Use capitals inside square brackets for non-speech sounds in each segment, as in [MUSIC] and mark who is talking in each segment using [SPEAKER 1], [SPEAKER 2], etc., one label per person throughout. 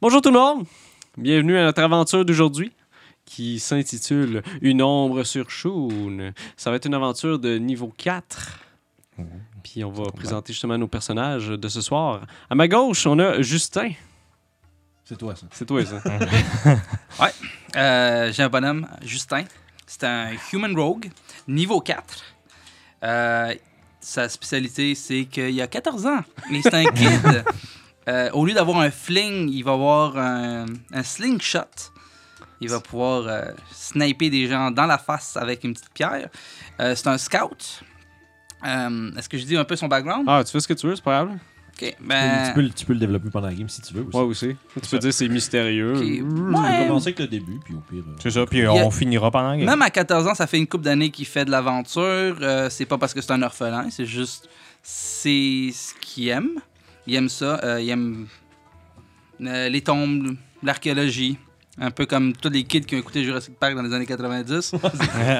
[SPEAKER 1] Bonjour tout le monde, bienvenue à notre aventure d'aujourd'hui qui s'intitule Une ombre sur Shun. Ça va être une aventure de niveau 4.
[SPEAKER 2] Mmh.
[SPEAKER 1] Puis on va présenter justement nos personnages de ce soir. À ma gauche, on a Justin.
[SPEAKER 3] C'est toi, ça.
[SPEAKER 1] C'est toi, ça.
[SPEAKER 4] Euh, J'ai un bonhomme, Justin. C'est un Human Rogue, niveau 4. Euh, sa spécialité, c'est qu'il a 14 ans, mais c'est un kid. Euh, au lieu d'avoir un fling, il va avoir un, un slingshot. Il va pouvoir euh, sniper des gens dans la face avec une petite pierre. Euh, c'est un scout. Euh, Est-ce que je dis un peu son background?
[SPEAKER 1] [LAUGHS] Ah, tu fais ce que tu veux, c'est pas grave.
[SPEAKER 4] Ok,
[SPEAKER 3] Tu,
[SPEAKER 4] ben.
[SPEAKER 1] Euh,
[SPEAKER 3] peux, le- tu peux le développer pendant la game si tu veux aussi.
[SPEAKER 1] Moi aussi. Tu peux dire c'est mystérieux.
[SPEAKER 4] ok.
[SPEAKER 3] On va
[SPEAKER 4] Ouais,
[SPEAKER 3] commencer avec le début, puis au pire. euh,
[SPEAKER 2] C'est ça, puis
[SPEAKER 4] Il y a-
[SPEAKER 2] on finira pendant que.
[SPEAKER 4] Même à 14 ans, ça fait une couple d'années qu'il fait de l'aventure. Euh, c'est pas parce que c'est un orphelin, c'est juste. C'est ce qu'il aime. Il aime ça. euh, il aime euh, les tombes, l'archéologie. Un peu comme tous les kids qui ont écouté Jurassic Park dans les années [LAUGHS] 90.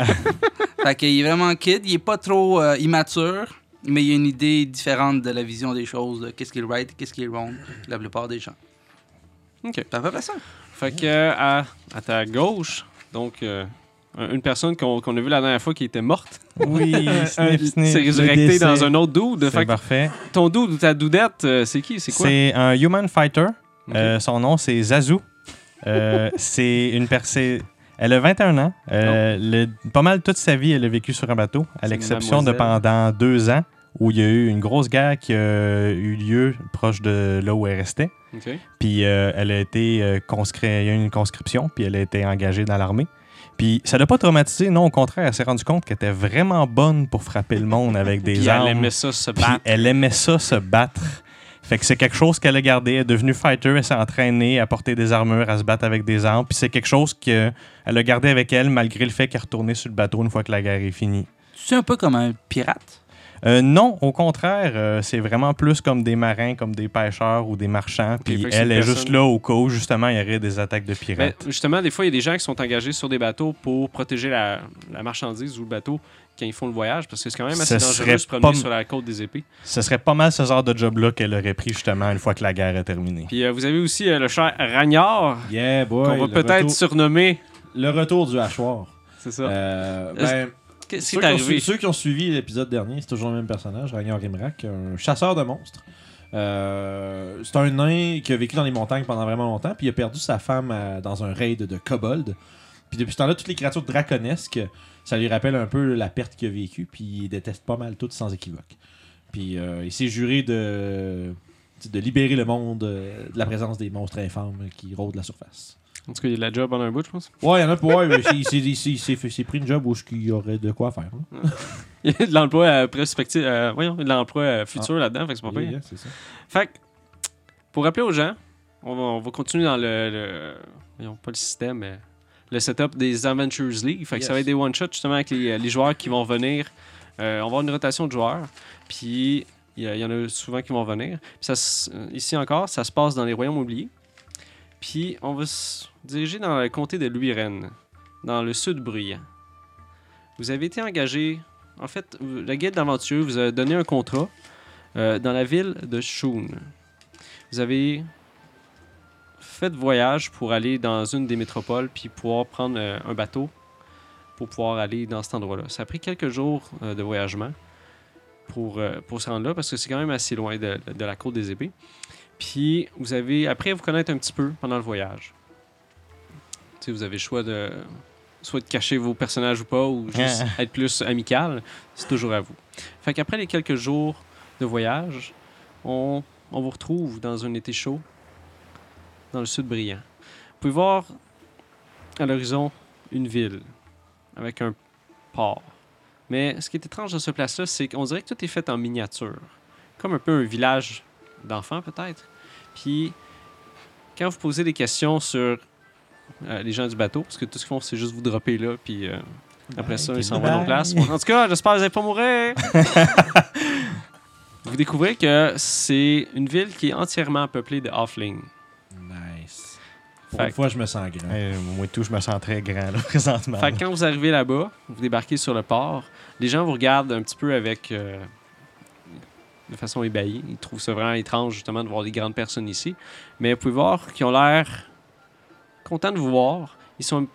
[SPEAKER 4] fait qu'il est vraiment kid. Il est pas trop euh, immature, mais il a une idée différente de la vision des choses, de qu'est-ce qui est right, qu'est-ce qui est wrong, la plupart des gens.
[SPEAKER 1] Ok.
[SPEAKER 4] C'est à peu près ça.
[SPEAKER 1] Fait que euh, à, à ta gauche, donc euh, un- une personne qu'on qu'on a vue la dernière fois qui était morte, [LAUGHS]
[SPEAKER 2] Oui,
[SPEAKER 1] un-
[SPEAKER 2] sniff, sniff,
[SPEAKER 1] s'est
[SPEAKER 2] le
[SPEAKER 1] résurrectée
[SPEAKER 2] décès.
[SPEAKER 1] dans un autre dude. Fait
[SPEAKER 2] C'est
[SPEAKER 1] que
[SPEAKER 2] parfait.
[SPEAKER 1] ton dude ou ta doudette, euh, c'est qui? C'est quoi?
[SPEAKER 2] C'est un human fighter.
[SPEAKER 1] Ok.
[SPEAKER 2] Euh, son nom, c'est Zazu.
[SPEAKER 1] [LAUGHS]
[SPEAKER 2] Euh, c'est une percée. Elle a 21 ans. Euh, le- Pas mal toute sa vie, elle a vécu sur un bateau, à
[SPEAKER 1] C'est
[SPEAKER 2] l'exception de
[SPEAKER 1] mademoiselle.
[SPEAKER 2] pendant deux ans où il y a eu une grosse guerre qui a eu lieu proche de là où elle restait.
[SPEAKER 1] Ok.
[SPEAKER 2] Puis euh, elle a été euh, conscrit- il y a eu une conscription, puis elle a été engagée dans l'armée. Puis ça l'a pas traumatisé, non, au contraire, elle s'est rendue compte qu'elle était vraiment bonne pour frapper le monde avec des
[SPEAKER 1] Puis
[SPEAKER 2] armes.
[SPEAKER 1] elle aimait ça se
[SPEAKER 2] Puis
[SPEAKER 1] battre.
[SPEAKER 2] elle aimait ça, se battre. Fait que c'est quelque chose qu'elle a gardé. Elle est devenue fighter, elle s'est entraînée à porter des armures, à se battre avec des armes. Puis c'est quelque chose qu'elle a gardé avec elle, malgré le fait qu'elle retournait sur le bateau une fois que la guerre est finie.
[SPEAKER 4] Tu es un peu comme un pirate.
[SPEAKER 2] Euh, non, au contraire, euh, c'est vraiment plus comme des marins, comme des pêcheurs ou des marchands.
[SPEAKER 1] fait
[SPEAKER 2] Puis
[SPEAKER 1] que c'est
[SPEAKER 2] elle
[SPEAKER 1] une
[SPEAKER 2] est juste
[SPEAKER 1] personne-
[SPEAKER 2] là au cas où, justement, il y aurait des attaques de pirates.
[SPEAKER 1] Ben, justement, des fois, il y a des gens qui sont engagés sur des bateaux pour protéger la, la marchandise ou le bateau quand ils font le voyage, parce que c'est quand même assez
[SPEAKER 2] Ça
[SPEAKER 1] dangereux
[SPEAKER 2] serait
[SPEAKER 1] de se promener
[SPEAKER 2] pas-
[SPEAKER 1] sur la côte des épées.
[SPEAKER 2] Ce serait pas mal ce genre de job-là qu'elle aurait pris, justement, une fois que la guerre est terminée.
[SPEAKER 1] Puis euh, vous avez aussi euh, le cher Ragnard,
[SPEAKER 3] Yeah, boy.
[SPEAKER 1] qu'on va
[SPEAKER 3] le
[SPEAKER 1] peut-être
[SPEAKER 3] retour-
[SPEAKER 1] surnommer...
[SPEAKER 3] Le retour du hachoir.
[SPEAKER 1] C'est ça.
[SPEAKER 3] Euh,
[SPEAKER 1] Est-ce-
[SPEAKER 3] ben,
[SPEAKER 1] Qu'est-ce qui
[SPEAKER 3] ceux,
[SPEAKER 1] est
[SPEAKER 3] qui ont
[SPEAKER 1] arrivé?
[SPEAKER 3] su- ceux qui ont suivi l'épisode dernier, c'est toujours le même personnage, Ragnar Grimrak, un chasseur de monstres. Euh, c'est un nain qui a vécu dans les montagnes pendant vraiment longtemps, puis il a perdu sa femme à- dans un raid de kobold. Puis depuis ce temps-là, toutes les créatures draconesques, ça lui rappelle un peu la perte qu'il a vécue, puis il déteste pas mal toutes sans équivoque. Puis euh, il s'est juré de, de libérer le monde euh, de la présence des monstres infâmes qui rôdent la surface.
[SPEAKER 1] En tout cas, il y a de la job en un bout, je pense. [LAUGHS]
[SPEAKER 3] Ouais, il y en a pour. [LAUGHS] Ouais, mais il s'est- il s'est- il s'est fait- il s'est pris une job où il y aurait de quoi faire. hein. là.
[SPEAKER 1] Il y a de l'emploi euh, prospectif, euh, voyons, de l'emploi euh, futur là-dedans, fait que c'est pas
[SPEAKER 3] Yeah,
[SPEAKER 1] pire.
[SPEAKER 3] yeah, c'est ça.
[SPEAKER 1] Fait que, pour rappeler aux gens, on va, on va continuer dans le, le- voyons, pas le système, mais le setup des Adventures League. Fait que ça va
[SPEAKER 3] Yes.
[SPEAKER 1] être des one-shots justement avec les, les joueurs qui vont venir. Euh, on va avoir une rotation de joueurs, puis il y, a- il y en a souvent qui vont venir. Puis ça se- euh, ici encore, ça se passe dans les Royaumes oubliés. Puis on va se diriger dans le comté de Luyren, dans le sud bruyant. Vous avez été engagé, en fait, vous- le guide d'aventure vous a donné un contrat euh, dans la ville de Shun. Vous avez fait voyage pour aller dans une des métropoles puis pouvoir prendre euh, un bateau pour pouvoir aller dans cet endroit-là. Ça a pris quelques jours euh, de voyagement pour, euh, pour se rendre là parce que c'est quand même assez loin de, de la côte des épées. Puis vous avez appris à vous connaître un petit peu pendant le voyage. Tu sais, vous avez le choix de soit de cacher vos personnages ou pas ou juste être plus amical, c'est toujours à vous. Fait qu'après les quelques jours de voyage, on, on vous retrouve dans un été chaud, dans le sud brillant. Vous pouvez voir à l'horizon une ville avec un port. Mais ce qui est étrange dans ce place-là, c'est qu'on dirait que tout est fait en miniature. Comme un peu un village d'enfants, peut-être. Puis, quand vous posez des questions sur euh, les gens du bateau, parce que tout ce qu'ils font, c'est juste vous dropper là, puis euh, après ça, ils s'en vont à leur place. En tout cas, j'espère que vous n'allez pas mourir! vous découvrez que c'est une ville qui est entièrement peuplée de halflings.
[SPEAKER 3] Nice.
[SPEAKER 1] Fait
[SPEAKER 3] Pour une
[SPEAKER 1] que-
[SPEAKER 3] fois, je me sens grand.
[SPEAKER 2] Euh, moi et tout, je me sens très grand là, [LAUGHS] présentement.
[SPEAKER 1] Fait que quand vous arrivez là-bas, vous débarquez sur le port, les gens vous regardent un petit peu avec euh, de façon ébahie. Ils trouvent ça vraiment étrange, justement, de voir des grandes personnes ici. Mais vous pouvez voir qu'ils ont l'air contents de vous voir. Ils sont, ils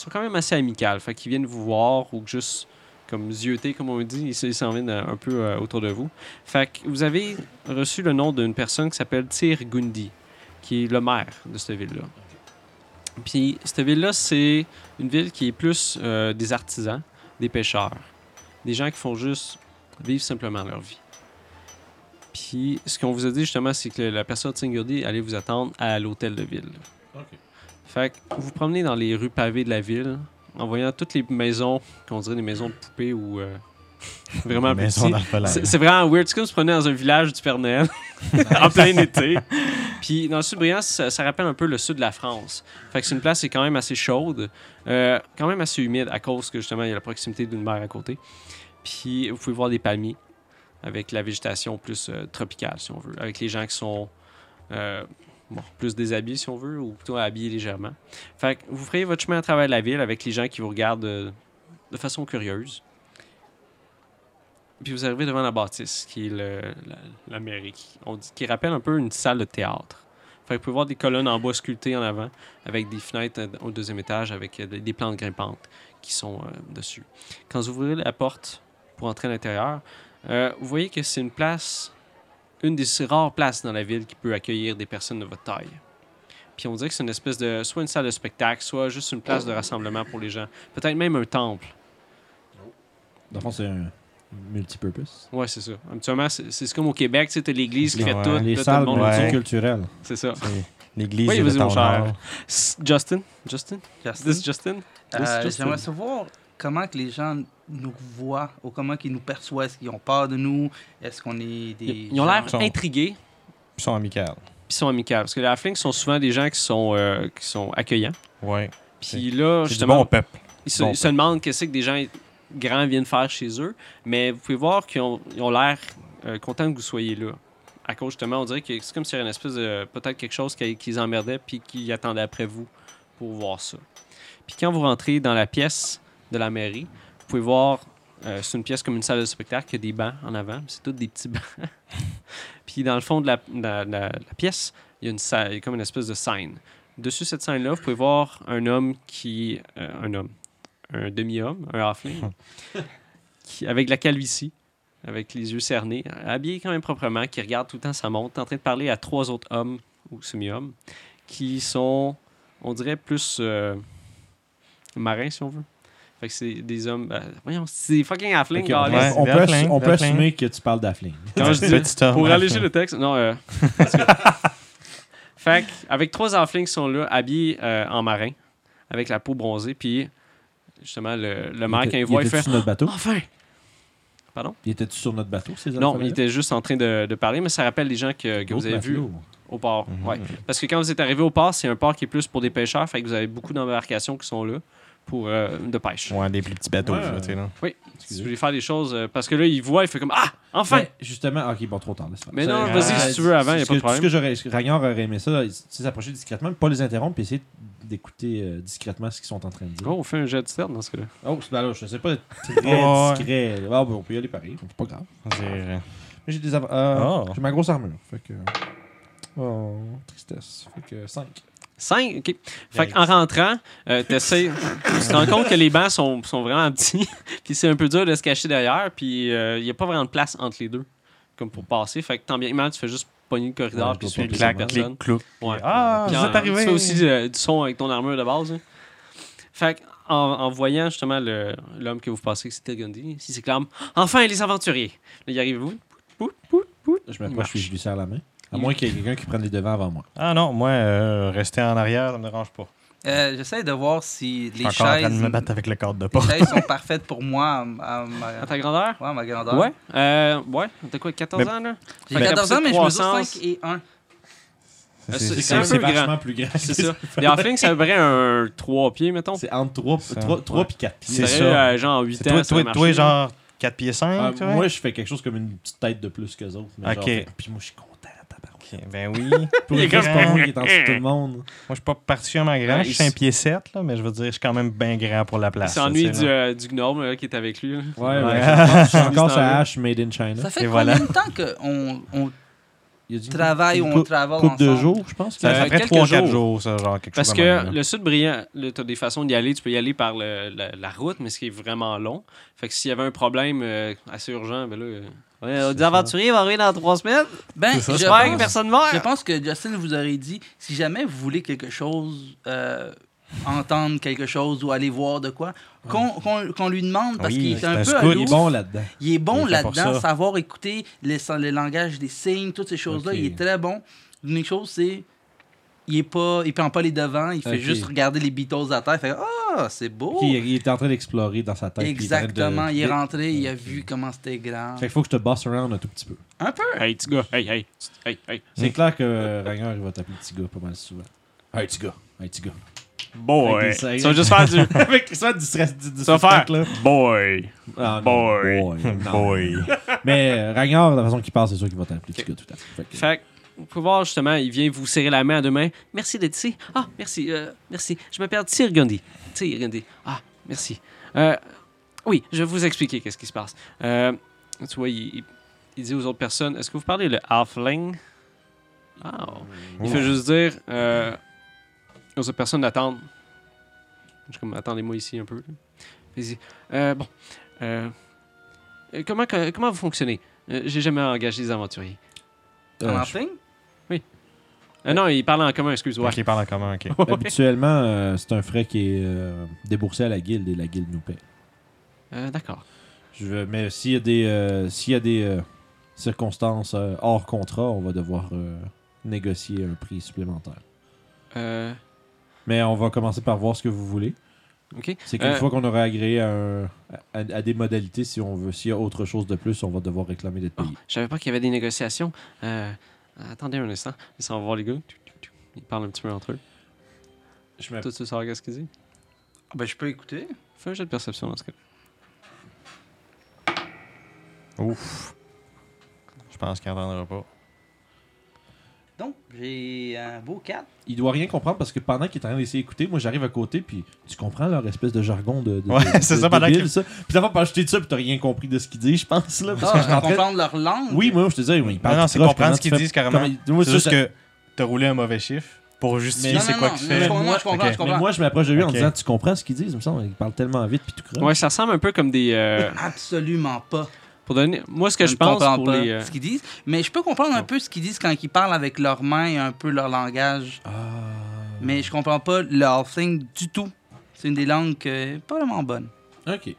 [SPEAKER 1] sont quand même assez amicaux. Fait qu'ils viennent vous voir ou que juste comme zioter, comme on dit. Ils s- ils s'en viennent euh, un peu euh, autour de vous. Fait que vous avez reçu le nom d'une personne qui s'appelle Tir Gundi, qui est le maire de cette ville-là. Puis cette ville-là, c'est une ville qui est plus euh, des artisans, des pêcheurs, des gens qui font juste vivre simplement leur vie. Puis ce qu'on vous a dit justement, c'est que la personne de Singurdi allait vous attendre à l'hôtel de ville. Fait que vous vous promenez dans les rues pavées de la ville en voyant toutes les maisons, qu'on dirait des maisons de poupées ou euh, vraiment
[SPEAKER 2] Mais
[SPEAKER 1] petites.
[SPEAKER 2] son orphelin.
[SPEAKER 1] C'est c'est vraiment weird. C'est comme se promener dans un village du Père Noël [LAUGHS] en plein été. Puis dans le sud brillant, ça, ça rappelle un peu le sud de la France. Fait que c'est une place qui est quand même assez chaude, euh, quand même assez humide à cause que justement il y a la proximité d'une mer à côté. Puis vous pouvez voir des palmiers avec la végétation plus euh, tropicale si on veut, avec les gens qui sont euh, bon, plus déshabillés si on veut, ou plutôt habillés légèrement. Fait que vous ferez votre chemin à travers la ville avec les gens qui vous regardent euh, de façon curieuse. Puis vous arrivez devant la bâtisse, qui est le- la, la mairie, qui, on dit- qui rappelle un peu une salle de théâtre. Fait que vous pouvez voir des colonnes en bois sculptées en avant, avec des fenêtres euh, au deuxième étage, avec euh, des- des plantes grimpantes qui sont euh, dessus. Quand vous ouvrez la porte pour entrer à l'intérieur, euh, vous voyez que c'est une place, une des rares places dans la ville qui peut accueillir des personnes de votre taille. Puis on dirait que c'est une espèce de, soit une salle de spectacle, soit juste une place de rassemblement pour les gens. Peut-être même un temple.
[SPEAKER 3] Dans le fond, c'est un multipurpose.
[SPEAKER 1] Ouais, c'est ça. Habituellement, c'est c'est comme au Québec, tu sais, t'as l'église qui
[SPEAKER 2] Les-
[SPEAKER 1] fait
[SPEAKER 2] ouais,
[SPEAKER 1] tout. là,
[SPEAKER 3] Les
[SPEAKER 1] tout le
[SPEAKER 3] salles
[SPEAKER 1] monde-
[SPEAKER 2] ouais.
[SPEAKER 3] multiculturelles.
[SPEAKER 1] C'est ça.
[SPEAKER 2] C'est L'église
[SPEAKER 1] Oui,
[SPEAKER 2] et le
[SPEAKER 1] vas-y, mon
[SPEAKER 2] townhall.
[SPEAKER 1] cher. S- Justin? Justin?
[SPEAKER 4] Justin.
[SPEAKER 1] This Justin?
[SPEAKER 4] Euh,
[SPEAKER 1] This Justin?
[SPEAKER 4] J'aimerais savoir comment que les gens nous voient ou comment qu'ils nous perçoivent. Est-ce qu'ils ont peur de nous? Est-ce qu'on est des.
[SPEAKER 1] Ils ils ont
[SPEAKER 4] gens-
[SPEAKER 1] l'air
[SPEAKER 2] Sont-
[SPEAKER 1] intrigués,
[SPEAKER 2] Ils sont amicales.
[SPEAKER 1] puis ils sont amicaux. Parce que les Halflings sont souvent des gens qui sont, euh, qui sont accueillants.
[SPEAKER 2] Ouais.
[SPEAKER 1] Puis là,
[SPEAKER 2] C'est du bon
[SPEAKER 1] justement,
[SPEAKER 2] [LAUGHS] peuple.
[SPEAKER 1] ils, se,
[SPEAKER 2] bon
[SPEAKER 1] ils se demandent qu'est-ce que des gens grands viennent faire chez eux. Mais vous pouvez voir qu'ils ont ils ont l'air euh, contents que vous soyez là. À cause, justement, on dirait que c'est comme s'il y avait une espèce de. Peut-être quelque chose qui- qu'ils emmerdaient, puis qu'ils attendaient après vous pour voir ça. Puis quand vous rentrez dans la pièce de la mairie, vous pouvez voir, euh, c'est une pièce comme une salle de spectacle, il y a des bancs en avant, c'est tous des petits [LAUGHS] bancs. Puis dans le fond de la, de la- de la- de la pièce, il y a une salle, il y a comme une espèce de scène. Dessus cette scène-là, vous pouvez voir un homme qui. euh, un homme. Un demi-homme, un halfling, qui, avec de la calvitie, avec les yeux cernés, habillé quand même proprement, qui regarde tout le temps sa montre, en train de parler à trois autres hommes ou semi-hommes, qui sont, on dirait, plus euh, marins, si on veut. Fait que c'est des hommes. ben, voyons, c'est des fucking halflings,
[SPEAKER 3] Ok,
[SPEAKER 1] gars,
[SPEAKER 3] on-
[SPEAKER 1] les-
[SPEAKER 2] Ouais.
[SPEAKER 3] on peut,
[SPEAKER 2] Duffling,
[SPEAKER 3] assu- on peut
[SPEAKER 2] Duffling.
[SPEAKER 3] assumer que tu parles d'Affling.
[SPEAKER 1] Quand je dis-
[SPEAKER 2] Petit homme,
[SPEAKER 1] pour
[SPEAKER 2] à la
[SPEAKER 1] alléger
[SPEAKER 2] fin.
[SPEAKER 1] le texte, non. euh, [LAUGHS] fait que, avec trois halflings qui sont là, habillés euh, en marin, avec la peau bronzée, puis justement, le, le maire, quand il voit, il fait
[SPEAKER 3] sur notre bateau.
[SPEAKER 1] Enfin
[SPEAKER 3] Il était sur notre bateau, ces
[SPEAKER 1] Non, il était juste en train de, de parler, mais ça rappelle les gens que, que vous avez vus au port.
[SPEAKER 2] Mhm.
[SPEAKER 1] ouais. Parce que quand vous êtes arrivé au port, c'est un port qui est plus pour des pêcheurs, fait que vous avez beaucoup d'embarcations qui sont là pour euh, de pêche.
[SPEAKER 2] Ouais, des plus petits bateaux,
[SPEAKER 3] Ouais.
[SPEAKER 2] là, tu sais, là.
[SPEAKER 1] Si vous voulez faire des choses, euh, parce que là, il voit, il fait comme Ah, enfin
[SPEAKER 3] justement, ok, bon, trop tard. laisse faire.
[SPEAKER 1] Mais
[SPEAKER 3] Ça-
[SPEAKER 1] non,
[SPEAKER 3] Ah,
[SPEAKER 1] vas-y, si tu veux, avant,
[SPEAKER 3] c'est
[SPEAKER 1] y a
[SPEAKER 3] ce
[SPEAKER 1] pas de
[SPEAKER 3] que-
[SPEAKER 1] problème.
[SPEAKER 3] Ce que j'aurais, ce que Ragnar aurait aimé ça, il s- s'approcher discrètement, mais pas les interrompre, puis essayer d'écouter euh, discrètement ce qu'ils sont en train de dire.
[SPEAKER 1] Oh, on fait un jet de stern dans ce cas-là.
[SPEAKER 3] Oh, c'est là, je sais pas,
[SPEAKER 2] [LAUGHS]
[SPEAKER 3] très
[SPEAKER 2] Ouais.
[SPEAKER 3] discret. Ah, ben, on peut y aller pareil, c'est pas grave.
[SPEAKER 2] On dirait-
[SPEAKER 3] Mais j'ai des av- euh,
[SPEAKER 2] Oh.
[SPEAKER 3] J'ai ma grosse armure, fait que. Oh, tristesse. Fait que 5.
[SPEAKER 1] 5, OK. Fait qu'en rentrant, euh, t'essayes- tu te rends compte que les bancs sont, sont vraiment petits, [LAUGHS] puis c'est un peu dur de se cacher derrière, puis il n'y a pas vraiment de place entre les deux, comme pour passer. Fait que tant bien que mal, tu fais juste pogner le corridor,
[SPEAKER 3] Ouais,
[SPEAKER 1] puis
[SPEAKER 3] je
[SPEAKER 1] suivre
[SPEAKER 3] vois
[SPEAKER 1] les
[SPEAKER 3] pas
[SPEAKER 1] autres
[SPEAKER 2] Clac,
[SPEAKER 1] personnes.
[SPEAKER 2] clic, clou.
[SPEAKER 1] Ouais.
[SPEAKER 2] Ah,
[SPEAKER 1] Puis
[SPEAKER 2] vous
[SPEAKER 1] en-
[SPEAKER 2] êtes arrivé.
[SPEAKER 1] Tu fais aussi euh, du son avec ton armure de base. hein. Fait que, en, en voyant justement le- l'homme que vous pensez que c'était Gundy, il s'éclame « Enfin, les aventuriers! » Là, il arrive vous.
[SPEAKER 3] Je
[SPEAKER 1] Il
[SPEAKER 3] m'approche,
[SPEAKER 1] marche.
[SPEAKER 3] puis je lui serre la main. À
[SPEAKER 1] Il-
[SPEAKER 3] moins qu'il y ait quelqu'un qui prenne les devants avant moi.
[SPEAKER 2] Ah non, moi, euh, rester en arrière, ça me dérange pas.
[SPEAKER 4] Euh, J'essaie de voir si les
[SPEAKER 2] Je suis encore en train
[SPEAKER 4] chaises,
[SPEAKER 2] de me battre avec le cadre de
[SPEAKER 4] les
[SPEAKER 2] porte.
[SPEAKER 4] chaises sont parfaites pour moi. à- à ma-
[SPEAKER 1] À ta grandeur?
[SPEAKER 4] ouais, à ma grandeur.
[SPEAKER 1] Ouais. Euh, ouais. T'as quoi, 14
[SPEAKER 2] Mais-
[SPEAKER 1] ans, là?
[SPEAKER 4] J'ai
[SPEAKER 1] Fait que
[SPEAKER 4] 14 ans, mais je
[SPEAKER 1] t'as
[SPEAKER 4] mesure
[SPEAKER 1] pris
[SPEAKER 4] 5 et 1.
[SPEAKER 1] Euh,
[SPEAKER 2] C'est-
[SPEAKER 1] C'est un peu grand.
[SPEAKER 3] vachement plus grand.
[SPEAKER 1] C'est ça. Les halflings, c'est à peu près un 3 pieds, mettons.
[SPEAKER 3] [LAUGHS] C'est entre 3,
[SPEAKER 2] Ça.
[SPEAKER 3] 3,
[SPEAKER 1] Ouais.
[SPEAKER 3] et 4 pieds.
[SPEAKER 2] C'est
[SPEAKER 1] C'est
[SPEAKER 2] ça.
[SPEAKER 1] genre 8
[SPEAKER 2] C'est
[SPEAKER 1] ans.
[SPEAKER 2] toi,
[SPEAKER 1] ça Euh, va
[SPEAKER 2] toi,
[SPEAKER 1] marcher,
[SPEAKER 2] toi,
[SPEAKER 1] là.
[SPEAKER 2] genre 4 pieds 5,
[SPEAKER 3] Ah,
[SPEAKER 2] tu vois?
[SPEAKER 3] moi, je fais quelque chose comme une petite tête de plus qu'eux autres. mais
[SPEAKER 2] Ok.
[SPEAKER 3] genre, fait- puis moi, je suis content. tabarouette.
[SPEAKER 2] Ok, ben oui.
[SPEAKER 3] Pour
[SPEAKER 2] Il est
[SPEAKER 3] une fois, c'est
[SPEAKER 2] comme-
[SPEAKER 3] pas moi qui est en dessous de tout le monde.
[SPEAKER 2] Moi, je suis pas particulièrement grand.
[SPEAKER 1] Ouais,
[SPEAKER 2] je
[SPEAKER 1] il
[SPEAKER 2] suis un
[SPEAKER 1] s-
[SPEAKER 2] pied 7, là, mais je veux dire, je suis quand même bien grand pour la
[SPEAKER 1] Il
[SPEAKER 2] place. là,
[SPEAKER 1] s'ennuie
[SPEAKER 2] tu sais,
[SPEAKER 1] du,
[SPEAKER 2] là.
[SPEAKER 1] euh, du gnome là, qui est avec lui. là.
[SPEAKER 3] Ouais,
[SPEAKER 2] ouais.
[SPEAKER 3] ouais. Je suis encore
[SPEAKER 1] C'est
[SPEAKER 3] sur
[SPEAKER 1] dans
[SPEAKER 3] H Made in China.
[SPEAKER 4] Ça fait
[SPEAKER 2] Et
[SPEAKER 4] combien
[SPEAKER 2] voilà.
[SPEAKER 4] de temps qu'on on
[SPEAKER 3] Il a dit une
[SPEAKER 4] travaille ou
[SPEAKER 3] coupe-
[SPEAKER 4] on travaille
[SPEAKER 3] coupe
[SPEAKER 4] ensemble?
[SPEAKER 3] de jours, je pense.
[SPEAKER 2] Ça, ça
[SPEAKER 1] Euh,
[SPEAKER 2] fait
[SPEAKER 1] quelques
[SPEAKER 2] 3-4 jours.
[SPEAKER 1] jours.
[SPEAKER 2] ça, genre quelque
[SPEAKER 1] Parce
[SPEAKER 2] chose.
[SPEAKER 1] que le sud brillant, tu as des façons d'y aller. Tu peux y aller par le- la, la route, mais ce qui est vraiment long. Fait que s'il y avait un problème euh, assez urgent, ben là. euh, Ouais,
[SPEAKER 3] C'est
[SPEAKER 1] des aventuriers vont arriver dans trois semaines.
[SPEAKER 4] Ben, je
[SPEAKER 1] J'espère que
[SPEAKER 4] pense,
[SPEAKER 1] personne
[SPEAKER 4] je
[SPEAKER 1] meurt.
[SPEAKER 4] pense que Justin vous aurait dit, si jamais vous voulez quelque chose, euh, entendre quelque chose ou aller voir de quoi, qu'on qu'on- qu'on lui demande, parce
[SPEAKER 2] Oui,
[SPEAKER 4] qu'il est
[SPEAKER 2] c'est
[SPEAKER 4] un
[SPEAKER 2] un
[SPEAKER 4] peu
[SPEAKER 2] scout,
[SPEAKER 3] Il
[SPEAKER 4] aloof.
[SPEAKER 3] est bon là-dedans.
[SPEAKER 4] Il est bon
[SPEAKER 2] Il est fait pour
[SPEAKER 4] là-dedans,
[SPEAKER 2] ça.
[SPEAKER 4] savoir écouter les, le langage des signes, toutes ces choses-là.
[SPEAKER 2] Ok.
[SPEAKER 4] Il est très bon. L'unique chose, c'est il est pas, il prend pas les devants, il fait
[SPEAKER 3] Ok.
[SPEAKER 4] juste regarder les Beatles à terre. Fait ah, c'est beau.
[SPEAKER 3] Il, il est en train d'explorer dans sa tête. puis est en train de-
[SPEAKER 4] Exactement. Il est rentré, il a
[SPEAKER 3] Ok.
[SPEAKER 4] vu comment c'était grand.
[SPEAKER 3] Fait qu'il faut que je te bosse around un tout petit peu.
[SPEAKER 4] Un peu.
[SPEAKER 1] Hey, petit gars, hey, hey, t's- hey, hey.
[SPEAKER 3] C'est clair que euh, Ragnar, il va t'appeler petit gars pas mal souvent. Hey, petit gars. Hey, petit gars.
[SPEAKER 1] Boy.
[SPEAKER 3] Avec des
[SPEAKER 1] Ça
[SPEAKER 3] seins.
[SPEAKER 1] va juste faire du.
[SPEAKER 3] Avec ça, du stress, du, du
[SPEAKER 1] Ça va faire.
[SPEAKER 3] spectacle, là.
[SPEAKER 2] [LAUGHS]
[SPEAKER 1] Boy.
[SPEAKER 3] Ah, non,
[SPEAKER 1] Boy.
[SPEAKER 3] non. [LAUGHS]
[SPEAKER 2] Boy.
[SPEAKER 3] Mais euh, Ragnar, la façon qu'il parle, c'est sûr qu'il va t'appeler petit gars tout le temps. Fait que-
[SPEAKER 1] Fait que, vous pouvez voir justement, il vient vous serrer la main à deux mains. Merci d'être ici. Ah, merci, euh, merci. Je m'appelle Tyr Gundy. Tyr Gundy. Ah, merci. Euh, oui, je vais vous expliquer qu'est-ce qui se passe. Euh, tu vois, il, il- il dit aux autres personnes, est-ce que vous parlez le halfling? Ah,
[SPEAKER 3] euh, Oh.
[SPEAKER 1] il fait juste dire euh, aux autres personnes d'attendre. Je suis comme, attendez-moi ici un peu. Il dit, Euh, bon, euh, euh, comment, comment vous fonctionnez? Euh, J'ai jamais engagé des aventuriers.
[SPEAKER 3] Euh,
[SPEAKER 4] En
[SPEAKER 3] je-
[SPEAKER 4] signe?
[SPEAKER 1] Euh, non, il parle en commun, excuse-moi.
[SPEAKER 2] Qui parle en commun, ok.
[SPEAKER 3] Habituellement, euh, c'est un frais qui est euh, déboursé à la guilde et la guilde nous paie.
[SPEAKER 1] Euh, D'accord.
[SPEAKER 3] Je veux- mais s'il y a des, euh, s'il y a des euh, circonstances euh, hors contrat, on va devoir euh, négocier un prix supplémentaire.
[SPEAKER 1] Euh,
[SPEAKER 3] Mais on va commencer par voir ce que vous voulez.
[SPEAKER 1] OK.
[SPEAKER 3] C'est qu'une
[SPEAKER 1] Euh,
[SPEAKER 3] fois qu'on aura agréé à, un- à- à des modalités, si on veut, s'il y a autre chose de plus, on va devoir réclamer d'être
[SPEAKER 1] Oh,
[SPEAKER 3] payé.
[SPEAKER 1] je savais pas qu'il y avait des négociations. Euh, attendez un instant. Ils s'en vont voir les gars. Tu, tu, tu. Ils parlent un petit peu entre eux.
[SPEAKER 2] Ah,
[SPEAKER 3] Je me-
[SPEAKER 1] Toi, tu sauras qu'est-ce qu'ils disent?
[SPEAKER 4] Ah, Ben, je peux écouter.
[SPEAKER 1] Fais un jeu de perception dans ce cas
[SPEAKER 2] Ouf. Je pense qu'il n'entendra pas.
[SPEAKER 4] Donc, j'ai un beau 4.
[SPEAKER 3] Il doit rien comprendre parce que pendant qu'il est en train d'essayer d'écouter, moi j'arrive à côté, puis tu comprends leur espèce de jargon de. de-
[SPEAKER 2] Ouais,
[SPEAKER 3] de-
[SPEAKER 2] c'est
[SPEAKER 3] de-
[SPEAKER 2] ça, pendant
[SPEAKER 3] débile,
[SPEAKER 2] que-
[SPEAKER 3] ça. Puis d'abord, pendant que je t'ai dit ça, puis t'as rien compris de ce qu'il dit, je pense, là. Parce que je suis en
[SPEAKER 4] Ah,
[SPEAKER 3] train-
[SPEAKER 4] comprendre leur langue.
[SPEAKER 3] Oui, moi, je te disais, oui, il parle
[SPEAKER 2] non, non,
[SPEAKER 3] tout
[SPEAKER 2] c'est
[SPEAKER 3] croche,
[SPEAKER 2] comprendre
[SPEAKER 3] comment
[SPEAKER 2] ce qu'ils
[SPEAKER 3] tu fais-
[SPEAKER 2] disent carrément.
[SPEAKER 3] comment- moi,
[SPEAKER 2] C'est
[SPEAKER 3] ça,
[SPEAKER 2] juste
[SPEAKER 3] ça-
[SPEAKER 2] que t'as roulé un mauvais chiffre pour justifier
[SPEAKER 4] Non,
[SPEAKER 2] c'est
[SPEAKER 4] non,
[SPEAKER 2] quoi
[SPEAKER 4] non,
[SPEAKER 2] que tu
[SPEAKER 4] non,
[SPEAKER 2] fais.
[SPEAKER 4] je comprends, je comprends,
[SPEAKER 2] Ok.
[SPEAKER 4] je
[SPEAKER 3] Mais
[SPEAKER 4] comprends.
[SPEAKER 3] moi, je m'approche de lui en
[SPEAKER 2] Ok.
[SPEAKER 3] disant Tu comprends ce qu'ils disent Il me semble, il parle tellement vite, puis tout croche.
[SPEAKER 1] Ouais, ça ressemble un peu comme des. [LAUGHS] euh,
[SPEAKER 4] Absolument pas.
[SPEAKER 1] pour donner. Moi, ce que je
[SPEAKER 4] ne comprends
[SPEAKER 1] pense pour
[SPEAKER 4] pas
[SPEAKER 1] les. [LAUGHS] euh,
[SPEAKER 4] ce qu'ils disent, mais je peux comprendre
[SPEAKER 2] Oh.
[SPEAKER 4] un peu ce qu'ils disent quand ils parlent avec leurs mains et un peu leur langage,
[SPEAKER 3] Ah.
[SPEAKER 4] mais je comprends pas le halfling du tout. C'est une des langues que- pas vraiment bonne.
[SPEAKER 3] Ok.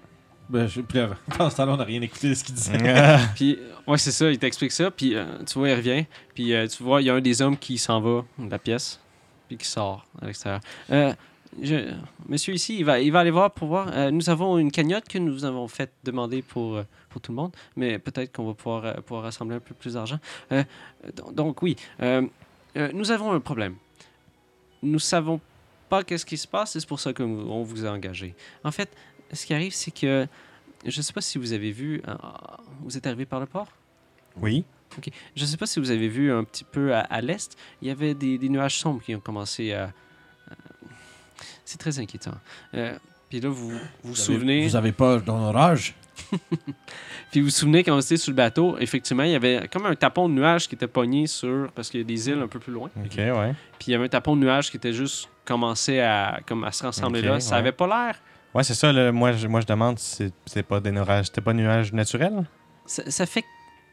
[SPEAKER 3] Ben, je puis là, [LAUGHS] Dans ce temps-là, on n'a rien écouté de ce qu'il disait.
[SPEAKER 2] [LAUGHS]
[SPEAKER 1] Puis, ouais, c'est ça, il t'explique ça. Puis, euh, tu vois, il revient. Puis, euh, tu vois, il y a un des hommes qui s'en va de la pièce. Puis, qui sort à l'extérieur. Euh, je- monsieur ici, il va, il va aller voir pour voir. Euh, nous avons une cagnotte que nous avons faite demander pour, euh, pour tout le monde. Mais peut-être qu'on va pouvoir, euh, pouvoir rassembler un peu plus d'argent. Euh, don- donc, oui, euh, euh, nous avons un problème. Nous savons pas qu'est-ce qui se passe. et C'est pour ça qu'on vous a engagé. En fait, ce qui arrive, c'est que. Je ne sais pas si vous avez vu. euh, vous êtes arrivé par le port
[SPEAKER 2] Oui.
[SPEAKER 1] Je ne sais pas si vous avez vu un petit peu à, à l'est, il y avait des, des nuages sombres qui ont commencé à. à- C'est très inquiétant. Euh, puis là, vous vous, vous souvenez.
[SPEAKER 3] Vous avez peur d'un orage
[SPEAKER 1] Puis vous vous souvenez quand vous étiez sur le bateau, effectivement, il y avait comme un tapon de nuages qui était pogné sur. Parce qu'il y a des îles un peu plus loin.
[SPEAKER 2] Ok, ouais.
[SPEAKER 1] Puis il y avait un tapon de nuages qui était juste commencé à, comme à se rassembler
[SPEAKER 2] Ok,
[SPEAKER 1] là. Ça
[SPEAKER 2] ouais.
[SPEAKER 1] n'avait pas l'air.
[SPEAKER 2] Ouais, c'est ça. là, moi, je, moi, je demande si c'est- c'est pas des nuages. C'était pas nuages naturels?
[SPEAKER 1] Ça, ça fait.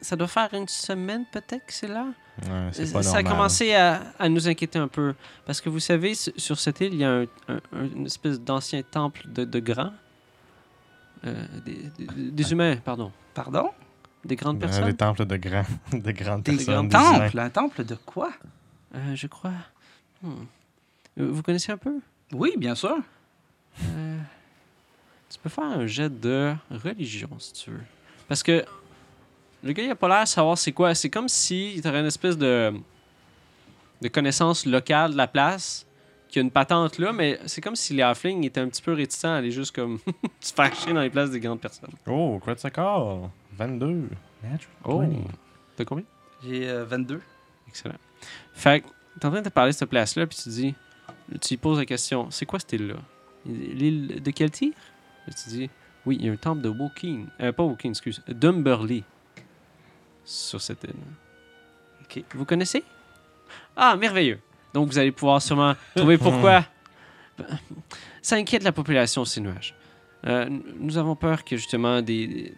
[SPEAKER 1] Ça doit faire une semaine peut-être que c'est là.
[SPEAKER 2] Ouais, c'est
[SPEAKER 1] Ça
[SPEAKER 2] pas
[SPEAKER 1] a
[SPEAKER 2] normal. hein.
[SPEAKER 1] commencé à, à nous inquiéter un peu. Parce que vous savez, s- sur cette île, il y a un- un- un- une espèce d'ancien temple de, de grands. Euh, des, des-
[SPEAKER 2] Ah.
[SPEAKER 1] des humains, pardon.
[SPEAKER 4] Pardon?
[SPEAKER 1] Des grandes
[SPEAKER 2] Euh,
[SPEAKER 1] personnes.
[SPEAKER 2] Des temples de grands. [LAUGHS] de grandes
[SPEAKER 4] Des
[SPEAKER 2] personnes. des humains.
[SPEAKER 4] temples, un temple de quoi?
[SPEAKER 1] Euh, je crois. Hmm. Euh, Vous connaissez un peu
[SPEAKER 4] Oui, bien sûr.
[SPEAKER 1] Euh, Tu peux faire un jet de religion, si tu veux. Parce que le gars, il a pas l'air de savoir c'est quoi. C'est comme si tu aurais une espèce de, de connaissance locale de la place, qui a une patente là, mais c'est comme si les halflings étaient un petit peu réticents à aller juste comme [LAUGHS] se faire chier dans les places des grandes personnes.
[SPEAKER 2] Oh, critical. 22.
[SPEAKER 1] Oh! T'as combien?
[SPEAKER 4] J'ai euh, 22.
[SPEAKER 1] Excellent. Fait que, t'es en train de te parler de cette place-là, puis tu dis, tu lui poses la question, c'est quoi cette île-là? Il dit, L'île de quel tir? Là, tu dis, oui, il y a un temple de Woking, euh, pas Woking, excuse, Dumberly sur cette île. OK. Vous connaissez? Ah, merveilleux. Donc, vous allez pouvoir sûrement trouver [LAUGHS] pourquoi. Ça inquiète la population, ces nuages. Euh, n- nous avons peur que, justement, des,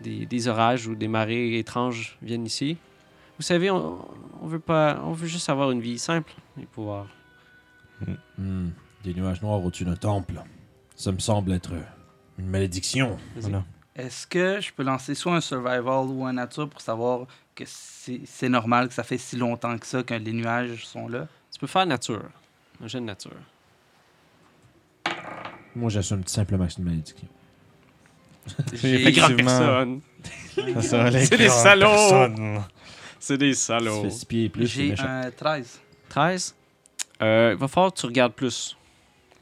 [SPEAKER 1] des, des orages ou des marées étranges viennent ici. Vous savez, on, on veut pas, on veut juste avoir une vie simple et pouvoir.
[SPEAKER 3] Hmm, Des nuages noirs au-dessus d'un temple. Ça me semble être une malédiction.
[SPEAKER 1] Vas-y.
[SPEAKER 2] Voilà.
[SPEAKER 4] Est-ce que je peux lancer soit un survival ou un nature pour savoir que c'est c'est normal que ça fait si longtemps que ça que les nuages sont
[SPEAKER 2] [LAUGHS]
[SPEAKER 4] là?
[SPEAKER 1] Tu peux faire nature, un jeu de nature.
[SPEAKER 3] Moi, j'assume simplement que c'est une malédiction.
[SPEAKER 4] J'ai-
[SPEAKER 1] Grande
[SPEAKER 2] Effectivement.
[SPEAKER 1] personne.
[SPEAKER 2] Ça, ça, les
[SPEAKER 1] C'est des
[SPEAKER 2] grandes
[SPEAKER 1] salauds!
[SPEAKER 2] personnes.
[SPEAKER 1] C'est des
[SPEAKER 3] Tu
[SPEAKER 1] salauds.
[SPEAKER 3] fais six pieds et plus, c'est
[SPEAKER 4] J'ai
[SPEAKER 3] méchant.
[SPEAKER 4] un 13.
[SPEAKER 1] 13. Euh, il va falloir que tu regardes plus.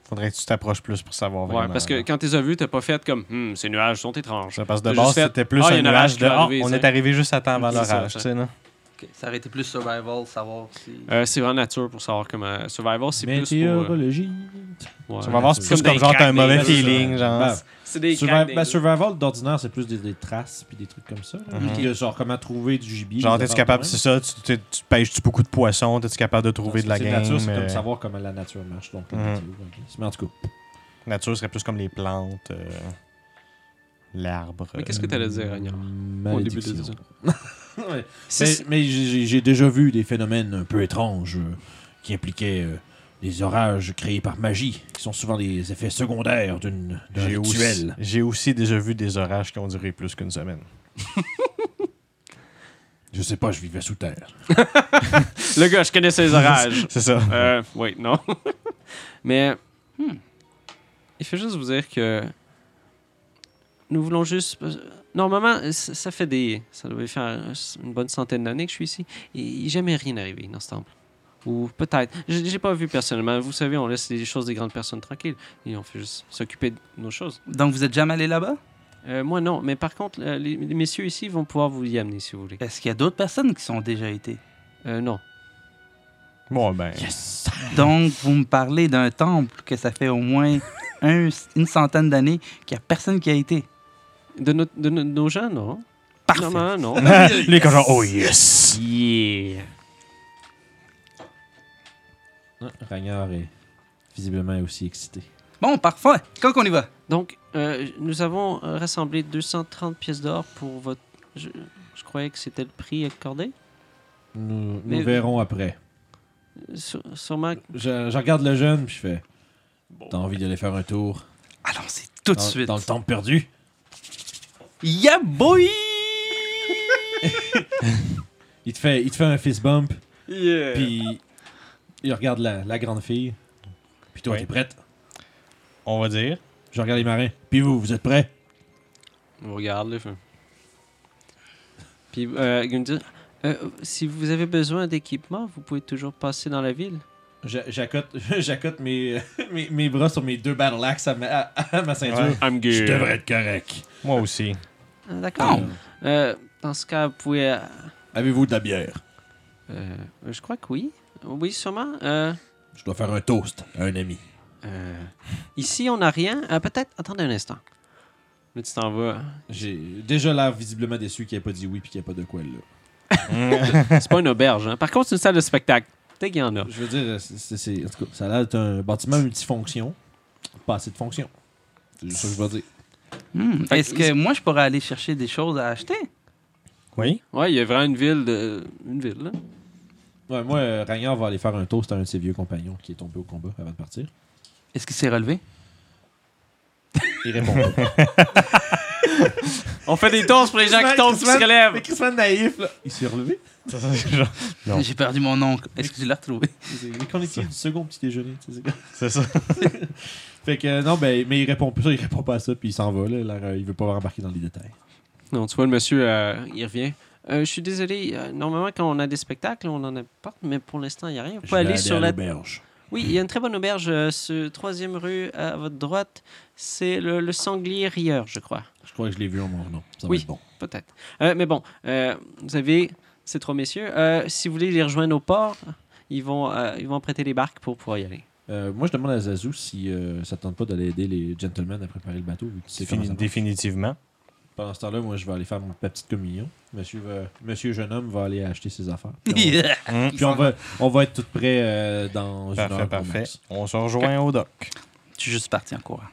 [SPEAKER 2] Faudrait que tu t'approches plus pour savoir
[SPEAKER 1] Ouais,
[SPEAKER 2] vraiment,
[SPEAKER 1] parce que
[SPEAKER 2] là.
[SPEAKER 1] quand tu les as vus, t'as pas fait comme Hum, ces nuages sont étranges.
[SPEAKER 2] Ça passe de
[SPEAKER 1] T'as
[SPEAKER 2] base,
[SPEAKER 1] juste fait,
[SPEAKER 2] c'était plus
[SPEAKER 1] Ah, il y a
[SPEAKER 2] un
[SPEAKER 1] un orage
[SPEAKER 2] nuage
[SPEAKER 1] qui
[SPEAKER 2] de
[SPEAKER 1] va
[SPEAKER 2] Ah,
[SPEAKER 1] arriver,
[SPEAKER 2] on
[SPEAKER 1] ça.
[SPEAKER 2] est arrivé juste à temps avant
[SPEAKER 1] C'est ça,
[SPEAKER 2] l'orage,
[SPEAKER 1] ça.
[SPEAKER 2] tu sais, non?
[SPEAKER 4] Ok, Ça aurait été plus survival, savoir si.
[SPEAKER 1] Euh, c'est vraiment nature pour savoir comment. Survival, c'est plus pour. euh,
[SPEAKER 3] Météorologie.
[SPEAKER 1] ouais.
[SPEAKER 2] Tu vas voir,
[SPEAKER 1] C'est
[SPEAKER 2] c'est plus
[SPEAKER 1] comme
[SPEAKER 2] comme
[SPEAKER 1] des
[SPEAKER 2] genre t'as un
[SPEAKER 1] craques,
[SPEAKER 2] mauvais
[SPEAKER 1] des-
[SPEAKER 2] feeling, genre.
[SPEAKER 3] Ben,
[SPEAKER 1] C'est Bah, des
[SPEAKER 3] survi-
[SPEAKER 1] craques des-
[SPEAKER 3] ben, survival d'ordinaire, c'est plus des, des traces puis des trucs comme ça. là.
[SPEAKER 2] Mhm.
[SPEAKER 3] Puis, euh, Genre comment trouver du gibier.
[SPEAKER 2] Genre,
[SPEAKER 3] des
[SPEAKER 2] t'es-tu
[SPEAKER 3] affaires
[SPEAKER 2] capable,
[SPEAKER 3] de
[SPEAKER 2] c'est
[SPEAKER 3] même.
[SPEAKER 2] ça, tu, tu- tu pêches-tu beaucoup de poissons, t'es-tu capable de trouver
[SPEAKER 3] Non,
[SPEAKER 2] de la
[SPEAKER 3] c'est-
[SPEAKER 2] game?
[SPEAKER 3] c'est nature, c'est
[SPEAKER 2] euh,
[SPEAKER 3] comme savoir comment la nature marche. Donc, la
[SPEAKER 2] Mhm.
[SPEAKER 3] nature, ok. Mais en tout cas,
[SPEAKER 2] nature serait plus comme les plantes, euh, l'arbre.
[SPEAKER 1] Mais qu'est-ce que t'allais dire, Agnès
[SPEAKER 2] Ben,
[SPEAKER 1] Au début de
[SPEAKER 3] Hmm, malédiction.
[SPEAKER 1] ça.
[SPEAKER 2] [LAUGHS]
[SPEAKER 3] Ouais. Mais,
[SPEAKER 1] C'est-
[SPEAKER 3] mais j'ai- j'ai- j'ai déjà vu des phénomènes un peu étranges euh, qui impliquaient euh, des orages créés par magie, qui sont souvent des effets secondaires d'une d'un
[SPEAKER 2] J'ai aussi,
[SPEAKER 3] rituel.
[SPEAKER 2] j'ai aussi déjà vu des orages qui ont duré plus qu'une semaine.
[SPEAKER 3] Je sais pas, je vivais sous terre.
[SPEAKER 1] Le gars, je connais ses
[SPEAKER 2] [LAUGHS]
[SPEAKER 1] orages.
[SPEAKER 2] C'est ça.
[SPEAKER 1] euh, oui, non. [LAUGHS] Mais.
[SPEAKER 4] Hmm.
[SPEAKER 1] Il faut juste vous dire que. Nous voulons juste. Normalement, ça ça fait des. Ça devait faire une bonne centaine d'années que je suis ici. Et il n'est jamais rien arrivé dans ce temple. Ou peut-être. Je n'ai pas vu personnellement. Vous savez, on laisse les choses des grandes personnes tranquilles. Et on fait juste s'occuper de nos choses.
[SPEAKER 4] Donc vous êtes jamais allé là-bas?
[SPEAKER 1] Euh, moi, non. Mais par contre, euh, les, les messieurs ici vont pouvoir vous y amener si vous voulez.
[SPEAKER 4] Est-ce qu'il y a d'autres personnes qui sont déjà été?
[SPEAKER 1] Euh, non.
[SPEAKER 2] Bon, ben.
[SPEAKER 4] [LAUGHS]
[SPEAKER 2] [LAUGHS]
[SPEAKER 4] Donc vous me parlez d'un temple que ça fait au moins [LAUGHS] un- une centaine d'années qu'il n'y a personne qui a été.
[SPEAKER 1] De, notre- de no- nos gens, non.
[SPEAKER 4] Parfait.
[SPEAKER 1] Normalement, non.
[SPEAKER 2] [LAUGHS] Lui, comme genre, oh yes!
[SPEAKER 1] Yeah.
[SPEAKER 3] Ragnar est visiblement aussi excité.
[SPEAKER 4] Bon, parfait. Quand qu'on y va?
[SPEAKER 1] Donc, euh, nous avons euh, rassemblé 230 pièces d'or pour votre. Je, je croyais que c'était le prix accordé.
[SPEAKER 3] Nous, nous
[SPEAKER 1] Mais-
[SPEAKER 3] verrons après.
[SPEAKER 1] Euh, sû- sûrement.
[SPEAKER 3] Je, je regarde le jeune, puis je fais T'as envie d'aller faire un tour
[SPEAKER 4] Allons-y tout de
[SPEAKER 3] dans,
[SPEAKER 4] suite.
[SPEAKER 3] dans le temple perdu
[SPEAKER 4] Yeah, boy!
[SPEAKER 3] Il te fait, il te fait un fist bump,
[SPEAKER 1] Yeah.
[SPEAKER 3] puis il regarde la, la grande fille. Puis toi,
[SPEAKER 2] Oui.
[SPEAKER 3] t'es prête
[SPEAKER 2] On va dire.
[SPEAKER 3] Je regarde les marins. Puis vous, vous êtes prêts
[SPEAKER 1] On regarde les feux. Puis, euh, il me dit euh, si vous avez besoin d'équipement, vous pouvez toujours passer dans la ville.
[SPEAKER 3] J'a- J'accote [LAUGHS] j'accote mes, [LAUGHS] mes, mes bras sur mes deux battle axes à ma, à- à ma ceinture.
[SPEAKER 2] Ouais.
[SPEAKER 1] I'm
[SPEAKER 3] Je devrais être correct.
[SPEAKER 2] Moi aussi.
[SPEAKER 1] [LAUGHS] Ah, D'accord.
[SPEAKER 4] Non.
[SPEAKER 1] Euh, dans ce cas, vous pouvez. euh,
[SPEAKER 3] Avez-vous de la bière
[SPEAKER 1] euh, je crois que oui. Oui, sûrement. Euh,
[SPEAKER 3] Je dois faire un toast à un ami.
[SPEAKER 1] euh, ici, on n'a rien. Euh, Peut-être. Attendez un instant. Là, tu t'en vas.
[SPEAKER 3] J'ai déjà l'air visiblement déçu qu'il ait pas dit oui puis qu'il n'y a pas de quoi là.
[SPEAKER 1] C'est pas une auberge. Hein. Par contre, c'est une salle de spectacle. Peut-être qu'il y en a.
[SPEAKER 3] Je veux dire, c'est- c'est- c'est- en tout cas, ça a l'air d'être un bâtiment multifonction. Pas assez de fonctions. C'est ça que je veux dire.
[SPEAKER 4] Hmm,
[SPEAKER 1] Fait que-
[SPEAKER 4] Est-ce que moi, je pourrais aller chercher des choses à acheter?
[SPEAKER 2] Oui?
[SPEAKER 1] Ouais, il y a vraiment une ville. De... Une ville, là.
[SPEAKER 3] Ouais, moi, euh, Ragnar va aller faire un toast à un de ses vieux compagnons qui est tombé au combat avant de partir.
[SPEAKER 4] Est-ce qu'il s'est relevé?
[SPEAKER 3] Il répond pas.
[SPEAKER 1] On fait des toasts pour les gens qui tombent et qui se relèvent.
[SPEAKER 3] Christmas naïf, là. Il s'est relevé.
[SPEAKER 2] Genre, Non.
[SPEAKER 4] J'ai perdu mon oncle. Est-ce que tu l'as retrouvé?
[SPEAKER 3] Mais qu'on est du second petit déjeuner, tu sais, c'est
[SPEAKER 2] c'est ça.
[SPEAKER 3] Fait que euh, non, ben, mais il répond pas, il répond pas à ça, puis il s'en va, là, l'air, euh, il veut pas embarquer dans les détails.
[SPEAKER 1] Non, tu vois, le monsieur, euh, il revient. Euh, je suis désolé. euh, normalement, quand on a des spectacles, on en apporte, mais pour l'instant, il n'y a rien. Vous
[SPEAKER 3] Je
[SPEAKER 1] pouvez
[SPEAKER 3] vais
[SPEAKER 1] aller sur
[SPEAKER 3] à
[SPEAKER 1] la.
[SPEAKER 3] l'auberge.
[SPEAKER 1] Oui, il y a une très bonne auberge. euh, ce troisième rue à votre droite, c'est le, le Sanglier Rieur, je crois.
[SPEAKER 3] Je crois que je l'ai vu en mon nom. Ça
[SPEAKER 1] Oui.
[SPEAKER 3] va être bon.
[SPEAKER 1] Peut-être. Euh, mais bon, euh, vous avez ces trois messieurs. Euh, si vous voulez les rejoindre au port, ils vont, euh, ils vont prêter les barques pour pouvoir y aller.
[SPEAKER 3] Euh, moi, je demande à Zazu si euh, ça tente pas d'aller aider les gentlemen à préparer le bateau. Vu que c'est
[SPEAKER 2] Défini- définitivement.
[SPEAKER 3] Pendant ce temps-là, moi, je vais aller faire mon- ma petite communion. Monsieur, va- Monsieur jeune homme va aller acheter
[SPEAKER 1] [LAUGHS]
[SPEAKER 3] ses affaires.
[SPEAKER 4] [LAUGHS]
[SPEAKER 3] Puis
[SPEAKER 4] Yeah.
[SPEAKER 2] Hum,
[SPEAKER 3] on, Hein? puis on va, on va être tout prêt euh, dans une
[SPEAKER 2] Parfait,
[SPEAKER 3] heure. gros
[SPEAKER 2] parfait.
[SPEAKER 3] max.
[SPEAKER 2] On se rejoint au dock.
[SPEAKER 4] Je suis juste parti en courant.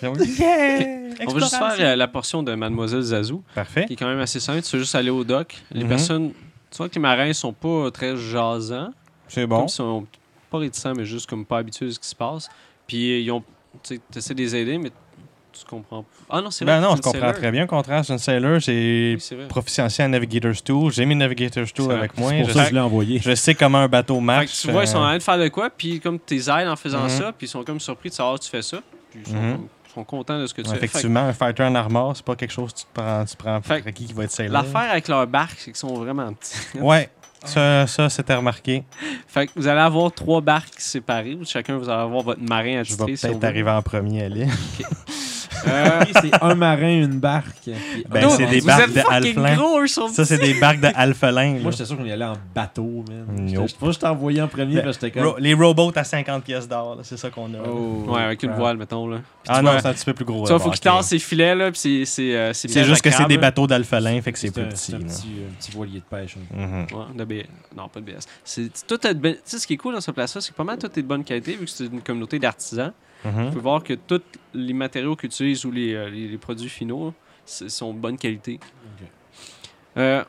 [SPEAKER 1] Ben On va juste faire euh, la portion de Mademoiselle Zazou,
[SPEAKER 2] [LAUGHS] Parfait.
[SPEAKER 1] qui est quand même assez simple. Tu veux juste aller au dock. Les
[SPEAKER 2] Mhm.
[SPEAKER 1] personnes. Tu vois que les marins sont pas euh, très jasants.
[SPEAKER 2] C'est
[SPEAKER 1] Comme
[SPEAKER 2] bon.
[SPEAKER 1] ils sont pas réticents, mais juste comme pas habitués à ce qui se passe. Puis euh, ils ont. Tu sais, t'essaies de les aider, mais tu comprends pas. Ah non, c'est vrai.
[SPEAKER 2] Ben non,
[SPEAKER 1] c'est
[SPEAKER 2] je
[SPEAKER 1] une
[SPEAKER 2] comprends
[SPEAKER 1] sailor.
[SPEAKER 2] très bien. Contraire, c'est un sailor. J'ai
[SPEAKER 1] Oui, c'est vrai.
[SPEAKER 2] proficiency en Navigator's Tool. J'ai mis Navigator's Tool
[SPEAKER 1] C'est vrai.
[SPEAKER 2] avec moi.
[SPEAKER 3] Pour
[SPEAKER 2] Je
[SPEAKER 3] ça, je
[SPEAKER 2] sais,
[SPEAKER 3] l'ai envoyé. [LAUGHS]
[SPEAKER 2] je sais comment un bateau
[SPEAKER 1] Fait
[SPEAKER 2] marche.
[SPEAKER 1] que tu vois, ils sont en
[SPEAKER 2] euh,
[SPEAKER 1] train de faire de quoi, puis comme tes ailes en faisant
[SPEAKER 2] Mhm.
[SPEAKER 1] ça, puis ils sont comme surpris de savoir que tu fais ça. Puis ils sont,
[SPEAKER 2] Mhm.
[SPEAKER 1] comme- sont contents de ce que tu fais. Fait que
[SPEAKER 2] Effectivement, un fighter en armor, c'est pas quelque chose que tu prends, tu prends pour
[SPEAKER 1] Fait que
[SPEAKER 2] acquis qui va être sailor.
[SPEAKER 1] L'affaire Ah. avec leur barque, c'est qu'ils sont vraiment petits.
[SPEAKER 2] Ouais, ça, ça c'était remarqué.
[SPEAKER 1] Fait que vous allez avoir trois barques séparées où chacun vous allez avoir votre marin
[SPEAKER 2] Je
[SPEAKER 1] attitré.
[SPEAKER 2] vais
[SPEAKER 1] si on
[SPEAKER 2] peut-être
[SPEAKER 1] veut.
[SPEAKER 2] arriver en premier
[SPEAKER 1] [LAUGHS]
[SPEAKER 2] à l'île. [LAUGHS]
[SPEAKER 1] Euh,
[SPEAKER 3] c'est un marin, une barque. puis
[SPEAKER 2] Ben,
[SPEAKER 3] un
[SPEAKER 1] non,
[SPEAKER 2] c'est
[SPEAKER 3] bateau.
[SPEAKER 2] des
[SPEAKER 1] vous
[SPEAKER 2] barques
[SPEAKER 1] êtes
[SPEAKER 2] de
[SPEAKER 1] fucking
[SPEAKER 2] Halfling.
[SPEAKER 1] gros, eux sont
[SPEAKER 2] Ça, c'est des barques de alphelin.
[SPEAKER 3] Moi, j'étais sûr qu'on y allait en bateau, man.
[SPEAKER 2] Nope.
[SPEAKER 3] J'étais- Moi, je t'ai envoyé en premier
[SPEAKER 2] Ben,
[SPEAKER 3] parce que j'étais
[SPEAKER 2] Ro-
[SPEAKER 3] comme.
[SPEAKER 2] les rowboats à 50 pièces d'or, là, c'est ça qu'on a. là.
[SPEAKER 1] Ouais, avec une
[SPEAKER 3] crap.
[SPEAKER 1] voile, mettons. Là. Oh. Puis
[SPEAKER 2] ah
[SPEAKER 1] tu
[SPEAKER 2] non,
[SPEAKER 1] vois-
[SPEAKER 2] c'est un petit peu plus
[SPEAKER 1] Tu
[SPEAKER 2] gros.
[SPEAKER 1] vois,
[SPEAKER 2] là,
[SPEAKER 1] faut
[SPEAKER 2] bon,
[SPEAKER 1] qu'ils tassent ses
[SPEAKER 2] ok.
[SPEAKER 1] filets, là, puis c'est. C'est, euh, c'est
[SPEAKER 2] C'est
[SPEAKER 1] pièges
[SPEAKER 2] juste
[SPEAKER 1] à
[SPEAKER 2] que c'est
[SPEAKER 1] câble,
[SPEAKER 2] des
[SPEAKER 1] là.
[SPEAKER 2] bateaux d'alphelin, fait que c'est
[SPEAKER 3] un,
[SPEAKER 2] plus petit.
[SPEAKER 3] c'est un
[SPEAKER 2] là.
[SPEAKER 3] petit, un petit voilier de pêche. hein.
[SPEAKER 2] Mhm.
[SPEAKER 1] Ouais, de BS. Non, pas de BS. C'est, tout est de ben- tu sais, ce qui est cool dans ce place-là, c'est que pas mal tout est de bonne qualité, vu que c'est une communauté d'artisans.
[SPEAKER 2] Mhm.
[SPEAKER 1] Tu peux voir que tous les matériaux qu'ils utilisent ou les, euh, les- les produits finaux c'est- sont de bonne qualité. Euh,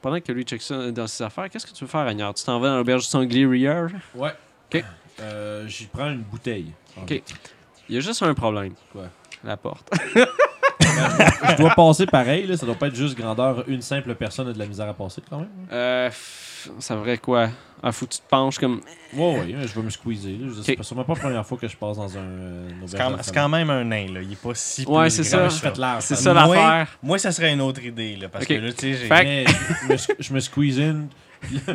[SPEAKER 1] pendant que lui check ça dans ses affaires, qu'est-ce que tu veux faire, Agnard? Tu t'en vas dans l'auberge du sanglier Rear?
[SPEAKER 3] Ouais.
[SPEAKER 1] Ok.
[SPEAKER 3] Euh, J'y prends une bouteille.
[SPEAKER 1] Ok. Il y a juste un problème.
[SPEAKER 3] Quoi?
[SPEAKER 1] La porte.
[SPEAKER 3] Je dois passer pareil, là. ça doit pas être juste grandeur. Une simple personne a de la misère à passer quand même.
[SPEAKER 1] Euh, pff, ça vrai quoi? Ah, faut que tu te penches comme...
[SPEAKER 3] Ouais, ouais, je vais me squeezer. là. Je- C'est
[SPEAKER 1] Ok.
[SPEAKER 3] pas- sûrement pas la première fois que je passe dans un. euh, une auberge
[SPEAKER 2] C'est quand,
[SPEAKER 3] de
[SPEAKER 2] c'est quand même un nain, là. Il est pas si.
[SPEAKER 1] Ouais,
[SPEAKER 2] pire
[SPEAKER 1] c'est
[SPEAKER 2] grand
[SPEAKER 1] ça.
[SPEAKER 2] que
[SPEAKER 3] Je fais de l'air,
[SPEAKER 1] C'est
[SPEAKER 3] ça.
[SPEAKER 1] ça
[SPEAKER 2] Moi-
[SPEAKER 1] l'affaire.
[SPEAKER 2] Moi, ça serait une autre idée, là. Parce
[SPEAKER 1] Ok.
[SPEAKER 2] que là, tu sais, j'ai.
[SPEAKER 1] Fait
[SPEAKER 3] Mais je me, squ- je me squeeze in. puis là-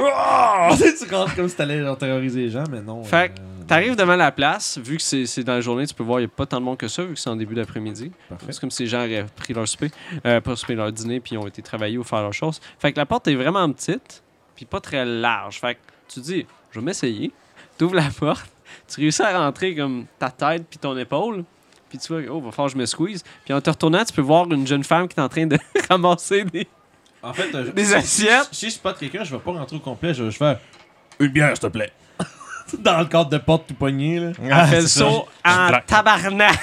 [SPEAKER 3] Oh! Tu sais, tu rentres comme si t'allais genre, terroriser les gens, mais non.
[SPEAKER 1] Fait que
[SPEAKER 3] euh,
[SPEAKER 1] [LAUGHS] T'arrives devant la place, vu que c'est c'est dans la journée, tu peux voir, il n'y a pas tant de monde que ça, vu que c'est en début d'après-midi.
[SPEAKER 3] Parfait.
[SPEAKER 1] C'est comme si les gens avaient pris leur souper, euh, pas souper, leur dîner, puis ils ont été travailler ou faire leurs choses. Fait que la porte est vraiment petite, puis pas très large. Fait que tu dis, je vais m'essayer. T'ouvres la [LAUGHS] porte, tu réussis à rentrer comme ta tête puis ton épaule, puis tu vois, oh, va falloir que je me squeeze. Puis en te retournant, tu peux voir une jeune femme qui est en train de [LAUGHS] ramasser des,
[SPEAKER 3] En fait, euh,
[SPEAKER 1] des assiettes.
[SPEAKER 3] si je spot quelqu'un, je vais pas rentrer au complet. Je vais faire une bière, s'il te plaît. dans le cadre de porte tout pogné, là.
[SPEAKER 2] Ah,
[SPEAKER 1] Elle
[SPEAKER 2] [LAUGHS]
[SPEAKER 1] fait le
[SPEAKER 2] c'est ça.
[SPEAKER 1] saut en
[SPEAKER 2] Black.
[SPEAKER 1] tabarnak.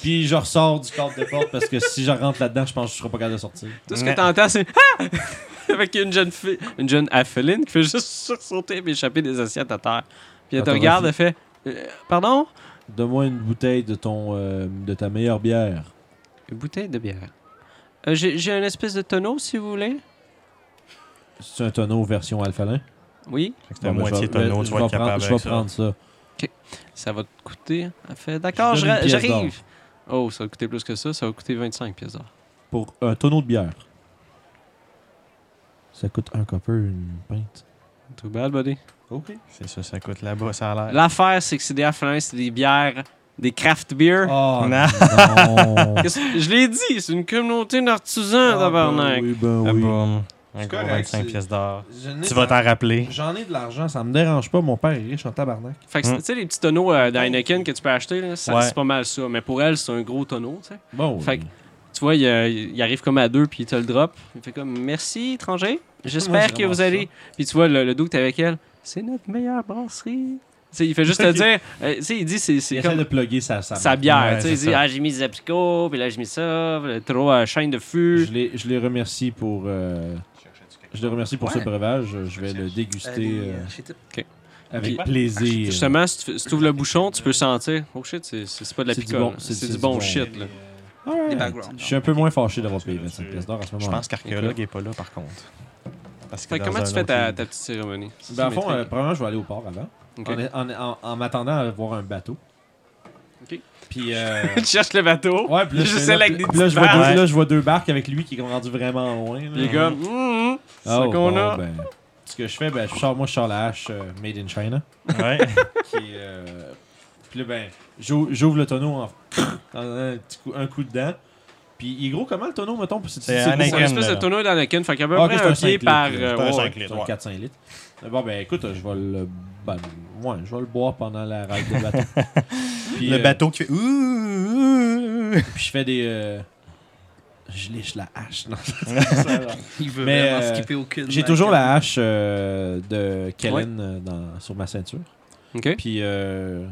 [SPEAKER 3] Puis je ressors du cadre de porte parce que si je rentre là-dedans, je pense que je serai pas capable de sortir.
[SPEAKER 1] Tout ce
[SPEAKER 2] Ouais.
[SPEAKER 1] que t'entends, c'est Ah! [LAUGHS] Avec une jeune fille, une jeune affeline qui fait juste sursauter et échapper des assiettes à terre. Puis elle te
[SPEAKER 3] Photographie.
[SPEAKER 1] regarde, elle fait Euh, Pardon
[SPEAKER 3] Donne-moi une bouteille de ton euh, de ta meilleure bière.
[SPEAKER 1] Une bouteille de bière. Euh, J'ai j'ai une espèce de tonneau, si vous voulez.
[SPEAKER 3] C'est un tonneau version alphalin.
[SPEAKER 1] Oui.
[SPEAKER 2] C'était à
[SPEAKER 3] Bon, ben,
[SPEAKER 2] moitié
[SPEAKER 3] je vais-
[SPEAKER 2] tonneau,
[SPEAKER 3] je
[SPEAKER 2] tu vas
[SPEAKER 3] vais
[SPEAKER 2] être
[SPEAKER 3] prendre-
[SPEAKER 2] capable
[SPEAKER 3] Je vais
[SPEAKER 2] avec ça.
[SPEAKER 3] prendre ça.
[SPEAKER 1] Ça va te coûter. Elle fait D'accord,
[SPEAKER 3] Je
[SPEAKER 1] je
[SPEAKER 3] donne une
[SPEAKER 1] ra-
[SPEAKER 3] pièce
[SPEAKER 1] j'arrive. Oh, ça va coûter plus que ça. Ça va coûter 25 pièces d'or.
[SPEAKER 3] Pour un tonneau de bière. Ça coûte un copper, une pinte.
[SPEAKER 1] Tout bad, buddy.
[SPEAKER 3] Ok.
[SPEAKER 2] C'est ça, ça coûte là-bas, ça a l'air.
[SPEAKER 1] L'affaire, c'est que c'est des affelins, c'est des bières, des craft
[SPEAKER 2] Ah.
[SPEAKER 1] beer.
[SPEAKER 2] [LAUGHS]
[SPEAKER 3] Oh,
[SPEAKER 2] Non. Ah,
[SPEAKER 3] non.
[SPEAKER 1] [LAUGHS] Qu'est-ce- Je l'ai dit, c'est une communauté d'artisans, tabarnak.
[SPEAKER 3] oui, Ah, ben
[SPEAKER 2] Ah,
[SPEAKER 3] oui.
[SPEAKER 2] boum. Un
[SPEAKER 3] C'est
[SPEAKER 2] gros
[SPEAKER 3] correct,
[SPEAKER 2] 25
[SPEAKER 3] c'est-
[SPEAKER 2] pièces d'or.
[SPEAKER 3] J'en ai
[SPEAKER 2] Tu vas
[SPEAKER 3] de-
[SPEAKER 2] t'en rappeler.
[SPEAKER 3] J'en ai de l'argent, ça me dérange pas. Mon père est riche en tabarnak.
[SPEAKER 1] Fait que,
[SPEAKER 2] Hmm.
[SPEAKER 1] tu sais, les petits tonneaux euh, d'Heineken que tu peux acheter, là, ça,
[SPEAKER 2] Ouais.
[SPEAKER 1] c'est pas mal ça. Mais pour elle, c'est un gros tonneau, tu sais.
[SPEAKER 3] Bon.
[SPEAKER 1] Fait que- Tu vois, il, euh, il arrive comme à deux, puis il te le drop. Il fait comme « Merci, étranger.
[SPEAKER 3] Moi,
[SPEAKER 1] J'espère
[SPEAKER 3] je
[SPEAKER 1] que vous
[SPEAKER 3] ramasse
[SPEAKER 1] allez... » Puis tu vois, le, le doux que t'es avec elle, « C'est notre meilleure brasserie. » Tu sais, il fait juste te dire... euh, tu sais, il dit, c'est
[SPEAKER 3] il
[SPEAKER 1] c'est
[SPEAKER 3] essaie
[SPEAKER 1] comme...
[SPEAKER 3] de plugger sa sa-
[SPEAKER 1] Sa bière,
[SPEAKER 2] Ouais,
[SPEAKER 1] tu sais, il
[SPEAKER 2] c'est
[SPEAKER 1] dit
[SPEAKER 2] ça.
[SPEAKER 1] Ah, j'ai mis des apricots, puis là, j'ai mis ça, puis là, trop à chaîne de fût.
[SPEAKER 3] Je les, je les remercie pour. euh, je les remercie pour ce
[SPEAKER 4] Ouais.
[SPEAKER 3] breuvage. Je vais le déguster
[SPEAKER 4] Allez,
[SPEAKER 3] euh,
[SPEAKER 4] euh, chez Tip.
[SPEAKER 3] avec
[SPEAKER 1] Puis-
[SPEAKER 3] plaisir.
[SPEAKER 1] Justement, si tu, fais- si tu ouvres le bouchon, tu peux sentir Oh shit, c'est- c'est c'est pas de la
[SPEAKER 3] C'est du
[SPEAKER 1] picole.
[SPEAKER 3] bon-
[SPEAKER 1] là.
[SPEAKER 3] c'est-
[SPEAKER 1] C'est
[SPEAKER 3] c'est
[SPEAKER 1] du
[SPEAKER 3] du
[SPEAKER 1] bon
[SPEAKER 3] bon.
[SPEAKER 1] shit, là.
[SPEAKER 2] Ah
[SPEAKER 3] Alright.
[SPEAKER 4] backgrounds.
[SPEAKER 3] Ah Je suis un peu moins fâché d'avoir payé 25 pièces d'or à ce
[SPEAKER 2] Je
[SPEAKER 3] moment-là.
[SPEAKER 2] pense qu'archéologue est pas là, par contre. Parce
[SPEAKER 1] Fait que
[SPEAKER 2] dans
[SPEAKER 1] comment
[SPEAKER 2] un
[SPEAKER 1] tu fais
[SPEAKER 2] autre
[SPEAKER 1] ta,
[SPEAKER 2] livre-
[SPEAKER 1] ta petite cérémonie? C'est
[SPEAKER 3] Ben, à
[SPEAKER 1] ça,
[SPEAKER 3] fond,
[SPEAKER 1] mes
[SPEAKER 3] euh,
[SPEAKER 1] trucs.
[SPEAKER 3] premièrement, je vais aller au port avant.
[SPEAKER 1] Ok.
[SPEAKER 3] [LAUGHS] En, en- en- en m'attendant à voir un bateau.
[SPEAKER 1] Ok. [LAUGHS]
[SPEAKER 3] Puis. euh,
[SPEAKER 1] Tu cherches le bateau.
[SPEAKER 3] Ouais, puis là,
[SPEAKER 1] Je
[SPEAKER 3] je fais-
[SPEAKER 1] sais,
[SPEAKER 3] là,
[SPEAKER 1] là, avec des
[SPEAKER 3] puis là, je vois
[SPEAKER 1] petites
[SPEAKER 3] deux,
[SPEAKER 2] barres.
[SPEAKER 3] là, je vois deux barques avec lui qui est comme rendu vraiment loin. là.
[SPEAKER 1] Les gars, hum, hum, c'est ça
[SPEAKER 3] Oh,
[SPEAKER 1] qu'on
[SPEAKER 3] bon,
[SPEAKER 1] a.
[SPEAKER 3] ben, ce que je fais, ben, je sors, moi, je sors la hache euh, Made in China.
[SPEAKER 1] [LAUGHS]
[SPEAKER 2] Ouais.
[SPEAKER 3] qui est, euh, [COUGHS] Puis là, ben, j'ou- j'ouvre le tonneau en en donnant un, petit coup, un coup dedans. Puis il est gros comment le tonneau, mettons pour-
[SPEAKER 2] C'est
[SPEAKER 3] gros,
[SPEAKER 1] C'est
[SPEAKER 2] Anakin.
[SPEAKER 1] une espèce de
[SPEAKER 2] là.
[SPEAKER 1] tonneau d'Anakin. Fait qu'à peu
[SPEAKER 3] Ah, ok,
[SPEAKER 1] près
[SPEAKER 3] c'est
[SPEAKER 1] un
[SPEAKER 3] un 5
[SPEAKER 1] pied
[SPEAKER 3] litres.
[SPEAKER 1] par.
[SPEAKER 3] ok.
[SPEAKER 1] euh,
[SPEAKER 2] C'est un
[SPEAKER 1] ouais,
[SPEAKER 2] 5 litres,
[SPEAKER 3] C'est un
[SPEAKER 2] ouais.
[SPEAKER 3] 4-5 litres. Bon, ben écoute, je vais le. Ben, ouais, je vais le boire pendant la ride de bateau.
[SPEAKER 2] [LAUGHS]
[SPEAKER 3] Puis,
[SPEAKER 2] Le
[SPEAKER 3] euh,
[SPEAKER 2] bateau qui fait. Ouh, ouh, ouh.
[SPEAKER 3] Puis je fais des. euh, Je liche la hache.
[SPEAKER 2] [LAUGHS]
[SPEAKER 3] Non, ça va.
[SPEAKER 4] Il veut
[SPEAKER 3] Mais,
[SPEAKER 4] vraiment
[SPEAKER 3] euh,
[SPEAKER 4] skipper aucune.
[SPEAKER 3] J'ai toujours la hache euh, de Kellen euh, dans- sur ma ceinture.
[SPEAKER 1] Ok.
[SPEAKER 3] Puis euh,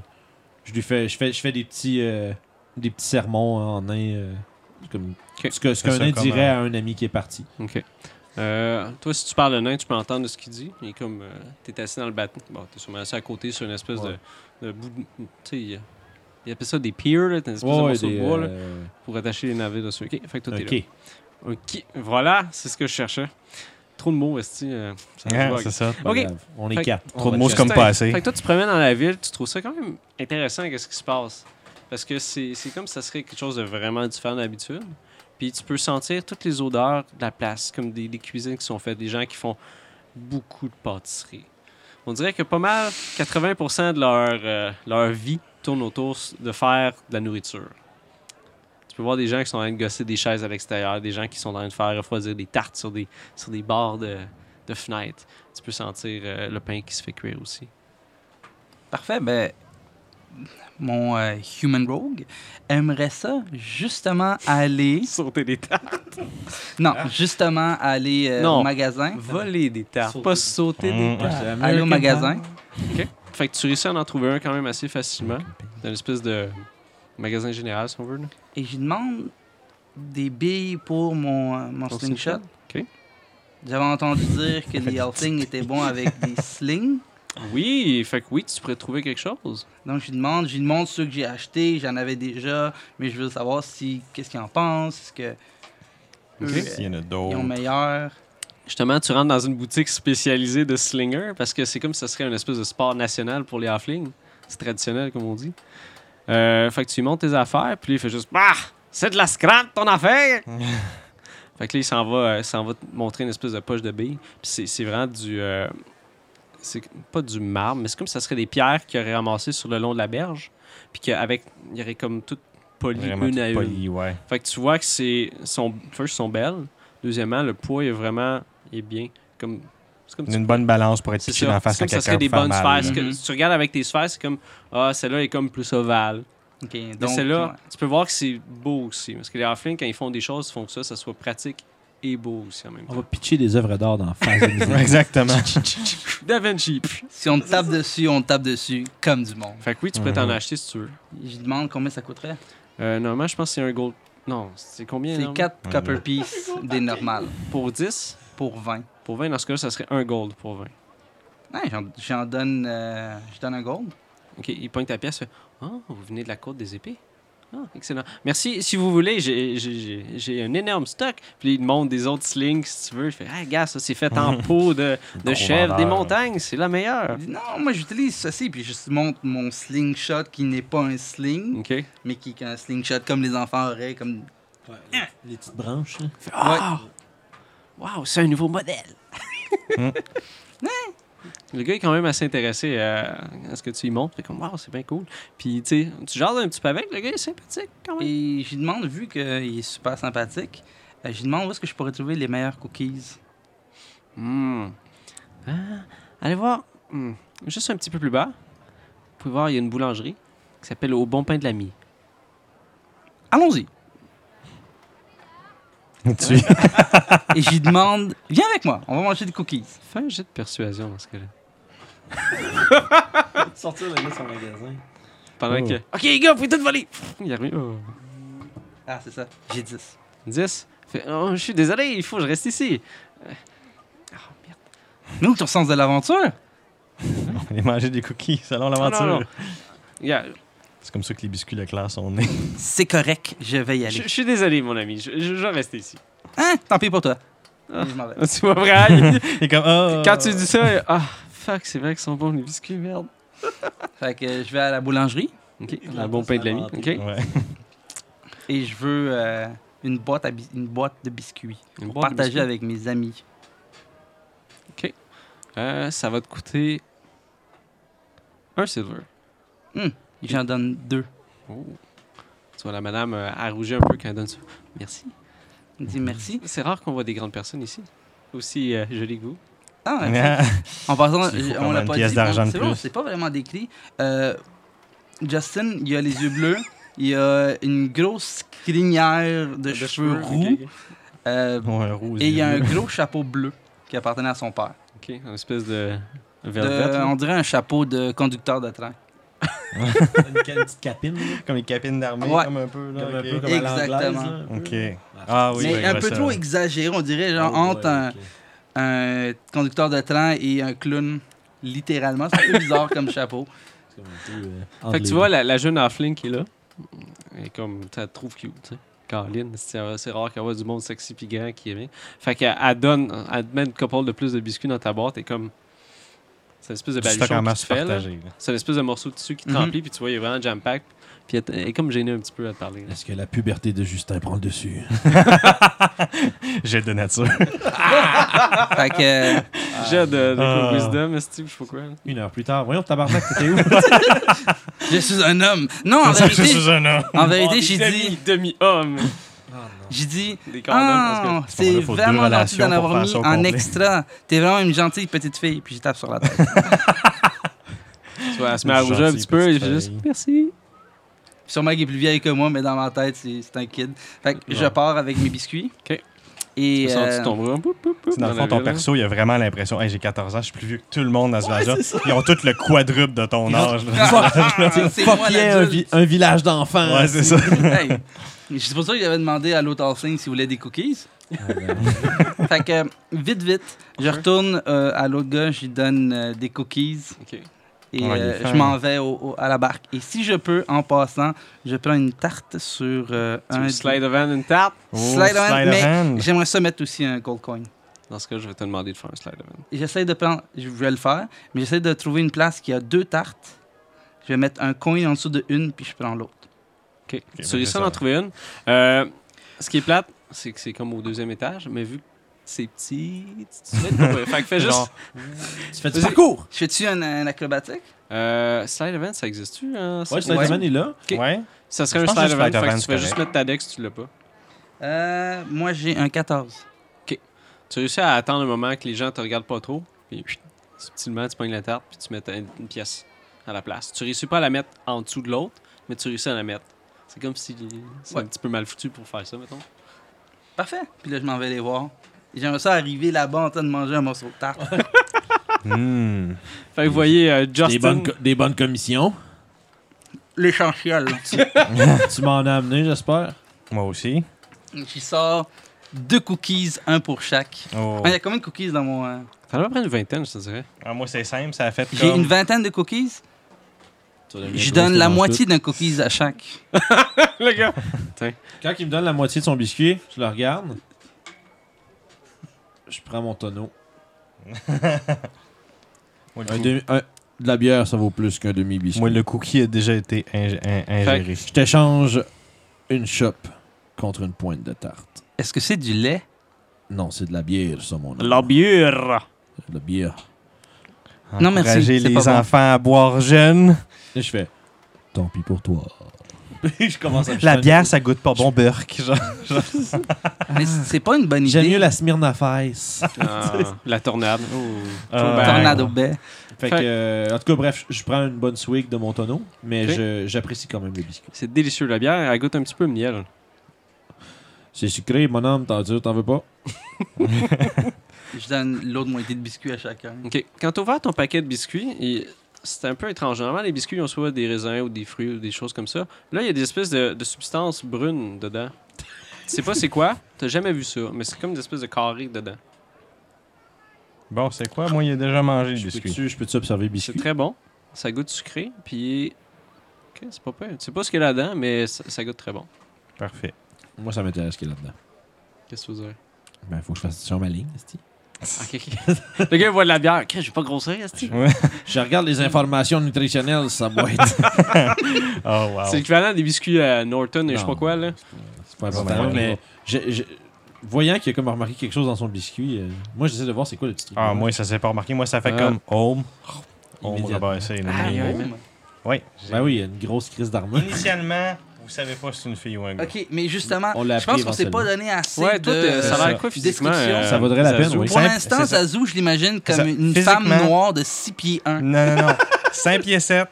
[SPEAKER 3] je lui fais, je fais, je fais des petits, euh, des petits sermons en nain, euh, comme
[SPEAKER 1] Ok.
[SPEAKER 3] ce que- ce
[SPEAKER 2] C'est
[SPEAKER 3] qu'un
[SPEAKER 2] ça,
[SPEAKER 3] nain
[SPEAKER 2] comme,
[SPEAKER 3] dirait
[SPEAKER 2] euh,
[SPEAKER 3] à un ami qui est parti.
[SPEAKER 1] Ok. Euh, toi, si tu parles le nain, tu peux entendre ce qu'il dit. Et comme euh, t'es assis dans le bateau, bon, t'es sûrement assis à côté sur une espèce
[SPEAKER 3] Ouais.
[SPEAKER 1] de, de bout. de- Tu sais, il, il appelle ça des piers, là, t'as une espèce de
[SPEAKER 3] Ouais,
[SPEAKER 1] morceau
[SPEAKER 3] des,
[SPEAKER 1] de bois là,
[SPEAKER 3] euh,
[SPEAKER 1] pour attacher les navets dessus. Ok. Fait que toi, t'es
[SPEAKER 3] ok.
[SPEAKER 1] là. Ok. Voilà, c'est ce que je cherchais. Trop de mots, esti. euh, ça se
[SPEAKER 2] Ah,
[SPEAKER 1] voit.
[SPEAKER 2] C'est ça.
[SPEAKER 3] Pas
[SPEAKER 1] Ok.
[SPEAKER 3] grave. On est
[SPEAKER 1] Fait-
[SPEAKER 3] quatre.
[SPEAKER 2] Trop de
[SPEAKER 3] On
[SPEAKER 2] mots,
[SPEAKER 3] va
[SPEAKER 2] c'est
[SPEAKER 3] checker.
[SPEAKER 2] comme
[SPEAKER 1] Justin,
[SPEAKER 2] pas assez.
[SPEAKER 1] Fait que toi, tu te promènes dans la ville, tu trouves ça quand même intéressant, qu'est-ce qui se passe. Parce que c'est c'est comme si ça serait quelque chose de vraiment différent d'habitude. Puis tu peux sentir toutes les odeurs de la place, comme des, des cuisines qui sont faites, des gens qui font beaucoup de pâtisserie. On dirait que pas mal, 80% de leur, euh, leur vie tourne autour s- de faire de la nourriture. Tu peux voir des gens qui sont en train de gosser des chaises à l'extérieur, des gens qui sont en train de faire refroidir des tartes sur des, sur des barres de, de fenêtres. Tu peux sentir euh, le pain qui se fait cuire aussi.
[SPEAKER 4] Parfait, ben. Mon euh, Human Rogue aimerait ça justement aller.
[SPEAKER 1] [LAUGHS] Sauter des tartes.
[SPEAKER 4] Non, justement aller euh,
[SPEAKER 1] Non.
[SPEAKER 4] au magasin.
[SPEAKER 1] Voler des tartes.
[SPEAKER 3] Sauter
[SPEAKER 1] Pas
[SPEAKER 3] des-
[SPEAKER 1] sauter
[SPEAKER 2] Mmh.
[SPEAKER 1] des tartes.
[SPEAKER 3] C'est
[SPEAKER 4] Aller
[SPEAKER 3] American
[SPEAKER 4] au magasin.
[SPEAKER 1] Fait que tu réussis à en trouver un quand même assez facilement. Dans une espèce de magasin général, si on veut. là.
[SPEAKER 4] Et je lui demande des billes pour mon, euh, mon
[SPEAKER 1] Ton
[SPEAKER 4] slingshot.
[SPEAKER 1] slingshot, ok.
[SPEAKER 4] J'avais entendu dire que les haltings étaient bons avec des slings.
[SPEAKER 1] Oui, fait que oui, tu pourrais trouver quelque chose.
[SPEAKER 4] Donc je lui demande, je lui demande ceux que j'ai achetés, j'en avais déjà, mais je veux savoir si qu'est-ce qu'ils en pensent, est-ce que
[SPEAKER 1] Ok.
[SPEAKER 4] eux,
[SPEAKER 2] S'il y en a
[SPEAKER 4] euh, ils ont
[SPEAKER 2] d'autres.
[SPEAKER 4] meilleur.
[SPEAKER 1] Justement, tu rentres dans une boutique spécialisée de slinger parce que c'est comme si ce serait une espèce de sport national pour les halflings. C'est traditionnel, comme on dit. Euh, fait que tu lui montes tes affaires, puis lui, il fait juste Bah, c'est de la scrap ton affaire!
[SPEAKER 2] [LAUGHS]
[SPEAKER 1] fait que là, il s'en va, euh, il s'en va te montrer une espèce de poche de billes. Puis c'est, c'est vraiment du. euh, c'est pas du marbre, mais c'est comme si ça serait des pierres qu'il aurait ramassées sur le long de la berge. Puis qu'avec. Il y aurait comme tout poli
[SPEAKER 2] Vraiment
[SPEAKER 1] une à
[SPEAKER 2] tout
[SPEAKER 1] une.
[SPEAKER 2] poli, ouais.
[SPEAKER 1] Fait que tu vois que c'est sont first sont belles. Deuxièmement, le poids est vraiment est bien comme c'est comme tu-
[SPEAKER 2] Une bonne balance pour être
[SPEAKER 1] c'est
[SPEAKER 2] pitché
[SPEAKER 1] ça.
[SPEAKER 2] dans la face
[SPEAKER 1] C'est
[SPEAKER 2] à
[SPEAKER 1] comme ça
[SPEAKER 2] quelqu'un.
[SPEAKER 1] serait des
[SPEAKER 2] pour faire
[SPEAKER 1] bonnes
[SPEAKER 2] mal,
[SPEAKER 1] sphères.
[SPEAKER 2] là.
[SPEAKER 1] Ce que-
[SPEAKER 4] Mhm.
[SPEAKER 1] Si tu regardes avec tes sphères, c'est comme ah celle-là est comme plus ovale.
[SPEAKER 4] Ok,
[SPEAKER 1] Mais
[SPEAKER 4] donc
[SPEAKER 1] celle-là,
[SPEAKER 4] ouais.
[SPEAKER 1] tu peux voir que c'est beau aussi parce que les halflings quand ils font des choses, ils font que ça ça soit pratique et beau aussi en même
[SPEAKER 3] On
[SPEAKER 1] temps.
[SPEAKER 3] va pitcher des œuvres d'art dans la face
[SPEAKER 4] [LAUGHS]
[SPEAKER 3] de
[SPEAKER 1] [LAUGHS]
[SPEAKER 2] Ouais,
[SPEAKER 3] misère.
[SPEAKER 2] Exactement. [LAUGHS]
[SPEAKER 1] Da Vinci. Pff.
[SPEAKER 4] si on te tape dessus, on te tape dessus comme du monde.
[SPEAKER 1] Fait que oui, tu pourrais t'en
[SPEAKER 2] Mhm.
[SPEAKER 1] acheter si tu veux.
[SPEAKER 4] Je lui demande combien ça coûterait.
[SPEAKER 1] Euh, normalement, je pense que c'est un gold. Non, c'est combien
[SPEAKER 4] C'est
[SPEAKER 1] non?
[SPEAKER 4] 4
[SPEAKER 2] Ouais.
[SPEAKER 4] copper pieces des normales
[SPEAKER 1] pour 10,
[SPEAKER 4] pour 20.
[SPEAKER 1] pour 20 dans ce cas-là, ça serait un gold pour 20.
[SPEAKER 4] Ouais, j'en- j'en donne, euh, je donne un gold.
[SPEAKER 1] OK, il pointe la pièce. fait, Ah, vous venez de la côte des épées? Ah, excellent. Merci. Si vous voulez, j'ai- j'ai- j'ai j'ai un énorme stock. Puis il te montre des autres slings, si tu veux. Il fait, ah, gars, ça, c'est fait [LAUGHS] en peau de, de
[SPEAKER 2] Gros
[SPEAKER 1] chèvre des
[SPEAKER 2] vendeur.
[SPEAKER 1] montagnes. C'est la meilleure.
[SPEAKER 4] Il dit, non, moi j'utilise ceci, puis je te montre mon slingshot qui n'est pas un sling,
[SPEAKER 1] OK. Il
[SPEAKER 4] mais qui est un slingshot comme les enfants auraient, comme
[SPEAKER 3] Les petites branches.
[SPEAKER 4] [LAUGHS]
[SPEAKER 3] là.
[SPEAKER 1] fait, Ah! Wow, c'est un nouveau modèle.
[SPEAKER 2] Mm.
[SPEAKER 1] Hmm. Le gars est quand même assez intéressé euh, à ce que tu lui montres. Fait comme, wow, c'est bien cool. Puis, tu sais, tu jases un petit peu avec. Le gars est sympathique quand même.
[SPEAKER 4] Et je lui demande, vu qu'il est super sympathique, euh, je lui demande où est-ce que je pourrais trouver les meilleures cookies.
[SPEAKER 1] Hmm. Ah, allez voir, hmm, juste un petit peu plus bas, vous pouvez voir, il y a une boulangerie qui s'appelle Au Bon Pain de l'Ami.
[SPEAKER 4] Allons-y.
[SPEAKER 2] Tu- [LAUGHS]
[SPEAKER 4] Et je lui [LAUGHS] demande, viens avec moi, on va manger des cookies.
[SPEAKER 1] Fais un jet de persuasion dans ce cas-là.
[SPEAKER 3] Sortir le gars de son magasin.
[SPEAKER 1] Pendant
[SPEAKER 2] Oh.
[SPEAKER 1] que. Ok, les gars, vous pouvez tout voler! Il est arrivé. oh.
[SPEAKER 4] Ah, c'est ça, j'ai 10.
[SPEAKER 1] 10. Fait, oh, je suis désolé, il faut que je reste ici. Euh, Oh merde.
[SPEAKER 4] Mais où ton sens de l'aventure?
[SPEAKER 2] On allait manger des cookies selon
[SPEAKER 1] Ah, non, non.
[SPEAKER 2] l'aventure.
[SPEAKER 1] Gars,
[SPEAKER 2] C'est comme ça que les biscuits Leclerc sont nés. [LAUGHS]
[SPEAKER 4] C'est correct, je vais y
[SPEAKER 1] je,
[SPEAKER 4] aller.
[SPEAKER 1] je suis désolé, mon ami, je, je- je vais rester ici.
[SPEAKER 4] Hein? [LAUGHS] Tant pis pour toi.
[SPEAKER 1] Ah.
[SPEAKER 4] Et je m'en
[SPEAKER 1] [LAUGHS]
[SPEAKER 4] vais.
[SPEAKER 1] Tu vois, vraiment,
[SPEAKER 2] Et comme, Ah!
[SPEAKER 1] quand tu dis ça, euh, ah, fuck, c'est vrai qu'ils sont bons les biscuits, merde.
[SPEAKER 4] Fait que euh, je vais à la boulangerie
[SPEAKER 1] Ok, un bon pain de l'ami, ok.
[SPEAKER 2] Ouais.
[SPEAKER 4] et je veux euh, une, boîte à bi- une boîte de biscuits
[SPEAKER 1] Une
[SPEAKER 4] pour
[SPEAKER 1] boîte de
[SPEAKER 4] partager
[SPEAKER 1] biscuits.
[SPEAKER 4] avec mes amis.
[SPEAKER 1] Euh, ça va te coûter un silver.
[SPEAKER 4] J'en donne deux.
[SPEAKER 1] Oh. Tu Tu vois, la madame euh, a rougi un peu quand elle donne ça. Merci.
[SPEAKER 4] Il dit merci.
[SPEAKER 1] C'est rare qu'on voit des grandes personnes ici. Aussi euh, jolies que vous.
[SPEAKER 4] Ah, excellent.
[SPEAKER 2] [LAUGHS]
[SPEAKER 4] En passant,
[SPEAKER 2] S'il faut
[SPEAKER 4] j-
[SPEAKER 2] qu'on
[SPEAKER 4] on
[SPEAKER 2] a
[SPEAKER 4] l'a
[SPEAKER 2] une
[SPEAKER 4] pas
[SPEAKER 2] pièce
[SPEAKER 4] dit.
[SPEAKER 2] d'argent de
[SPEAKER 4] C'est bon,
[SPEAKER 2] plus.
[SPEAKER 4] c'est pas vraiment décrit. Euh, Justin, il a les yeux bleus. Il a une grosse crinière de, cheveux, roux.
[SPEAKER 1] ok,
[SPEAKER 4] euh,
[SPEAKER 2] Ouais, un rose,
[SPEAKER 4] et il y a un
[SPEAKER 2] yeux.
[SPEAKER 4] gros chapeau bleu qui appartenait à son père.
[SPEAKER 1] Ok, Ok, une espèce de
[SPEAKER 4] De-
[SPEAKER 1] velvet. là.
[SPEAKER 4] on dirait un chapeau de conducteur de train.
[SPEAKER 3] Une petite capine, là.
[SPEAKER 2] Comme les capines d'armée,
[SPEAKER 4] Ouais.
[SPEAKER 2] comme un peu. Là,
[SPEAKER 3] Comme un
[SPEAKER 2] ok.
[SPEAKER 3] peu comme à l'anglaise, là,
[SPEAKER 4] Exactement.
[SPEAKER 3] un peu.
[SPEAKER 2] Ok.
[SPEAKER 3] Ah,
[SPEAKER 2] Ah oui,
[SPEAKER 4] Mais
[SPEAKER 2] ben,
[SPEAKER 4] un
[SPEAKER 2] ouais,
[SPEAKER 4] peu
[SPEAKER 2] ça-
[SPEAKER 4] trop exagéré, on dirait, genre
[SPEAKER 3] Oh,
[SPEAKER 4] entre
[SPEAKER 3] ouais,
[SPEAKER 4] un,
[SPEAKER 3] ok.
[SPEAKER 4] un conducteur de train et un clown, littéralement. C'est un peu bizarre comme chapeau.
[SPEAKER 3] C'est comme un peu, euh,
[SPEAKER 1] Fait
[SPEAKER 3] entre
[SPEAKER 1] que
[SPEAKER 3] les
[SPEAKER 1] tu vois, la, la jeune halfling qui est là, elle est comme, tu la trouves cute, tu sais. Caroline, c'est euh, c'est rare qu'elle voit du monde sexy pis grand qui aimait. Fait qu'elle elle donne, elle te met une couple de plus de biscuits dans ta boîte et comme. C'est une espèce de
[SPEAKER 2] du stock
[SPEAKER 1] baluchon
[SPEAKER 2] en
[SPEAKER 1] que
[SPEAKER 2] masse
[SPEAKER 1] tu fais, là.
[SPEAKER 2] partagé. là. [LAUGHS]
[SPEAKER 1] C'est une espèce de morceau de tissu qui te
[SPEAKER 4] Mhm.
[SPEAKER 1] remplit, puis tu vois, il est vraiment jam-pack. Puis elle, t- elle est comme gênée un petit peu à te parler. là.
[SPEAKER 3] Est-ce que la puberté de Justin prend le dessus?
[SPEAKER 2] J'ai de
[SPEAKER 4] [LAUGHS]
[SPEAKER 2] nature.
[SPEAKER 4] Fait que, euh,
[SPEAKER 1] J'ai de, de
[SPEAKER 2] Ah.
[SPEAKER 1] wisdom, Steve, je sais pas quoi. là.
[SPEAKER 3] Une heure plus tard. Voyons, tabarnak, t'étais où?
[SPEAKER 4] je suis un homme. Non, en
[SPEAKER 2] [LAUGHS] Je
[SPEAKER 4] vérité,
[SPEAKER 2] suis un homme.
[SPEAKER 4] en
[SPEAKER 1] Oh,
[SPEAKER 4] vérité,
[SPEAKER 1] des
[SPEAKER 4] j'ai dit,
[SPEAKER 1] demi- Demi-homme.
[SPEAKER 4] j'ai dit,
[SPEAKER 1] Des condoms,
[SPEAKER 4] Ah,
[SPEAKER 1] parce
[SPEAKER 2] Bon,
[SPEAKER 4] c'est
[SPEAKER 2] là, faut deux
[SPEAKER 4] vraiment gentil
[SPEAKER 2] relations
[SPEAKER 4] d'en
[SPEAKER 2] pour
[SPEAKER 4] avoir
[SPEAKER 2] faire
[SPEAKER 4] mis
[SPEAKER 2] ça au
[SPEAKER 4] en
[SPEAKER 2] complet.
[SPEAKER 4] extra. T'es vraiment une gentille petite fille. Puis je tape sur la
[SPEAKER 2] [LAUGHS]
[SPEAKER 4] tête.
[SPEAKER 1] que, tu vois, elle se met à
[SPEAKER 2] Une
[SPEAKER 1] rougir un
[SPEAKER 2] gentille
[SPEAKER 1] petit peu et
[SPEAKER 2] petite
[SPEAKER 1] juste,
[SPEAKER 2] fille.
[SPEAKER 1] merci.
[SPEAKER 4] Sûrement qu'il est plus vieille que moi, mais dans ma tête, c'est c'est un kid. Fait que je
[SPEAKER 1] Ouais.
[SPEAKER 4] pars avec mes biscuits.
[SPEAKER 1] Ok.
[SPEAKER 4] Et
[SPEAKER 1] Ils sont
[SPEAKER 4] euh,
[SPEAKER 1] tu
[SPEAKER 4] [LAUGHS]
[SPEAKER 1] tombes là, boum, boum, boum,
[SPEAKER 2] Dans le
[SPEAKER 1] la
[SPEAKER 2] fond, ton
[SPEAKER 1] ville, là.
[SPEAKER 2] perso, il a vraiment l'impression Hey, j'ai 14 ans, je suis plus vieux que tout le monde dans ce village-là. Ils ont tout le quadruple de ton
[SPEAKER 4] [LAUGHS]
[SPEAKER 2] âge. là.
[SPEAKER 4] Ah, c'est moi
[SPEAKER 3] Fuck yeah, un, vi-
[SPEAKER 4] l'adulte.
[SPEAKER 3] un village d'enfants. [LAUGHS]
[SPEAKER 2] Ouais, c'est ça.
[SPEAKER 4] Hey, C'est pour ça que j'avais demandé à l'autre Halfling s'il voulait des cookies. fait que, vite, vite, je retourne euh, à l'autre gars, je lui donne euh, des cookies.
[SPEAKER 1] Ok.
[SPEAKER 4] Et
[SPEAKER 2] Ouais, il est
[SPEAKER 4] euh,
[SPEAKER 2] fin. hein.
[SPEAKER 4] je m'en vais au- au- à la barque. Et si je peux, en passant, je prends une tarte sur euh,
[SPEAKER 1] Tu
[SPEAKER 4] un.
[SPEAKER 1] veux slide of hand, une tarte.
[SPEAKER 2] Oh,
[SPEAKER 4] Slide on,
[SPEAKER 2] slide
[SPEAKER 4] mais-
[SPEAKER 2] hand.
[SPEAKER 4] J'aimerais ça mettre aussi un gold coin.
[SPEAKER 1] Dans ce cas, je vais te demander de faire un slide of hand.
[SPEAKER 4] Et J'essaie de prendre, je vais le faire, mais j'essaie de trouver une place qui a deux tartes. Je vais mettre un coin en dessous de une, puis je prends l'autre.
[SPEAKER 1] Ok.
[SPEAKER 2] ben,
[SPEAKER 1] tu réussis
[SPEAKER 2] ça
[SPEAKER 1] à
[SPEAKER 2] va.
[SPEAKER 1] en trouver une. Euh, ce qui est plate, c'est que c'est comme au deuxième étage, mais vu que c'est petit, tu te mets de trouver. Fait que [LAUGHS] fais
[SPEAKER 2] Genre.
[SPEAKER 1] juste.
[SPEAKER 3] Tu fais du
[SPEAKER 1] Vas-y.
[SPEAKER 3] parcours.
[SPEAKER 4] Je fais-tu un, un acrobatique?
[SPEAKER 1] Euh, slide of hand, ça existe-tu? hein, ça?
[SPEAKER 3] Ouais, Slide
[SPEAKER 4] Ouais.
[SPEAKER 3] est là.
[SPEAKER 1] Ok.
[SPEAKER 2] Ouais.
[SPEAKER 4] [LAUGHS]
[SPEAKER 1] Ça serait
[SPEAKER 2] Je
[SPEAKER 1] un
[SPEAKER 2] pense que
[SPEAKER 1] slide of hand.
[SPEAKER 2] slide of
[SPEAKER 1] Fait
[SPEAKER 2] hand,
[SPEAKER 1] que tu fais
[SPEAKER 2] c'est
[SPEAKER 1] juste
[SPEAKER 2] correct.
[SPEAKER 1] mettre ta deck si tu l'as pas.
[SPEAKER 4] Euh, moi, j'ai un 14.
[SPEAKER 1] Tu réussis à attendre le moment que les gens te regardent pas trop, puis chut, subtilement, tu pognes la tarte, puis tu mets ta- une pièce à la place. Tu réussis pas à la mettre en dessous de l'autre, mais tu réussis à la mettre. C'est comme si c'est
[SPEAKER 4] Ouais.
[SPEAKER 1] un petit peu mal foutu pour faire ça, mettons.
[SPEAKER 4] Parfait. Puis là, je m'en vais les voir. Et J'aimerais ça arriver là-bas en train de manger un morceau de tarte.
[SPEAKER 2] Hmm.
[SPEAKER 1] Fait que vous voyez euh,
[SPEAKER 3] Des
[SPEAKER 1] Justin...
[SPEAKER 3] bonnes, co- des bonnes commissions.
[SPEAKER 4] L'échantillon.
[SPEAKER 3] [LAUGHS]
[SPEAKER 2] [LAUGHS]
[SPEAKER 3] tu m'en as amené, j'espère.
[SPEAKER 2] Moi aussi.
[SPEAKER 4] J'y sors deux cookies, un pour chaque.
[SPEAKER 2] Oh.
[SPEAKER 4] Ah, Il y a combien de cookies dans mon. euh,
[SPEAKER 1] T'en as à peu près une vingtaine, je te dirais.
[SPEAKER 2] Ah, moi, c'est simple, ça a fait
[SPEAKER 4] J'ai une
[SPEAKER 2] comme.
[SPEAKER 4] vingtaine de cookies.
[SPEAKER 3] Tu vas devenir
[SPEAKER 4] Je
[SPEAKER 3] gros,
[SPEAKER 4] donne
[SPEAKER 3] tu
[SPEAKER 4] la
[SPEAKER 3] manges
[SPEAKER 4] moitié d'un cookies à chaque.
[SPEAKER 1] [LAUGHS] Le gars!
[SPEAKER 3] tout. Quand il me donne la moitié de son biscuit, je le regarde. Je prends mon tonneau.
[SPEAKER 2] [LAUGHS] Moi,
[SPEAKER 3] Un
[SPEAKER 2] le,
[SPEAKER 3] demi- un- de la bière, ça vaut plus qu'un
[SPEAKER 2] cou-
[SPEAKER 3] demi-biscuit.
[SPEAKER 2] moi, le cookie a déjà été ingé- in- ingéré.
[SPEAKER 3] Je t'échange une chope contre une pointe de tarte.
[SPEAKER 4] Est-ce que c'est du lait?
[SPEAKER 3] Non, c'est de la bière, ça, mon homme.
[SPEAKER 1] bière!
[SPEAKER 3] De la bière.
[SPEAKER 4] Non, merci,
[SPEAKER 2] Encourager
[SPEAKER 4] c'est
[SPEAKER 2] les
[SPEAKER 4] pas bon.
[SPEAKER 2] enfants à boire jeunes.
[SPEAKER 3] Et je fais Tant pis pour toi. je commence à
[SPEAKER 2] La bière, ça goûte pas bon, Burke. genre.
[SPEAKER 4] Mais c'est pas une bonne idée.
[SPEAKER 3] Ah. J'aime mieux la Smyrna Face.
[SPEAKER 1] Ah,
[SPEAKER 3] [LAUGHS]
[SPEAKER 1] la tornade. Oh.
[SPEAKER 2] Euh,
[SPEAKER 1] Ben,
[SPEAKER 4] Tornado baie.
[SPEAKER 3] fait que,
[SPEAKER 1] Fait-
[SPEAKER 3] euh, en tout cas, bref, je prends une bonne swig de mon tonneau, mais
[SPEAKER 1] Ok.
[SPEAKER 3] je- j'apprécie quand même le biscuit.
[SPEAKER 1] C'est délicieux, la bière. Elle goûte un petit peu le miel.
[SPEAKER 3] C'est sucré, mon homme, t'en dis, t'en veux pas?
[SPEAKER 4] Je donne l'autre moitié de biscuits à chacun.
[SPEAKER 1] OK. Quand t'as ouvert ton paquet de biscuits, il- c'est un peu étrange. Normalement, les biscuits, ils ont soit des raisins ou des fruits ou des choses comme ça. Là, il y a des espèces de, de substances brunes dedans. Tu sais pas c'est quoi? T'as jamais vu ça, mais c'est comme des espèces de carrés dedans.
[SPEAKER 2] Bon, c'est quoi? Moi, il a déjà mangé le
[SPEAKER 3] Je
[SPEAKER 2] biscuit.
[SPEAKER 3] peux-tu je peux-tu observer le
[SPEAKER 1] C'est
[SPEAKER 3] biscuit?
[SPEAKER 1] très bon. Ça goûte sucré, puis... OK, c'est pas pire. Tu sais pas ce qu'il y a là-dedans, mais ça, ça goûte très bon.
[SPEAKER 2] Parfait.
[SPEAKER 3] Moi, ça m'intéresse ce qu'il y a là-dedans.
[SPEAKER 1] Qu'est-ce que vous
[SPEAKER 2] [LAUGHS]
[SPEAKER 1] avez?
[SPEAKER 3] Ben, faut que je fasse sur ma ligne, esti.
[SPEAKER 1] OK, OK. [LAUGHS] Le gars, il voit de la bière. Qu'est-ce, je vais pas grossir, est-ce que-
[SPEAKER 3] Je regarde les informations nutritionnelles, ça boîte. [LAUGHS]
[SPEAKER 2] Oh, wow.
[SPEAKER 1] C'est l'équivalent des biscuits à Norton et je sais
[SPEAKER 3] Non.
[SPEAKER 1] pas quoi, là.
[SPEAKER 3] C'est pas
[SPEAKER 2] Ouais,
[SPEAKER 3] important,
[SPEAKER 2] ouais.
[SPEAKER 3] mais je- je- voyant qu'il a comme remarqué quelque chose dans son biscuit, euh, moi, j'essaie de voir c'est quoi le petit truc.
[SPEAKER 2] Ah, moi, ça s'est pas remarqué. Moi, ça fait
[SPEAKER 1] Ah.
[SPEAKER 2] comme home. Home
[SPEAKER 3] Immédiatement.
[SPEAKER 2] rabaissé.
[SPEAKER 1] Ah,
[SPEAKER 2] là.
[SPEAKER 1] oui.
[SPEAKER 2] Oui. j'ai-
[SPEAKER 3] Ben oui, il y a une grosse crise d'armée.
[SPEAKER 2] Initialement, Vous savez pas si c'est une fille ou un gars.
[SPEAKER 4] Ok, mais justement,
[SPEAKER 3] On l'a
[SPEAKER 4] je pense
[SPEAKER 3] appris
[SPEAKER 4] qu'on s'est pas
[SPEAKER 3] éventuellement.
[SPEAKER 4] donné assez
[SPEAKER 1] Ouais,
[SPEAKER 4] de
[SPEAKER 1] toi, t'es- ça a l'air quoi physiquement
[SPEAKER 4] description.
[SPEAKER 1] euh,
[SPEAKER 3] Ça vaudrait la peine,
[SPEAKER 1] Zazu?
[SPEAKER 3] oui.
[SPEAKER 4] Pour
[SPEAKER 2] Simple,
[SPEAKER 4] l'instant,
[SPEAKER 2] Ben c'est ça.
[SPEAKER 4] Zazu, je l'imagine comme
[SPEAKER 2] ça.
[SPEAKER 4] une femme
[SPEAKER 2] Physiquement-
[SPEAKER 4] noire de 6 pieds 1.
[SPEAKER 2] Non, non, non. 5 pieds 7.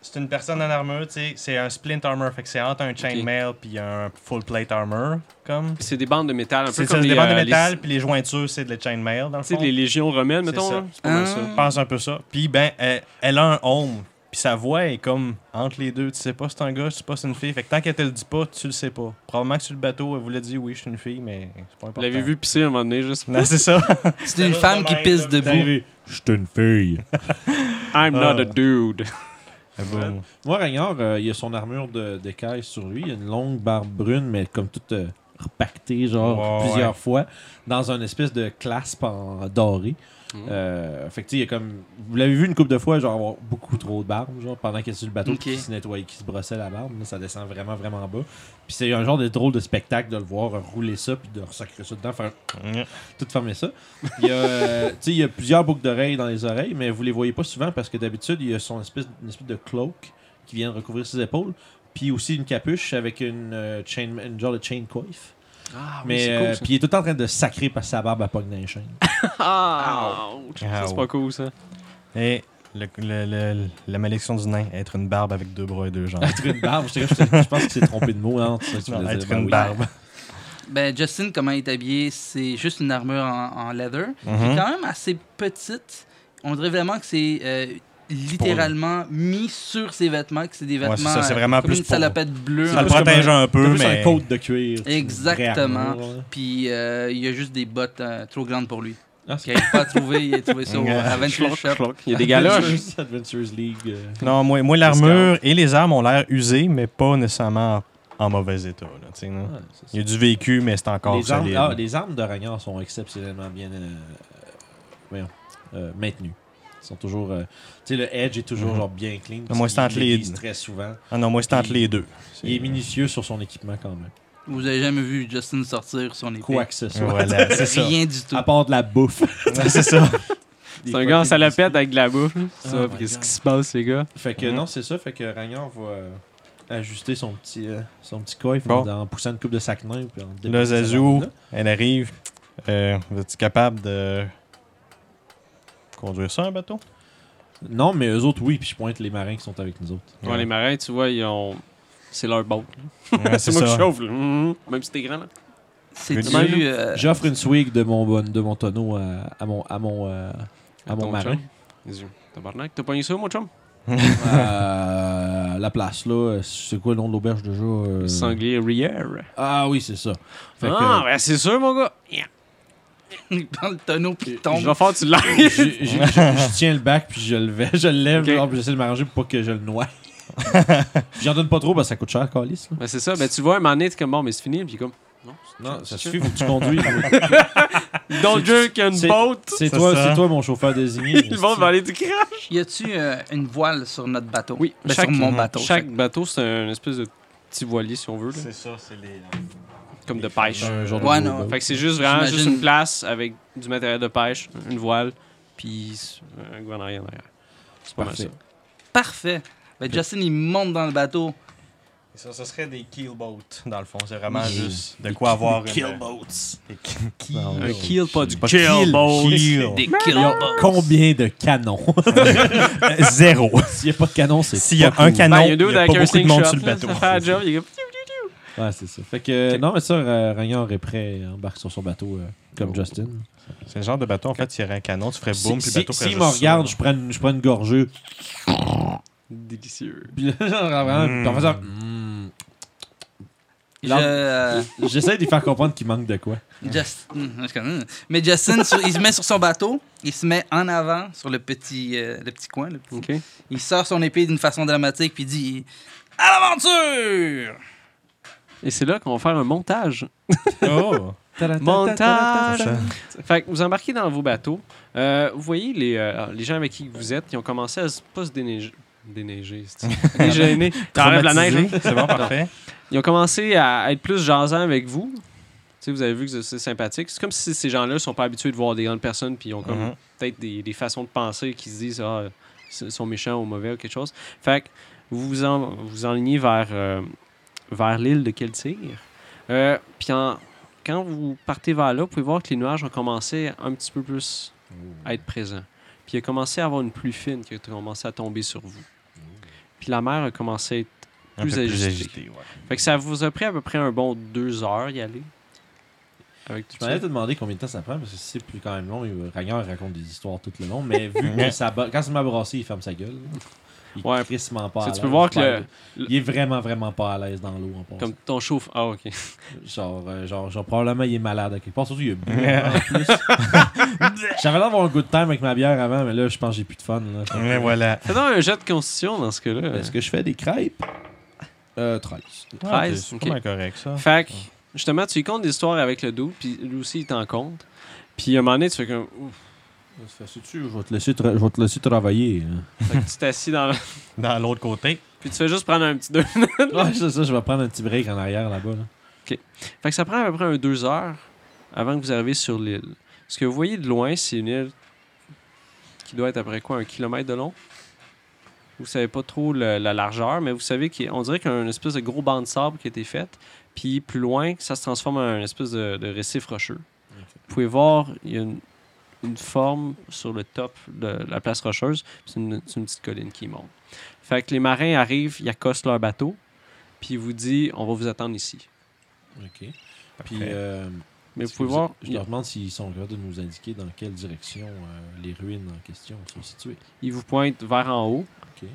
[SPEAKER 2] C'est une personne en armure, tu sais. C'est un splint armor. Fait que c'est entre un chainmail puis un full plate armor. Comme.
[SPEAKER 1] C'est des bandes de métal, un peu
[SPEAKER 2] C'est
[SPEAKER 1] comme
[SPEAKER 2] ça,
[SPEAKER 1] les,
[SPEAKER 2] des bandes de
[SPEAKER 1] euh, les-
[SPEAKER 2] métal puis les jointures, c'est de la chainmail dans
[SPEAKER 1] tu
[SPEAKER 2] le
[SPEAKER 1] sais,
[SPEAKER 2] fond.
[SPEAKER 1] les légions romaines,
[SPEAKER 2] C'est
[SPEAKER 1] mettons.
[SPEAKER 2] ça.
[SPEAKER 1] là. C'est pas mal ça.
[SPEAKER 4] Ah.
[SPEAKER 2] Pense un peu ça. Puis ben, elle, elle a un home. Puis sa voix est comme entre les deux. Tu sais pas si c'est un gars, tu sais pas si c'est une fille. Fait que tant qu'elle te le dit pas, tu le sais pas. Probablement que sur le bateau, elle voulait dire oui, je suis une fille, mais c'est pas important.
[SPEAKER 1] Vous l'avez vu pisser à un moment donné, juste.
[SPEAKER 2] [LAUGHS] Non, c'est ça.
[SPEAKER 4] C'est une femme qui pisse debout.
[SPEAKER 3] Je suis une fille.
[SPEAKER 1] I'm not a
[SPEAKER 2] Ah.
[SPEAKER 1] dude.
[SPEAKER 2] Boum.
[SPEAKER 3] Moi, Ragnar, euh, il a son armure de- d'écaille sur lui. Il a une longue barbe brune, mais comme toute euh, repactée, genre
[SPEAKER 2] Ouais,
[SPEAKER 3] plusieurs
[SPEAKER 2] ouais.
[SPEAKER 3] fois, dans une espèce de claspe en doré.
[SPEAKER 2] Mm.
[SPEAKER 1] Mhm.
[SPEAKER 3] Euh, fait que, tu sais, il y a comme. Vous l'avez vu une couple de fois, genre avoir beaucoup trop de barbe, genre pendant qu'il est sur le bateau,
[SPEAKER 4] Ok.
[SPEAKER 3] qui se nettoyait, qui se brossait la barbe. Là, ça descend vraiment, vraiment bas. Puis c'est un genre de drôle de spectacle de le voir rouler ça, puis de ressacrer ça dedans, faire tout fermer ça. Il y a, euh, tu sais, il y a plusieurs boucles d'oreilles dans les oreilles, mais vous les voyez pas souvent parce que d'habitude, il y a son espèce, une espèce de cloak qui vient de recouvrir ses épaules. Puis aussi une capuche avec une, euh, chain, une genre de chain coiffe.
[SPEAKER 1] Ah, oui,
[SPEAKER 3] mais
[SPEAKER 1] c'est
[SPEAKER 3] euh,
[SPEAKER 1] cool. ça.
[SPEAKER 3] puis il est tout le temps en train de sacrer parce que sa barbe à pogne dans les chaînes.
[SPEAKER 1] Ah, ouch. Ça, c'est
[SPEAKER 2] Ow.
[SPEAKER 1] pas cool, ça.
[SPEAKER 2] Et le- le- le- la malédiction du nain, être une barbe avec deux bras et deux jambes.
[SPEAKER 3] Être une barbe, je, dirais, je- je pense que c'est trompé de mot. Hein, c'est ça que tu
[SPEAKER 2] Non,
[SPEAKER 3] voulais
[SPEAKER 2] être
[SPEAKER 3] dire. Ben
[SPEAKER 2] une
[SPEAKER 3] oui.
[SPEAKER 2] barbe.
[SPEAKER 4] Ben, Justin, comment il est habillé, c'est juste une armure en, en leather. qui est
[SPEAKER 2] Mhm.
[SPEAKER 4] quand même assez petite. On dirait vraiment que c'est euh, littéralement mis sur ses vêtements, que c'est des
[SPEAKER 2] Ouais,
[SPEAKER 4] vêtements
[SPEAKER 2] c'est ça, c'est vraiment
[SPEAKER 4] euh, comme
[SPEAKER 2] plus
[SPEAKER 4] une
[SPEAKER 2] pour-
[SPEAKER 4] salopette bleue.
[SPEAKER 2] Ça
[SPEAKER 3] [LAUGHS] C'est
[SPEAKER 2] le
[SPEAKER 3] plus
[SPEAKER 2] protège
[SPEAKER 3] comme
[SPEAKER 2] un
[SPEAKER 3] C'est
[SPEAKER 2] peu,
[SPEAKER 3] plus
[SPEAKER 2] mais.
[SPEAKER 3] un coat de cuir. c'est une
[SPEAKER 4] Exactement.
[SPEAKER 3] vraie armure, là.
[SPEAKER 4] Puis euh, il y a juste des bottes euh, trop grandes pour lui.
[SPEAKER 3] Ah,
[SPEAKER 4] Qu'il n'arrive pas à trouver, il a trouvé ça au
[SPEAKER 2] [LAUGHS] Ouais.
[SPEAKER 4] Adventure
[SPEAKER 1] Cloc,
[SPEAKER 4] Shop.
[SPEAKER 1] cloc. Il y a des galoches.
[SPEAKER 3] Adventures- Adventures League. euh.
[SPEAKER 2] Non, moi, moi l'armure et les armes ont l'air usées, mais pas nécessairement en mauvais état. Là, tu sais, non?
[SPEAKER 3] Ouais, c'est ça.
[SPEAKER 2] Il y a du vécu, mais c'est encore
[SPEAKER 3] les armes,
[SPEAKER 2] solide.
[SPEAKER 3] ah, les armes de Ragnar sont exceptionnellement bien euh, euh, voyons, euh, maintenues. Ils sont toujours. euh, tu sais, le Edge est toujours
[SPEAKER 2] Mhm.
[SPEAKER 3] genre bien clean.
[SPEAKER 2] Ah, moi, c'est entre
[SPEAKER 3] il
[SPEAKER 2] les-
[SPEAKER 3] l'aiguise très souvent.
[SPEAKER 2] Ah non, moi, c'est entre les deux.
[SPEAKER 3] Il est minutieux sur son équipement quand même.
[SPEAKER 4] Vous avez jamais vu Justin sortir son épée.
[SPEAKER 3] Quoi que ce soit.
[SPEAKER 2] [LAUGHS]
[SPEAKER 3] [LAUGHS]
[SPEAKER 2] Voilà, c'est ça. Ah,
[SPEAKER 4] Rien du tout.
[SPEAKER 3] À part de la bouffe.
[SPEAKER 2] Ouais, [LAUGHS] c'est ça.
[SPEAKER 1] C'est un gars en salopette avec de la bouffe.
[SPEAKER 3] Oh
[SPEAKER 1] Ça,
[SPEAKER 3] my
[SPEAKER 1] qu'est-ce
[SPEAKER 3] God.
[SPEAKER 1] qui se passe, les gars?
[SPEAKER 3] Fait que
[SPEAKER 2] Mhm.
[SPEAKER 3] non, c'est ça. Fait que Ragnar va euh, ajuster son petit, euh, son petit coif
[SPEAKER 2] Bon.
[SPEAKER 3] en, en poussant une coupe de sac nain. puis en
[SPEAKER 2] Là,
[SPEAKER 3] dépouillant sa
[SPEAKER 2] Zazu,
[SPEAKER 3] barbe-là.
[SPEAKER 2] elle arrive. Euh, Es-tu capable de conduire ça, un bateau?
[SPEAKER 3] Non, mais eux autres, oui. Puis je pointe les marins qui sont avec nous autres.
[SPEAKER 1] Ouais, les marins, tu vois, ils ont. C'est leur boat.
[SPEAKER 2] Ouais,
[SPEAKER 1] C'est
[SPEAKER 2] c'est
[SPEAKER 1] moi qui
[SPEAKER 2] ça.
[SPEAKER 1] chauffe, là. Mhm. Même si t'es grand, là.
[SPEAKER 4] C'est
[SPEAKER 2] Good
[SPEAKER 1] job.
[SPEAKER 4] du. euh, [LAUGHS]
[SPEAKER 3] J'offre une swig de mon, bon- de mon tonneau à, à mon, à mon, euh, à mon
[SPEAKER 1] Ton
[SPEAKER 3] marin.
[SPEAKER 1] chum. Les yeux. Tabarnak, t'as pogné ça, mon chum?
[SPEAKER 3] Euh, la place, là, euh, c'est quoi le nom de l'auberge déjà euh?
[SPEAKER 1] Le Sanglier Rier.
[SPEAKER 3] Ah oui, c'est ça. Fait que,
[SPEAKER 1] Ah, ben c'est sûr, mon gars. Yeah.
[SPEAKER 4] il prend le tonneau puis il
[SPEAKER 1] Je
[SPEAKER 4] tombe.
[SPEAKER 1] vais faire du
[SPEAKER 3] euh,
[SPEAKER 1] live.
[SPEAKER 3] j'ai- j'ai- j'ai- je tiens le bac, puis je le vais, je le lève,
[SPEAKER 1] Ok.
[SPEAKER 3] genre, puis j'essaie de m'arranger pour pas que je le
[SPEAKER 2] [LAUGHS]
[SPEAKER 3] noie. Puis J'en donne pas trop parce que ça coûte cher, Calis.
[SPEAKER 1] Ben c'est ça, ben tu vois, un moment donné, t'es comme bon, mais c'est fini, puis comme. Non,
[SPEAKER 3] Non, ça
[SPEAKER 1] c'est-
[SPEAKER 3] suffit, faut que tu conduis.
[SPEAKER 1] [LAUGHS] Don't drink and
[SPEAKER 3] c'est-
[SPEAKER 1] boat!
[SPEAKER 3] c'est
[SPEAKER 2] C'est
[SPEAKER 3] toi,
[SPEAKER 2] ça.
[SPEAKER 3] c'est toi mon
[SPEAKER 1] [LAUGHS]
[SPEAKER 3] chauffeur désigné.
[SPEAKER 1] Ils vont aller du crash!
[SPEAKER 4] Y a-tu euh, une voile sur notre bateau
[SPEAKER 1] Oui,
[SPEAKER 4] Ben,
[SPEAKER 1] chaque-
[SPEAKER 4] sur
[SPEAKER 2] Mhm.
[SPEAKER 4] mon bateau.
[SPEAKER 1] Chaque bateau, c'est un espèce de petit voilier, si on veut, là,
[SPEAKER 2] ça, c'est les. euh,
[SPEAKER 1] comme de pêche.
[SPEAKER 3] Un genre de
[SPEAKER 4] Ouais,
[SPEAKER 3] gros
[SPEAKER 4] non.
[SPEAKER 3] boat.
[SPEAKER 1] Fait que c'est juste vraiment juste
[SPEAKER 4] J'imagine-
[SPEAKER 1] une place avec du matériel de pêche, une voile, puis un gouvernail en arrière. C'est pas mal ça.
[SPEAKER 3] Parfait.
[SPEAKER 4] Parfait. Ben, Justin, il monte dans le bateau.
[SPEAKER 2] Ça, ça serait des keelboats, dans le fond. C'est vraiment
[SPEAKER 3] Des-
[SPEAKER 2] juste de quoi avoir. une- euh,
[SPEAKER 3] Killboats.
[SPEAKER 2] Des [LAUGHS] ke- keel-
[SPEAKER 3] Non,
[SPEAKER 1] Un
[SPEAKER 3] Ouais.
[SPEAKER 1] kill, pas du
[SPEAKER 2] Pas
[SPEAKER 1] kill,
[SPEAKER 2] keel,
[SPEAKER 1] boat.
[SPEAKER 2] keel.
[SPEAKER 4] Des
[SPEAKER 3] Ils ont
[SPEAKER 4] killbots.
[SPEAKER 3] combien de
[SPEAKER 2] [LAUGHS]
[SPEAKER 3] canons [LAUGHS]
[SPEAKER 2] Euh, Zéro.
[SPEAKER 3] S'il n'y a pas de canon, c'est.
[SPEAKER 2] S'il y a
[SPEAKER 3] pas
[SPEAKER 2] un
[SPEAKER 3] cool.
[SPEAKER 2] canon,
[SPEAKER 1] Ben,
[SPEAKER 2] il
[SPEAKER 1] il y a deux
[SPEAKER 2] y a
[SPEAKER 1] avec
[SPEAKER 2] pas
[SPEAKER 1] un
[SPEAKER 2] beaucoup de
[SPEAKER 1] slingshot,
[SPEAKER 2] monde
[SPEAKER 1] là,
[SPEAKER 2] sur le
[SPEAKER 1] ça
[SPEAKER 2] bateau.
[SPEAKER 1] fait un job, il y a-
[SPEAKER 3] Ouais, c'est ça. Fait que, non, mais ça, Ra- Ragnar est prêt, embarque sur son bateau euh, comme
[SPEAKER 2] Oh.
[SPEAKER 3] Justin.
[SPEAKER 2] C'est le genre de bateau, en fait, il y aurait un canon, tu ferais
[SPEAKER 3] Si-
[SPEAKER 2] boum, puis
[SPEAKER 3] si
[SPEAKER 2] le bateau ferait
[SPEAKER 3] si
[SPEAKER 2] juste
[SPEAKER 3] me
[SPEAKER 2] ça.
[SPEAKER 3] regarde, je prends, une- je prends une gorgée. [LAUGHS]
[SPEAKER 1] Délicieux.
[SPEAKER 3] Puis là, genre, vraiment,
[SPEAKER 2] Mm.
[SPEAKER 3] puis en faisant,
[SPEAKER 4] Je,
[SPEAKER 3] Là-
[SPEAKER 4] euh,
[SPEAKER 3] J'essaie de lui faire comprendre qu'il manque de quoi.
[SPEAKER 4] Justin, je suis comme, Hum. mais Justin, sur- il se met sur son bateau, il se met en avant sur le petit, euh, le petit coin. le petit-
[SPEAKER 1] OK.
[SPEAKER 4] Il sort son épée d'une façon dramatique puis il dit à l'aventure.
[SPEAKER 1] Et c'est là qu'on va faire un montage.
[SPEAKER 2] Oh!
[SPEAKER 1] Montage!
[SPEAKER 2] Ça.
[SPEAKER 1] Fait que vous embarquez dans vos bateaux. Euh, vous voyez les, euh, les gens avec qui vous êtes, ils ont commencé à se, pas se déneiger. Déneiger, c'est
[SPEAKER 2] [LAUGHS]
[SPEAKER 1] Déjeuner. T'enlèves la neige.
[SPEAKER 2] Traumatisé.
[SPEAKER 1] hein? [LAUGHS]
[SPEAKER 2] C'est bon, parfait.
[SPEAKER 1] Ils ont commencé à être plus jasants avec vous. Tu sais, vous avez vu que c'est sympathique. C'est comme si ces gens-là sont pas habitués de voir des grandes personnes, puis ils ont comme
[SPEAKER 2] Mhm.
[SPEAKER 1] peut-être des, des façons de penser qui se disent ah, ils sont méchants ou mauvais ou quelque chose. Fait que vous vous, en, vous enlignez vers euh, vers l'île de Keltir. Euh, Puis en- quand vous partez vers là, vous pouvez voir que les nuages ont commencé un petit peu plus à être présents. Puis il a commencé à avoir une pluie fine qui a commencé à tomber sur vous. Puis la mer a commencé à être
[SPEAKER 2] Un
[SPEAKER 1] plus
[SPEAKER 2] peu
[SPEAKER 1] agitée.
[SPEAKER 2] ouais.
[SPEAKER 1] [LAUGHS] Fait que ça vous a pris à peu près un bon deux heures y aller. Avec tout
[SPEAKER 3] Je
[SPEAKER 1] ça.
[SPEAKER 3] m'allais te demander combien de temps ça prend, parce que si c'est plus quand même long, il- Ragnar raconte des histoires tout le long, mais vu que ça ba- quand ça m'a brassé, il ferme sa gueule. Il
[SPEAKER 1] Ouais.
[SPEAKER 3] est crissement pas à
[SPEAKER 1] Tu sais, tu peux
[SPEAKER 3] l'aise.
[SPEAKER 1] voir que
[SPEAKER 3] Ouais.
[SPEAKER 1] le-
[SPEAKER 3] Il est vraiment, vraiment pas à l'aise dans l'eau en passant.
[SPEAKER 1] Comme ton chauffe. Ah, [LAUGHS] ok.
[SPEAKER 3] Genre, euh, genre, genre, probablement, il est malade à quelque part. Surtout,
[SPEAKER 2] [LAUGHS]
[SPEAKER 3] il a bu en plus. J'avais l'air d'avoir un good time avec ma bière avant, mais là, je pense que j'ai plus de fun. là.
[SPEAKER 2] Mais voilà.
[SPEAKER 1] Fais donc un jet de constitution dans ce cas-là.
[SPEAKER 3] Est-ce que je fais des crêpes Euh, 13.
[SPEAKER 2] Ah,
[SPEAKER 1] Treize,
[SPEAKER 2] c'est
[SPEAKER 1] ok.
[SPEAKER 2] pas mal correct, ça.
[SPEAKER 1] Fait que, justement, tu lui comptes des histoires avec le doux, puis lui aussi, il t'en compte. Puis à un moment donné, tu fais comme. Ouf.
[SPEAKER 3] tu je vais te laisser, tra- je vais te laisser travailler. hein.
[SPEAKER 1] Fait que tu t'assis dans le- [LAUGHS]
[SPEAKER 2] Dans l'autre côté.
[SPEAKER 1] Puis tu fais juste prendre un petit deux.
[SPEAKER 3] hein. ouais, c'est ça, je vais prendre un petit break en arrière là-bas. là.
[SPEAKER 1] Fait que ça prend à peu près un deux heures avant que vous arriviez sur l'île. Ce que vous voyez de loin, c'est une île qui doit être après quoi, un kilomètre de long. Vous savez pas trop le- la largeur, mais vous savez qu'on dirait qu'il y a une espèce de gros banc de sable qui a été fait. Puis plus loin, ça se transforme en une espèce de, de récif rocheux. Vous pouvez voir, il y a une, une forme sur le top de la place rocheuse. C'est une, c'est une petite colline qui monte. Fait que les marins arrivent, ils accostent leur bateau, puis ils vous disent on va vous attendre ici.
[SPEAKER 3] OK. Puis,
[SPEAKER 2] Parfait.
[SPEAKER 3] euh,
[SPEAKER 1] Mais vous
[SPEAKER 3] si
[SPEAKER 1] pouvez voir,
[SPEAKER 3] Je
[SPEAKER 1] il-
[SPEAKER 3] leur demande s'ils sont capables de nous indiquer dans quelle direction euh, les ruines en question sont situées.
[SPEAKER 1] il vous pointe vers en haut,
[SPEAKER 3] OK.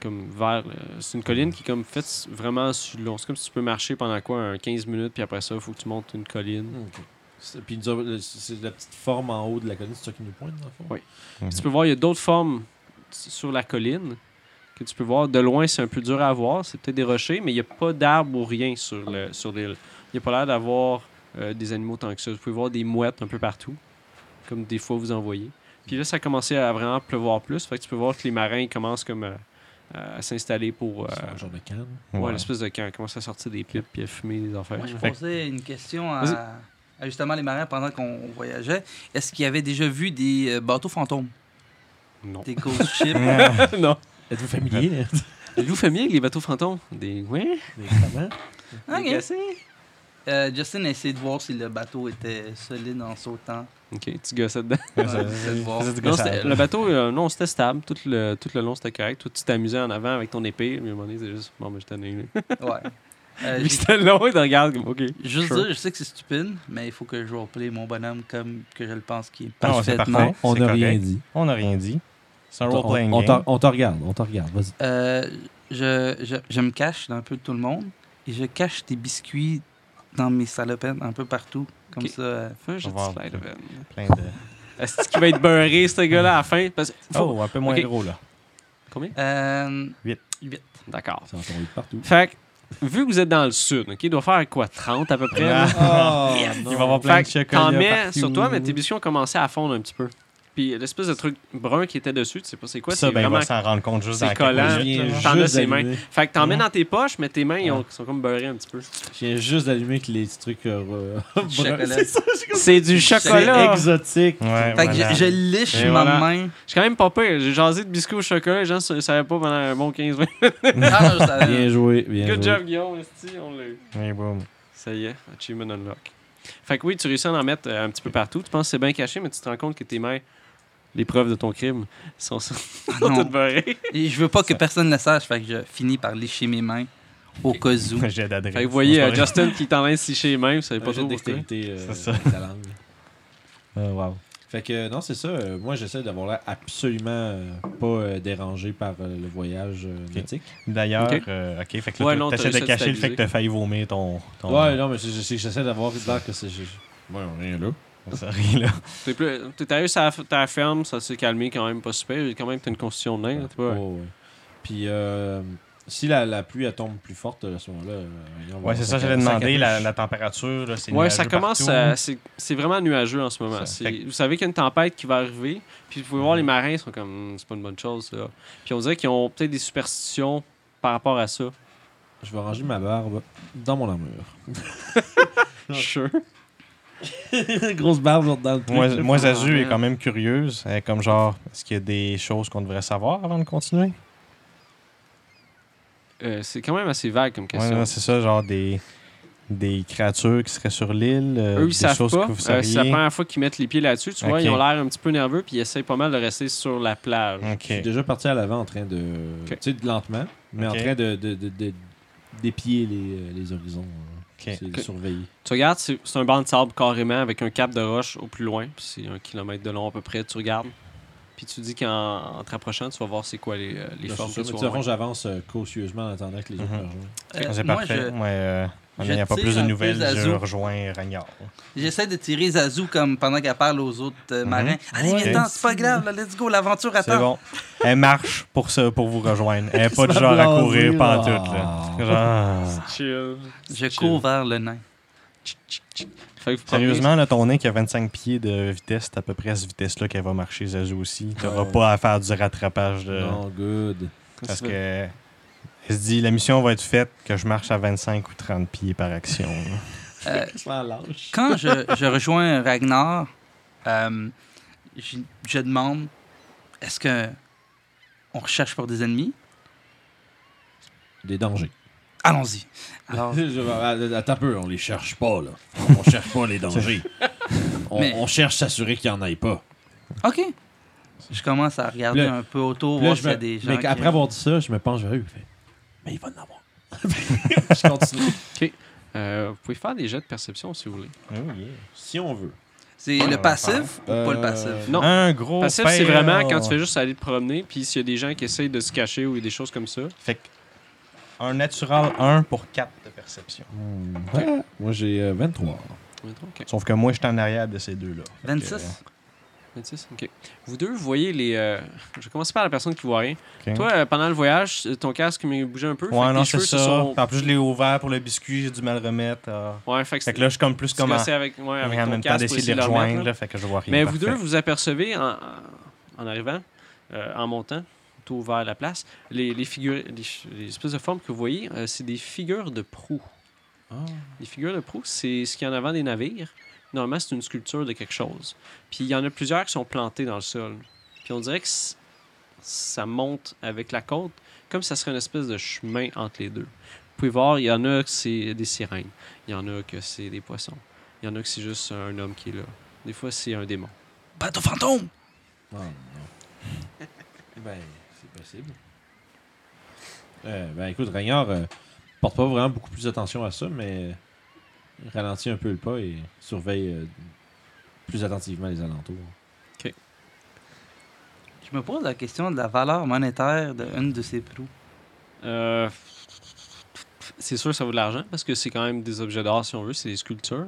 [SPEAKER 1] comme vers. euh, c'est une colline qui est comme faite s- vraiment sur le long. C'est comme si tu peux marcher pendant quoi, un 15 minutes, puis après ça, il faut que tu montes une colline.
[SPEAKER 3] Hmm, OK. C'est- Puis, nous avons- le- c'est la petite forme en haut de la colline, c'est ça qui nous pointe, dans le fond?
[SPEAKER 1] Oui.
[SPEAKER 2] Mhm.
[SPEAKER 1] Puis Tu peux voir, il y a d'autres formes s- sur la colline que tu peux voir. De loin, c'est un peu dur à voir. C'est peut-être des rochers, mais il n'y a pas d'arbres ou rien sur le- sur l'île. il n'y a pas l'air d'avoir euh, des animaux tant que ça. Vous pouvez voir des mouettes un peu partout, comme des fois vous en voyez. Puis là, ça a commencé à vraiment pleuvoir plus. Fait que tu peux voir que les marins ils commencent comme euh, à, à s'installer pour.
[SPEAKER 3] C'est
[SPEAKER 1] euh,
[SPEAKER 3] un genre de canne.
[SPEAKER 1] Ouais,
[SPEAKER 2] Ouais.
[SPEAKER 1] l'espèce de camp. Commence à sortir des pipes puis à fumer des affaires.
[SPEAKER 4] Moi, je
[SPEAKER 2] Fait-
[SPEAKER 4] posais une question à,
[SPEAKER 1] Vas-y.
[SPEAKER 4] à justement les marins pendant qu'on voyageait. Est-ce qu'ils avaient déjà vu des euh, bateaux fantômes,
[SPEAKER 1] Non.
[SPEAKER 4] des ghost ships?
[SPEAKER 1] non.
[SPEAKER 3] Êtes-vous familier, hein? là? [LAUGHS]
[SPEAKER 1] Êtes-vous familier avec les bateaux fantômes? Des. Ouais.
[SPEAKER 3] Des savants?
[SPEAKER 4] Ok.
[SPEAKER 1] Des cassés?
[SPEAKER 4] Euh, Justin a essayé de voir si le bateau était solide en sautant.
[SPEAKER 1] Ok, tu gossais dedans.
[SPEAKER 2] Ouais,
[SPEAKER 4] Ouais,
[SPEAKER 2] ça-
[SPEAKER 4] j'essaie de voir.
[SPEAKER 2] ça- ça-
[SPEAKER 1] Non,
[SPEAKER 2] ça-
[SPEAKER 1] c'était- le bateau, euh, non, c'était stable. Tout le, tout le long, c'était correct. Toi, tu t'amusais en avant avec ton épée. Mais à un moment donné, c'est juste. Bon, mais je t'en ai [LAUGHS] une.
[SPEAKER 4] Ouais. Euh,
[SPEAKER 1] Vu que
[SPEAKER 4] j'ai-
[SPEAKER 1] c'était long, il te regarde comme. Ok.
[SPEAKER 4] Juste
[SPEAKER 1] sure.
[SPEAKER 4] dire, je sais que c'est stupide, mais il faut que je roleplay mon bonhomme comme que je le pense qu'il est
[SPEAKER 2] Non, c'est
[SPEAKER 4] parfaitement.
[SPEAKER 2] parfait.
[SPEAKER 3] On
[SPEAKER 2] C'est
[SPEAKER 3] n'a rien
[SPEAKER 2] correct.
[SPEAKER 3] dit.
[SPEAKER 2] On n'a rien dit. C'est un
[SPEAKER 3] On-
[SPEAKER 2] role-playing
[SPEAKER 3] on- on
[SPEAKER 2] game.
[SPEAKER 3] te- On te regarde, on te regarde, vas-y.
[SPEAKER 4] Euh, je, je, je me cache d'un peu de tout le monde et je cache des biscuits dans mes salopettes un peu partout. Comme
[SPEAKER 1] Ok.
[SPEAKER 4] ça. euh,
[SPEAKER 1] Fais un jeu de
[SPEAKER 2] voir.
[SPEAKER 1] slide event.
[SPEAKER 2] Plein de...
[SPEAKER 1] Est-ce qu'il va être beurré, ce gars-là, à la fin? Parce que-
[SPEAKER 2] Oh, un peu moins
[SPEAKER 1] Ok.
[SPEAKER 2] gros, là.
[SPEAKER 1] Combien?
[SPEAKER 4] euh,
[SPEAKER 2] Huit.
[SPEAKER 4] huit.
[SPEAKER 1] D'accord.
[SPEAKER 3] Ça va tomber de
[SPEAKER 1] [LAUGHS]
[SPEAKER 3] partout.
[SPEAKER 1] Fait que, vu que vous êtes dans le sud, ok, il doit faire quoi? 30 à peu près? là?
[SPEAKER 4] Ah,
[SPEAKER 2] Il va y avoir plein
[SPEAKER 1] Fait
[SPEAKER 2] de
[SPEAKER 1] que
[SPEAKER 2] chocolats
[SPEAKER 1] t'en mets
[SPEAKER 2] partout.
[SPEAKER 1] sur toi, mais tes biscuits ont commencé à fondre un petit peu. Puis l'espèce de truc brun qui était dessus, tu sais pas c'est quoi,
[SPEAKER 2] Ça,
[SPEAKER 1] c'est
[SPEAKER 2] ben, il
[SPEAKER 1] vraiment...
[SPEAKER 2] va s'en rendre compte juste
[SPEAKER 1] C'est
[SPEAKER 2] dans
[SPEAKER 1] collant.
[SPEAKER 2] quelques minutes, là.
[SPEAKER 1] T'en as
[SPEAKER 3] Juste
[SPEAKER 1] ses mains.
[SPEAKER 3] d'allumer.
[SPEAKER 1] Fait que t'en mets
[SPEAKER 2] Ouais.
[SPEAKER 1] dans tes poches, mais tes mains, ils, ont- ils sont comme beurrés un petit peu.
[SPEAKER 3] Je viens juste d'allumer que les petits trucs euh, [LAUGHS] bruns.
[SPEAKER 4] chocolat.
[SPEAKER 3] C'est ça,
[SPEAKER 1] C'est du
[SPEAKER 3] c'est
[SPEAKER 1] chocolat! Je
[SPEAKER 3] exotique.
[SPEAKER 2] Ouais,
[SPEAKER 4] Fait que
[SPEAKER 2] voilà.
[SPEAKER 4] je, je liche
[SPEAKER 1] Et
[SPEAKER 4] ma
[SPEAKER 1] voilà.
[SPEAKER 4] main.
[SPEAKER 1] suis quand même pas pire. J'ai jasé de biscuits au chocolat, les gens ne savaient pas pendant un bon 15-20.
[SPEAKER 4] Ah non, ça-
[SPEAKER 3] Bien joué, bien
[SPEAKER 1] Good
[SPEAKER 3] joué.
[SPEAKER 1] job, Guillaume, esti, on l'a eu.
[SPEAKER 2] Et boum.
[SPEAKER 1] Ça y est, achievement unlock. Fait que oui, tu réussis à en mettre euh, un petit peu partout. Tu penses que c'est bien caché, mais tu te rends compte que tes mains, les preuves de ton crime, sont, sont
[SPEAKER 4] non.
[SPEAKER 1] toutes
[SPEAKER 2] [LAUGHS]
[SPEAKER 1] beurrées.
[SPEAKER 4] Et je veux pas que personne le sache, fait que je finis par licher mes mains au cas où.
[SPEAKER 2] [LAUGHS] J'ai d'adresse.
[SPEAKER 1] Fait que vous voyez
[SPEAKER 2] C'est
[SPEAKER 1] euh,
[SPEAKER 2] pas vrai.
[SPEAKER 1] Justin qui t'en si chez les mains, vous savez
[SPEAKER 3] Pas
[SPEAKER 1] pas trop hein. pourquoi.
[SPEAKER 3] dextérité euh,
[SPEAKER 2] C'est ça.
[SPEAKER 3] avec la langue.
[SPEAKER 2] Euh, wow.
[SPEAKER 3] Fait que euh, non, c'est ça. euh, moi, j'essaie d'avoir l'air absolument euh, pas euh, dérangé par euh, le voyage euh, nautique.
[SPEAKER 2] D'ailleurs,
[SPEAKER 1] Ok.
[SPEAKER 2] euh, ok, fait que là,
[SPEAKER 1] Ouais,
[SPEAKER 2] toi,
[SPEAKER 1] non, t'as
[SPEAKER 2] t'essaies de
[SPEAKER 1] réussi à
[SPEAKER 2] cacher le fait
[SPEAKER 1] stabiliser.
[SPEAKER 2] que t'as failli vomir ton. ton
[SPEAKER 3] Ouais, non, mais c'est- c'est- j'essaie d'avoir l'air que c'est. j'ai- Ouais, on est là.
[SPEAKER 2] Ça rit, là.
[SPEAKER 1] T'es plus- t'es arrivé sur la f- ta ferme, ça s'est calmé quand même, pas super. Quand même, t'as une constitution de nain. là, t'es pas-
[SPEAKER 3] Ouais, ouais. Puis euh, si la, la pluie elle tombe plus forte à ce moment-là. euh, on va-
[SPEAKER 2] Ouais, c'est ça, j'allais demander la, la température. Là, c'est
[SPEAKER 1] Ouais, ça
[SPEAKER 2] nuageux
[SPEAKER 1] commence
[SPEAKER 2] partout.
[SPEAKER 1] à- C'est c'est vraiment nuageux en ce moment.
[SPEAKER 2] Ça,
[SPEAKER 1] C'est-
[SPEAKER 2] fait que-
[SPEAKER 1] Vous savez qu'il y a une tempête qui va arriver, puis vous pouvez voir les marins ils sont comme, Hum, c'est pas une bonne chose, ça. Puis on dirait qu'ils ont peut-être des superstitions par rapport à ça.
[SPEAKER 3] Je vais ranger ma barbe dans mon [LAUGHS] armure.
[SPEAKER 2] Ah.
[SPEAKER 1] Sure.
[SPEAKER 3] Grosse barbe genre, dans le truc.
[SPEAKER 2] Moi,
[SPEAKER 3] là.
[SPEAKER 2] moi Zazu est
[SPEAKER 1] Ah,
[SPEAKER 2] quand même curieuse. Elle est comme genre, est-ce qu'il y a des choses qu'on devrait savoir avant de continuer?
[SPEAKER 1] [LAUGHS] Euh, c'est quand même assez vague comme
[SPEAKER 2] Ouais,
[SPEAKER 1] question.
[SPEAKER 2] non, c'est ça, genre des, des créatures qui seraient sur l'île, euh,
[SPEAKER 1] Eux,
[SPEAKER 2] des
[SPEAKER 1] ils savent
[SPEAKER 2] choses
[SPEAKER 1] pas.
[SPEAKER 2] que vous
[SPEAKER 1] Euh,
[SPEAKER 2] saviez.
[SPEAKER 1] c'est la première fois qu'ils mettent les pieds là-dessus. Tu vois,
[SPEAKER 2] Ok.
[SPEAKER 1] ils ont l'air un petit peu nerveux, puis ils essayent pas mal de rester sur la plage.
[SPEAKER 2] Ok.
[SPEAKER 3] Je suis déjà parti à l'avant en train de.
[SPEAKER 1] Ok.
[SPEAKER 3] Tu sais, de lentement, mais
[SPEAKER 2] Ok.
[SPEAKER 3] en train de, de, de- de- d'épier les, euh, les horizons. hein.
[SPEAKER 2] Ok.
[SPEAKER 3] C'est de
[SPEAKER 1] Ok.
[SPEAKER 3] surveiller.
[SPEAKER 1] Tu regardes, c'est c'est un banc de sable carrément avec un cap de roche au plus loin. puis C'est un kilomètre de long à peu près. Tu regardes. Puis tu dis qu'en en te rapprochant, tu vas voir c'est quoi les, euh, les
[SPEAKER 3] Là,
[SPEAKER 1] formes
[SPEAKER 3] sur-
[SPEAKER 1] que tu
[SPEAKER 3] mais
[SPEAKER 1] vas
[SPEAKER 3] de toute façon,
[SPEAKER 1] voir.
[SPEAKER 3] j'avance euh, cautieusement en attendant que les autres
[SPEAKER 2] Mhm.
[SPEAKER 3] me rejoignent.
[SPEAKER 4] Euh,
[SPEAKER 2] C'est
[SPEAKER 4] moi,
[SPEAKER 2] parfait.
[SPEAKER 4] je-
[SPEAKER 2] Ouais, euh, on
[SPEAKER 4] je
[SPEAKER 2] n'y a pas
[SPEAKER 4] tire
[SPEAKER 2] plus de
[SPEAKER 4] un peu
[SPEAKER 2] nouvelles. Je
[SPEAKER 4] Zazu.
[SPEAKER 2] rejoins Ragnard.
[SPEAKER 4] J'essaie de tirer Zazu comme pendant qu'elle parle aux autres euh,
[SPEAKER 2] Mhm.
[SPEAKER 4] marins. Allez,
[SPEAKER 2] Ouais.
[SPEAKER 4] viens-t'en, c'est pas grave, là, let's go, l'aventure
[SPEAKER 2] C'est
[SPEAKER 4] attend.
[SPEAKER 2] bon. Elle marche pour, ça, pour vous rejoindre. Elle
[SPEAKER 4] [LAUGHS]
[SPEAKER 2] n'est pas du
[SPEAKER 3] Ça
[SPEAKER 2] genre à
[SPEAKER 3] blasé,
[SPEAKER 2] courir
[SPEAKER 3] là.
[SPEAKER 2] pantoute. Là.
[SPEAKER 3] Ah.
[SPEAKER 2] Genre,
[SPEAKER 1] Chill.
[SPEAKER 4] Je
[SPEAKER 1] Chill.
[SPEAKER 4] cours vers le nain.
[SPEAKER 1] Tch, tch, tch. Fait que vous promenez-
[SPEAKER 2] Sérieusement, là, ton nain qui a 25 pieds de vitesse, c'est à peu près à cette vitesse-là qu'elle va marcher, Zazu aussi. Tu n'auras
[SPEAKER 3] Ouais.
[SPEAKER 2] pas à faire du rattrapage. De...
[SPEAKER 3] Non, good.
[SPEAKER 2] Parce que elle se dit, la mission va être faite que je marche à 25 ou 30 pieds par action.
[SPEAKER 4] Euh,
[SPEAKER 3] Ça lâche.
[SPEAKER 4] quand je, je rejoins Ragnar, euh, je, je demande est-ce que on recherche pour des ennemis
[SPEAKER 3] Des dangers.
[SPEAKER 4] Allons-y.
[SPEAKER 3] [LAUGHS]
[SPEAKER 4] Alors,
[SPEAKER 3] Je vais- att- Attends un peu, on les cherche pas, là. On cherche pas les
[SPEAKER 4] [LAUGHS]
[SPEAKER 3] dangers. On,
[SPEAKER 4] Mais-
[SPEAKER 3] on cherche s'assurer qu'il n'y en ait pas.
[SPEAKER 4] ok. Je commence à regarder
[SPEAKER 3] Là-
[SPEAKER 4] un peu autour,
[SPEAKER 3] Puis là,
[SPEAKER 4] voir
[SPEAKER 3] je
[SPEAKER 4] s'il y a
[SPEAKER 3] me-
[SPEAKER 4] des gens.
[SPEAKER 3] mais
[SPEAKER 4] qui-
[SPEAKER 3] après avoir dit ça, je me penche vers eux. je fais, Mais il va en
[SPEAKER 4] [LAUGHS]
[SPEAKER 3] avoir. je continue.
[SPEAKER 1] Euh, vous pouvez faire des jets de perception si vous voulez.
[SPEAKER 2] Oh,
[SPEAKER 3] Si on veut.
[SPEAKER 4] C'est
[SPEAKER 2] Ouais, on
[SPEAKER 4] le
[SPEAKER 2] va
[SPEAKER 4] passif ou pas le
[SPEAKER 3] Euh,
[SPEAKER 4] passif
[SPEAKER 1] Non.
[SPEAKER 2] Un gros
[SPEAKER 1] Passif, c'est
[SPEAKER 2] fail.
[SPEAKER 1] vraiment quand tu fais juste aller te promener, puis s'il y a des gens qui essayent de se cacher ou des choses comme ça.
[SPEAKER 2] Fait que un natural 1 pour 4 de perception.
[SPEAKER 3] hmm, Ouais, Moi, j'ai euh, 23.
[SPEAKER 1] Ok.
[SPEAKER 2] Sauf que moi, je suis en arrière de ces deux-là. Fait que,
[SPEAKER 4] 26
[SPEAKER 1] 26, ok. Vous deux, vous voyez les. euh, Je vais commencer par la personne qui voit rien.
[SPEAKER 2] euh, ok.
[SPEAKER 1] Toi, euh, pendant le voyage, euh, ton casque m'a bougé un peu. fait
[SPEAKER 2] ouais,
[SPEAKER 1] que
[SPEAKER 2] non,
[SPEAKER 1] tes
[SPEAKER 2] c'est
[SPEAKER 1] cheveux se
[SPEAKER 2] ça.
[SPEAKER 1] sont-
[SPEAKER 2] En plus, je l'ai ouvert pour le biscuit, j'ai du mal à le remettre. ah.
[SPEAKER 1] Ouais, fait que,
[SPEAKER 2] Fait que là, je suis comme plus
[SPEAKER 1] c'est
[SPEAKER 2] comme en,
[SPEAKER 1] gossé avec, ouais, avec
[SPEAKER 2] en
[SPEAKER 1] ton
[SPEAKER 2] même temps
[SPEAKER 1] casque
[SPEAKER 2] d'essayer
[SPEAKER 1] pour
[SPEAKER 2] de les
[SPEAKER 1] remettre,
[SPEAKER 2] rejoindre,
[SPEAKER 1] là.
[SPEAKER 2] là, fait que je vois rien.
[SPEAKER 1] Mais vous
[SPEAKER 2] parfait.
[SPEAKER 1] deux, vous apercevez en, en arrivant, euh, en montant, tout vers la place, les, les figures, les, ch- les espèces de formes que vous voyez, euh, c'est des figures de proue.
[SPEAKER 2] Ah.
[SPEAKER 1] Les figures de proue, c'est ce qu'il y a en avant des navires. Normalement, c'est une sculpture de quelque chose. Puis il y en a plusieurs qui sont plantées dans le sol. Puis on dirait que c- ça monte avec la côte, comme ça serait une espèce de chemin entre les deux. Vous pouvez voir, il y en a que c'est des sirènes. Il y en a que c'est des poissons. Il y en a que c'est juste un homme qui est là. Des fois, c'est un démon.
[SPEAKER 4] Bateau fantôme
[SPEAKER 3] Oh, non.
[SPEAKER 4] [LAUGHS]
[SPEAKER 3] ben, c'est possible. Euh, ben, écoute, Ragnard, euh, porte pas vraiment beaucoup plus attention à ça, mais ralentit un peu le pas et surveille euh, plus attentivement les alentours.
[SPEAKER 4] Je me pose la question de la valeur monétaire d'une de ces proues.
[SPEAKER 1] Euh, c'est sûr que ça vaut de l'argent parce que c'est quand même des objets d'art, si on veut, c'est des sculptures.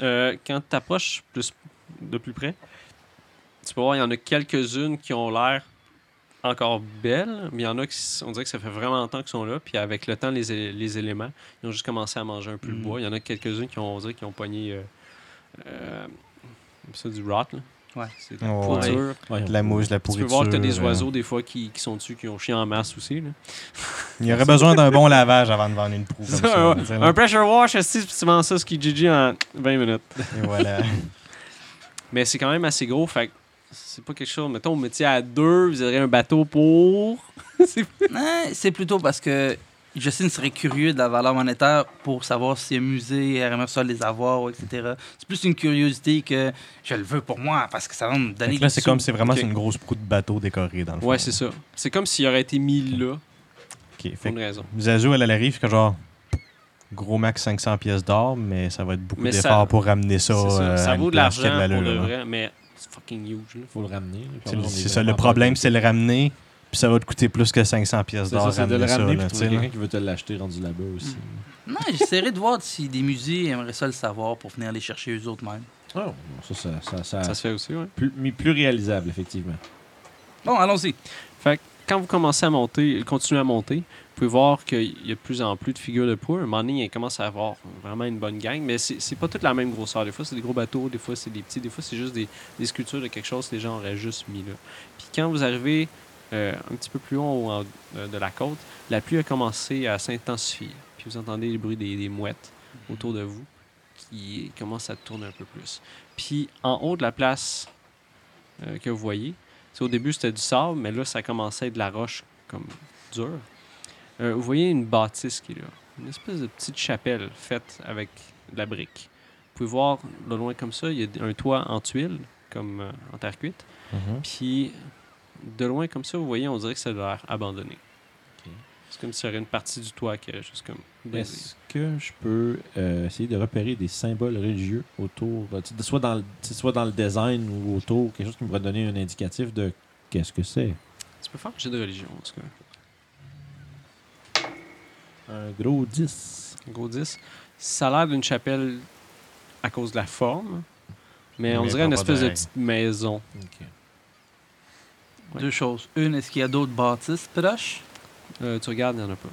[SPEAKER 1] Euh, quand tu t'approches plus, de plus près, tu peux voir, il y en a quelques-unes qui ont l'air encore belles, mais il y en a qui, s- on dirait que ça fait vraiment longtemps qu'ils sont là, puis avec le temps, les, é- les éléments, ils ont juste commencé à manger un peu le
[SPEAKER 4] Mhm.
[SPEAKER 1] bois. Il y en a quelques-unes qui ont, on dirait, qui ont pogné euh, euh, ça, du rot, là.
[SPEAKER 4] Ouais.
[SPEAKER 1] C'est de la
[SPEAKER 2] Ouais.
[SPEAKER 1] pourriture.
[SPEAKER 2] De la mousse, de la
[SPEAKER 1] Tu peux
[SPEAKER 2] pourriture.
[SPEAKER 1] voir que t'as des
[SPEAKER 2] euh,
[SPEAKER 1] oiseaux, des fois, qui, qui sont dessus, qui ont chié en masse aussi, là.
[SPEAKER 2] Il y aurait besoin d'un bon lavage avant de vendre une proue comme
[SPEAKER 1] Ça,
[SPEAKER 2] ça.
[SPEAKER 1] ouais.
[SPEAKER 2] tu sais, là.
[SPEAKER 1] Un pressure wash, esti, puis tu vends ça, ce qui GG en 20 minutes.
[SPEAKER 2] Et
[SPEAKER 1] [LAUGHS]
[SPEAKER 2] voilà.
[SPEAKER 1] Mais c'est quand même assez gros, fait que c'est pas quelque chose. Mettons, vous mettiez à deux, vous auriez un bateau pour. C'est-
[SPEAKER 4] Hein, c'est plutôt parce que Justine serait curieux de la valeur monétaire pour savoir si un musée aimerait ça les avoir, etc. C'est plus une curiosité que je le veux pour moi parce que ça va me
[SPEAKER 2] Fait
[SPEAKER 4] donner
[SPEAKER 2] que là,
[SPEAKER 4] des
[SPEAKER 2] c'est
[SPEAKER 4] sous.
[SPEAKER 2] comme c'est vraiment
[SPEAKER 1] Ok.
[SPEAKER 2] c'est une grosse proue de bateau décorée dans le fond.
[SPEAKER 1] ouais, c'est ça. C'est comme s'il aurait été mis là,
[SPEAKER 2] Ok, fait
[SPEAKER 1] pour
[SPEAKER 2] que
[SPEAKER 1] une raison.
[SPEAKER 2] Zazu, elle, elle arrive que genre gros max 500 pièces d'or, mais ça va être beaucoup
[SPEAKER 1] Mais ça-
[SPEAKER 2] d'efforts pour ramener
[SPEAKER 1] C'est
[SPEAKER 2] ça.
[SPEAKER 1] Ça,
[SPEAKER 2] euh, à
[SPEAKER 1] ça
[SPEAKER 2] une
[SPEAKER 1] vaut de
[SPEAKER 2] place
[SPEAKER 1] l'argent
[SPEAKER 2] qui a de
[SPEAKER 1] pour
[SPEAKER 2] l'allure,
[SPEAKER 1] le
[SPEAKER 2] là.
[SPEAKER 1] vrai, mais c'est fucking huge. là.
[SPEAKER 3] Faut le ramener. là, puis
[SPEAKER 2] C'est-
[SPEAKER 3] on est
[SPEAKER 2] C'est ça, le
[SPEAKER 3] vraiment
[SPEAKER 2] problème,
[SPEAKER 3] pas-
[SPEAKER 2] c'est le ramener, puis ça va te coûter plus que 500 pièces
[SPEAKER 3] C'est
[SPEAKER 2] d'or.
[SPEAKER 3] ça, c'est de le
[SPEAKER 2] ramener ça,
[SPEAKER 3] ramener,
[SPEAKER 2] là,
[SPEAKER 3] puis
[SPEAKER 2] tu
[SPEAKER 3] trouver
[SPEAKER 2] sais, là.
[SPEAKER 3] quelqu'un qui veut te l'acheter rendu là-bas aussi.
[SPEAKER 4] Non, j'essaierai de voir si des musées aimeraient ça le savoir pour venir les chercher eux autres mêmes.
[SPEAKER 3] Oh, non, ça, ça, ça, ça-
[SPEAKER 1] Ça se fait aussi, ouais.
[SPEAKER 3] plus, mais plus réalisable, effectivement.
[SPEAKER 4] Bon, allons-y.
[SPEAKER 1] Fait que quand vous commencez à monter, continuez à monter, vous pouvez voir qu'il y a de plus en plus de figures de proue. À un moment donné, il commence à avoir vraiment une bonne gang, mais c'est c'est pas toute la même grosseur. Des fois, c'est des gros bateaux, des fois, c'est des petits, des fois, c'est juste des, des sculptures de quelque chose que les gens auraient juste mis là. Puis quand vous arrivez euh, un petit peu plus haut en- euh, de la côte, la pluie a commencé à s'intensifier. Puis vous entendez le bruit des, des mouettes autour de vous qui commencent à tourner un peu plus. Puis en haut de la place euh, que vous voyez, tu sais, au début, c'était du sable, mais là, ça commençait à être de la roche comme dure. euh, vous voyez une bâtisse qui est là. Une espèce de petite chapelle faite avec de la brique. Vous pouvez voir, de loin comme ça, il y a un toit en tuiles, comme euh, en terre cuite.
[SPEAKER 3] Mm-hmm.
[SPEAKER 2] Mhm.
[SPEAKER 1] Puis, de loin comme ça, vous voyez, on dirait que ça a l'air abandonné.
[SPEAKER 3] Ok.
[SPEAKER 1] C'est comme si y aurait une partie du toit qui est juste comme brisée.
[SPEAKER 3] Est-ce que je peux euh, essayer de repérer des symboles religieux autour, euh, tu sais, soit dans, le, tu sais, soit dans le design ou autour, quelque chose qui me pourrait donner un indicatif de qu'est-ce que c'est?
[SPEAKER 1] Tu peux faire un jet de religion, en tout cas.
[SPEAKER 3] Un gros 10.
[SPEAKER 1] Un gros 10. Ça a l'air d'une chapelle à cause de la forme, mais,
[SPEAKER 2] Mais
[SPEAKER 1] on dirait
[SPEAKER 2] pas
[SPEAKER 1] une espèce de
[SPEAKER 2] pareil.
[SPEAKER 1] petite maison. Ouais.
[SPEAKER 4] Deux choses. Une, est-ce qu'il y a d'autres bâtisses proches?
[SPEAKER 1] Euh, tu regardes, il n'y en a pas.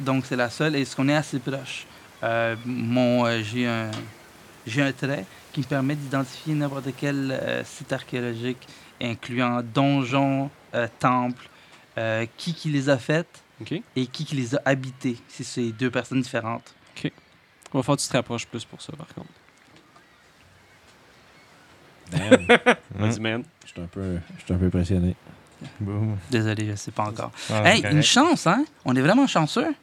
[SPEAKER 4] Donc, c'est la seule. Est-ce qu'on est assez proche? Euh, mon, euh, j'ai, un, j'ai un trait qui me permet d'identifier n'importe quel euh, site archéologique, incluant donjons, euh, temples, euh, qui qui les a faites
[SPEAKER 1] OK?
[SPEAKER 4] et qui qui les a habités, si c'est deux personnes différentes.
[SPEAKER 1] On va faire que tu te rapproches plus pour ça, par contre.
[SPEAKER 3] Damn,
[SPEAKER 2] Mhm.
[SPEAKER 1] Vas-y, man.
[SPEAKER 3] Ben, [LAUGHS]
[SPEAKER 1] [LAUGHS]
[SPEAKER 3] je suis un, peu- je suis un peu impressionné.
[SPEAKER 2] Boum.
[SPEAKER 4] Désolé, je ne sais pas encore.
[SPEAKER 2] Ah,
[SPEAKER 4] Hey,
[SPEAKER 2] correct.
[SPEAKER 4] une chance, hein? On est vraiment chanceux.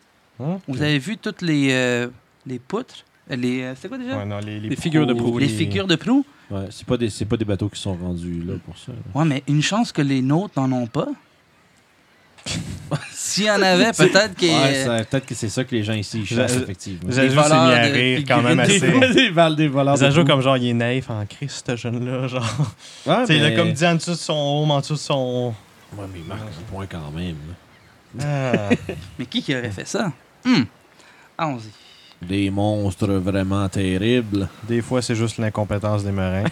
[SPEAKER 2] Hein?
[SPEAKER 4] Vous avez vu toutes les, euh, les poutres? Les, euh, c'est quoi déjà?
[SPEAKER 2] Ouais, non, les, les
[SPEAKER 1] Les figures de
[SPEAKER 2] proues,
[SPEAKER 1] proue.
[SPEAKER 4] les figures de proue?
[SPEAKER 3] Ouais, c'est pas des c'est pas des bateaux qui sont rendus là pour ça.
[SPEAKER 4] Ouais, mais une chance que les nôtres n'en ont pas. [LAUGHS] S'il y en avait, peut-être que.
[SPEAKER 3] Ouais, ça- peut-être que c'est ça que les gens ici chassent,
[SPEAKER 2] Vous-
[SPEAKER 3] effectivement. [LAUGHS]
[SPEAKER 2] Les ajouts, c'est mis
[SPEAKER 4] voleurs
[SPEAKER 2] à
[SPEAKER 4] de
[SPEAKER 2] rire quand même
[SPEAKER 4] figurines.
[SPEAKER 2] assez.
[SPEAKER 3] des val- des voleurs.
[SPEAKER 2] Les ajouts
[SPEAKER 3] de
[SPEAKER 2] comme genre, il est naïf en Christ, ce jeune-là. Genre,
[SPEAKER 3] coups. Ouais,
[SPEAKER 2] [LAUGHS] Tu sais, il a
[SPEAKER 3] Ah, mais-
[SPEAKER 2] comme dit en dessous de son home, en dessous de son.
[SPEAKER 3] Ouais, mais il marque un point quand même.
[SPEAKER 2] Ah.
[SPEAKER 4] Mais qui qui aurait fait ça? Hum. Allons-y.
[SPEAKER 3] Des monstres vraiment terribles.
[SPEAKER 2] Des fois, c'est juste l'incompétence des marins.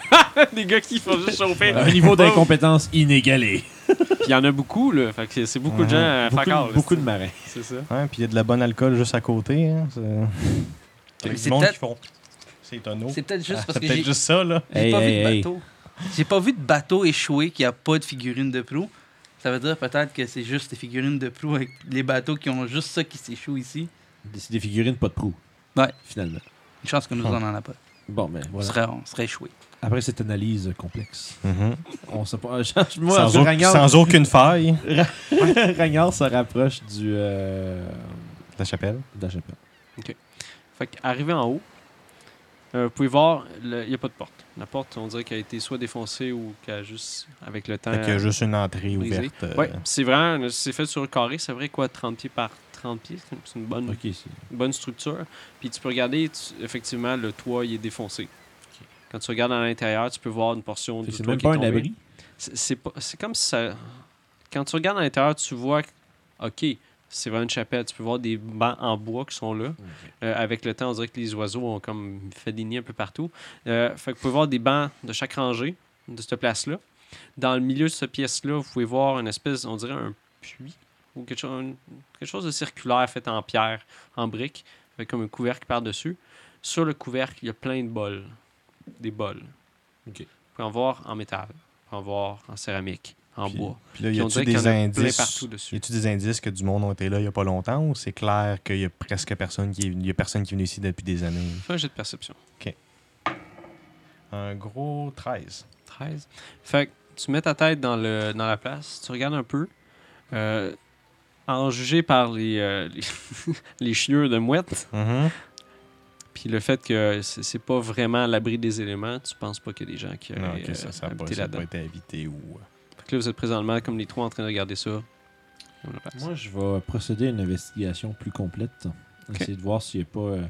[SPEAKER 1] Des gars qui font juste chauffer.
[SPEAKER 3] Un niveau d'incompétence inégalé.
[SPEAKER 1] Puis il y en a beaucoup, là. Fait que c'est- c'est beaucoup de gens à
[SPEAKER 3] beaucoup,
[SPEAKER 1] faire
[SPEAKER 3] beaucoup de marins.
[SPEAKER 1] C'est ça.
[SPEAKER 2] Ouais, puis il y a de la bonne alcool juste à côté. Hein. C'est
[SPEAKER 4] Mais
[SPEAKER 2] Avec
[SPEAKER 4] c'est
[SPEAKER 2] du monde
[SPEAKER 4] peut-être-
[SPEAKER 2] qui font. C'est étonnant.
[SPEAKER 4] C'est peut-être
[SPEAKER 3] Ah,
[SPEAKER 4] juste parce
[SPEAKER 2] C'est
[SPEAKER 4] que j'ai
[SPEAKER 2] peut-être juste ça, là.
[SPEAKER 4] j'ai pas
[SPEAKER 3] Hey,
[SPEAKER 4] vu
[SPEAKER 3] hey, hey.
[SPEAKER 4] de bateau. J'ai pas vu de bateau échoué qui a pas de figurines de proue. Ça veut dire peut-être que c'est juste des figurines de proue avec les bateaux qui ont juste ça qui s'échouent ici.
[SPEAKER 3] C'est des figurines pas de proue.
[SPEAKER 4] Ouais.
[SPEAKER 3] Finalement.
[SPEAKER 4] Une chance que nous on en a pas.
[SPEAKER 3] Bon, mais
[SPEAKER 4] On
[SPEAKER 3] Ah. voilà.
[SPEAKER 4] serait, on serait échoué.
[SPEAKER 3] Après cette analyse complexe,
[SPEAKER 2] Mhm.
[SPEAKER 3] on sait pas. [LAUGHS] Moi,
[SPEAKER 2] sans, au-
[SPEAKER 3] Ragnard,
[SPEAKER 2] sans aucune faille.
[SPEAKER 3] Ragnard se rapproche du. euh,
[SPEAKER 2] La chapelle.
[SPEAKER 3] de la chapelle.
[SPEAKER 1] Fait qu'arrivé en haut, euh, vous pouvez voir, le- il n'y a pas de porte. La porte, on dirait qu'elle a été soit défoncée ou qu'elle a juste, avec le temps...
[SPEAKER 2] Fait qu'il y a juste une entrée
[SPEAKER 1] brisé.
[SPEAKER 2] ouverte. euh,
[SPEAKER 1] Ouais, puis c'est vraiment, c'est fait sur le carré, c'est vrai quoi, 30 pieds par 30 pieds, c'est une- c'est une bonne,
[SPEAKER 3] Ok, c'est.
[SPEAKER 1] une bonne structure. Puis tu peux regarder, tu- effectivement, le toit, il est défoncé. Quand tu regardes à l'intérieur, tu peux voir une portion
[SPEAKER 3] Fait que
[SPEAKER 1] du
[SPEAKER 3] C'est
[SPEAKER 1] toit
[SPEAKER 3] même
[SPEAKER 1] qui est
[SPEAKER 3] pas un
[SPEAKER 1] tombée.
[SPEAKER 3] abri.
[SPEAKER 1] C'est- C'est pas- c'est comme si ça. Quand tu regardes à l'intérieur, tu vois, que, OK, c'est vraiment une chapelle. Tu peux voir des bancs en bois qui sont là. Euh, avec le temps, on dirait que les oiseaux ont comme fait des nids un peu partout. Euh, fait que vous pouvez voir des bancs de chaque rangée de cette place-là. Dans le milieu de cette pièce-là, vous pouvez voir une espèce, on dirait un puits ou quelque chose, un- quelque chose de circulaire fait en pierre, en brique, avec comme un couvercle par-dessus. Sur le couvercle, il y a plein de bols. Des bols.
[SPEAKER 3] Ok.
[SPEAKER 1] Vous pouvez en voir en métal, vous pouvez en voir en céramique, en
[SPEAKER 2] Puis-
[SPEAKER 1] bois.
[SPEAKER 2] Puis là,
[SPEAKER 1] Puis
[SPEAKER 2] y
[SPEAKER 1] on
[SPEAKER 2] a-tu
[SPEAKER 1] dirait qu'il y
[SPEAKER 2] des
[SPEAKER 1] en a plein
[SPEAKER 2] indices
[SPEAKER 1] partout dessus.
[SPEAKER 2] Y a-tu des indices que du monde ont été là il y a pas longtemps ou c'est clair qu'il y a presque personne qui est venu, y a personne qui est venu ici depuis des années
[SPEAKER 1] Fais un jet de perception.
[SPEAKER 2] Un gros 13.
[SPEAKER 1] 13. Fait que tu mets ta tête dans, le, dans la place, tu regardes un peu. Euh, à en juger par les, euh, les, [LAUGHS] les chieurs de mouette,
[SPEAKER 2] Mhm.
[SPEAKER 1] puis le fait que c'est c'est pas vraiment à l'abri des éléments, tu penses pas qu'il y a des gens qui
[SPEAKER 2] Non,
[SPEAKER 1] auraient
[SPEAKER 2] ok, ça
[SPEAKER 1] euh,
[SPEAKER 2] ça n'a pas,
[SPEAKER 1] habité
[SPEAKER 2] ça a pas
[SPEAKER 1] là-dedans.
[SPEAKER 2] été habité ou. euh.
[SPEAKER 1] Fait que là, vous êtes présentement comme les trois en train de regarder ça. Comme la place.
[SPEAKER 3] Moi, je vais procéder à une investigation plus complète. Essayer de voir s'il n'y a pas euh,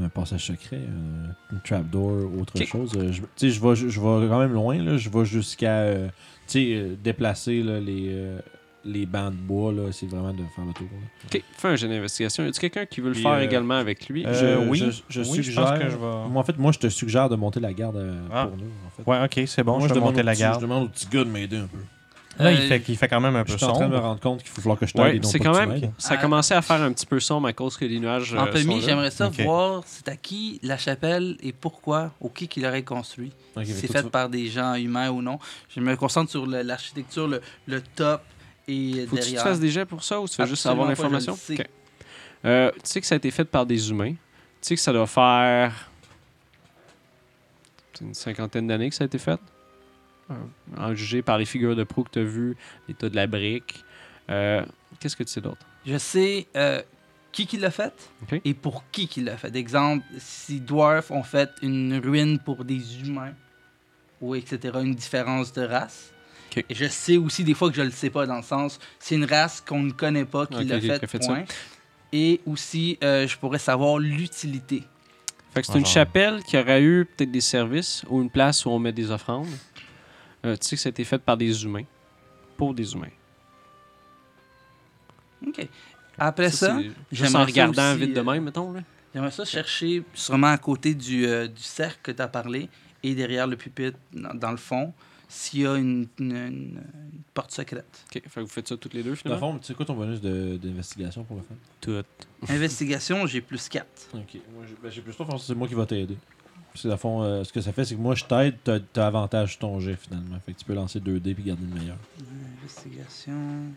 [SPEAKER 3] euh, un passage secret, euh, une trapdoor, autre
[SPEAKER 1] Ok.
[SPEAKER 3] chose. Euh, je- Tu sais, je vais je vais quand même loin. là. Je vais jusqu'à euh, tu sais, euh, déplacer là, les, euh, les bancs de bois. là. C'est vraiment de faire le tour. là.
[SPEAKER 1] Ok, fais un jeu d'investigation. Y a-tu quelqu'un qui veut le
[SPEAKER 2] Puis,
[SPEAKER 1] faire
[SPEAKER 2] euh,
[SPEAKER 1] également avec lui
[SPEAKER 2] euh,
[SPEAKER 3] Je-
[SPEAKER 2] oui.
[SPEAKER 3] je, je
[SPEAKER 2] Oui, je pense
[SPEAKER 3] suggère-
[SPEAKER 2] que je vais-
[SPEAKER 3] Moi, en fait, moi, je te suggère de monter la garde euh,
[SPEAKER 2] Ah.
[SPEAKER 3] pour nous. en fait.
[SPEAKER 2] Ouais, ok, c'est bon,
[SPEAKER 3] Moi,
[SPEAKER 2] je vais
[SPEAKER 3] demande
[SPEAKER 2] monter
[SPEAKER 3] au
[SPEAKER 2] la
[SPEAKER 3] petit- Je
[SPEAKER 2] garde.
[SPEAKER 3] demande au petit gars de m'aider un peu.
[SPEAKER 2] Là, il,
[SPEAKER 4] Euh,
[SPEAKER 2] fait, il fait quand même un
[SPEAKER 3] Je
[SPEAKER 2] peu
[SPEAKER 3] suis en train de me
[SPEAKER 2] sombre.
[SPEAKER 3] rendre compte qu'il faut falloir que je t'aide
[SPEAKER 1] Ouais,
[SPEAKER 3] et non
[SPEAKER 1] c'est
[SPEAKER 3] pas que
[SPEAKER 1] quand
[SPEAKER 3] tu
[SPEAKER 1] même-
[SPEAKER 3] m'aides.
[SPEAKER 1] Ça
[SPEAKER 4] Ah.
[SPEAKER 1] commençait à faire un petit peu sombre à cause que les nuages. euh,
[SPEAKER 4] En peu
[SPEAKER 1] sont
[SPEAKER 4] mis,
[SPEAKER 1] là.
[SPEAKER 4] j'aimerais ça
[SPEAKER 2] Ok.
[SPEAKER 4] voir c'est à qui la chapelle et pourquoi ou qui qui l'aurait construit.
[SPEAKER 3] Ok,
[SPEAKER 4] Si
[SPEAKER 3] fait
[SPEAKER 4] c'est
[SPEAKER 3] que
[SPEAKER 4] fait
[SPEAKER 3] toi,
[SPEAKER 4] par des gens humains ou non. Je me concentre sur le- l'architecture, le, le top et
[SPEAKER 1] Faut que tu te
[SPEAKER 4] derrière.
[SPEAKER 1] fasses des jets pour ça ou tu veux juste
[SPEAKER 4] Absolument
[SPEAKER 1] avoir
[SPEAKER 4] pas, je le
[SPEAKER 1] l'information?
[SPEAKER 4] sais.
[SPEAKER 1] Ok. Euh, tu sais que ça a été fait par des humains. Tu sais que ça doit faire une cinquantaine d'années que ça a été fait. Euh, en jugé par les figures de proue que tu as vues, l'état de la brique, Euh, Qu'est-ce que tu sais d'autre?
[SPEAKER 4] Je sais euh, qui qui l'a fait
[SPEAKER 1] Ok.
[SPEAKER 4] et pour qui qui l'a fait. Exemple, si Dwarf ont fait une ruine pour des humains ou etc., une différence de race.
[SPEAKER 1] Ok.
[SPEAKER 4] Et je sais aussi des fois que je le sais pas, dans le sens, c'est une race qu'on ne connaît pas qui
[SPEAKER 1] Ok,
[SPEAKER 4] l'a
[SPEAKER 1] ok,
[SPEAKER 4] fait,
[SPEAKER 1] qui a fait ça.
[SPEAKER 4] point. Et aussi, euh, je pourrais savoir l'utilité.
[SPEAKER 1] Fait que c'est
[SPEAKER 2] Ah,
[SPEAKER 1] une
[SPEAKER 2] genre.
[SPEAKER 1] chapelle qui aurait eu peut-être des services ou une place où on met des offrandes. Euh, tu sais que ça a été fait par des humains. Pour des humains.
[SPEAKER 4] OK. Après ça,
[SPEAKER 1] c'est juste
[SPEAKER 4] j'aimerais
[SPEAKER 1] en
[SPEAKER 4] ça
[SPEAKER 1] regardant
[SPEAKER 4] aussi,
[SPEAKER 1] vite de
[SPEAKER 4] euh,
[SPEAKER 1] même, mettons. Là.
[SPEAKER 4] J'aimerais ça chercher sûrement à côté du, euh, du cercle que tu as parlé et derrière le pupitre, dans, dans le fond, s'il y a une, une- une- une
[SPEAKER 1] [LAUGHS]
[SPEAKER 4] porte secrète.
[SPEAKER 1] Ok, fait que vous faites ça toutes les deux,
[SPEAKER 3] Dans le
[SPEAKER 1] finalement?
[SPEAKER 3] fond, tu sais quoi ton bonus de- d'investigation pour le faire
[SPEAKER 1] Toutes.
[SPEAKER 4] Investigation, j'ai plus 4.
[SPEAKER 3] Ok. Moi, j'ai- ben, j'ai plus pas forcément c'est moi qui va t'aider. Puis, dans le fond, euh, ce que ça fait, c'est que moi, je t'aide, t'as t'as avantage sur ton jet finalement. Fait que tu peux lancer 2 dés puis garder le meilleur.
[SPEAKER 4] Investigation.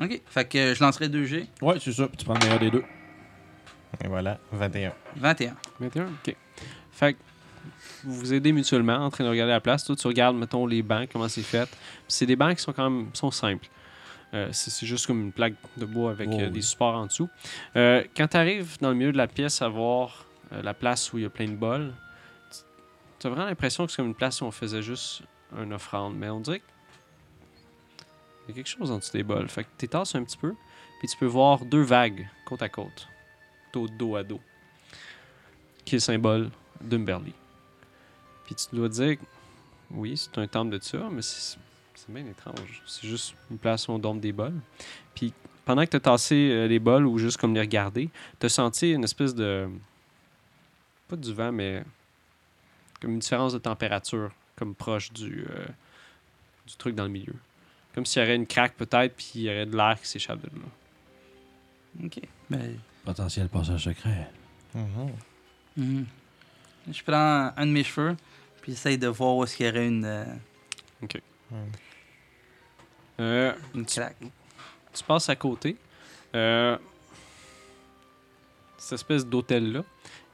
[SPEAKER 4] Ok, fait que euh, je lancerai 2G.
[SPEAKER 3] Ouais, c'est ça. Puis tu prends le meilleur des deux.
[SPEAKER 2] Et voilà, 21.
[SPEAKER 4] 21.
[SPEAKER 1] 21, ok. Fait que vous vous aidez mutuellement en train de regarder la place. Toi, tu regardes, mettons, les bancs, comment c'est fait. Puis c'est des bancs qui sont quand même sont simples. Euh, c'est c'est juste comme une plaque de bois avec
[SPEAKER 3] Oh,
[SPEAKER 1] euh,
[SPEAKER 3] oui.
[SPEAKER 1] des supports en dessous. Euh, quand tu arrives dans le milieu de la pièce à voir euh, la place où il y a plein de bols, tu as vraiment l'impression que c'est comme une place où on faisait juste une offrande. Mais on dirait qu'il y a quelque chose en dessous des bols. Fait que tu tasses un petit peu, puis tu peux voir deux vagues côte à côte, dos, dos à dos qui est le symbole d'Umberly. Puis tu dois dire, oui, c'est un temple de Tur, mais c'est c'est bien étrange. C'est juste une place où on dorme des bols. Puis pendant que tu as tassé euh, les bols ou juste comme les regarder, tu as senti une espèce de. Pas du vent, mais comme une différence de température, comme proche du, euh, du truc dans le milieu. Comme s'il y aurait une craque peut-être, puis il y aurait de l'air qui s'échappe de là.
[SPEAKER 4] Ok. Ben,
[SPEAKER 3] Potentiel passage secret.
[SPEAKER 4] mhm. Je prends un de mes cheveux, puis j'essaye de voir où est-ce qu'il y aurait une, euh,
[SPEAKER 1] Euh,
[SPEAKER 4] une craque.
[SPEAKER 1] tu passes à côté. Euh, cette espèce d'hôtel-là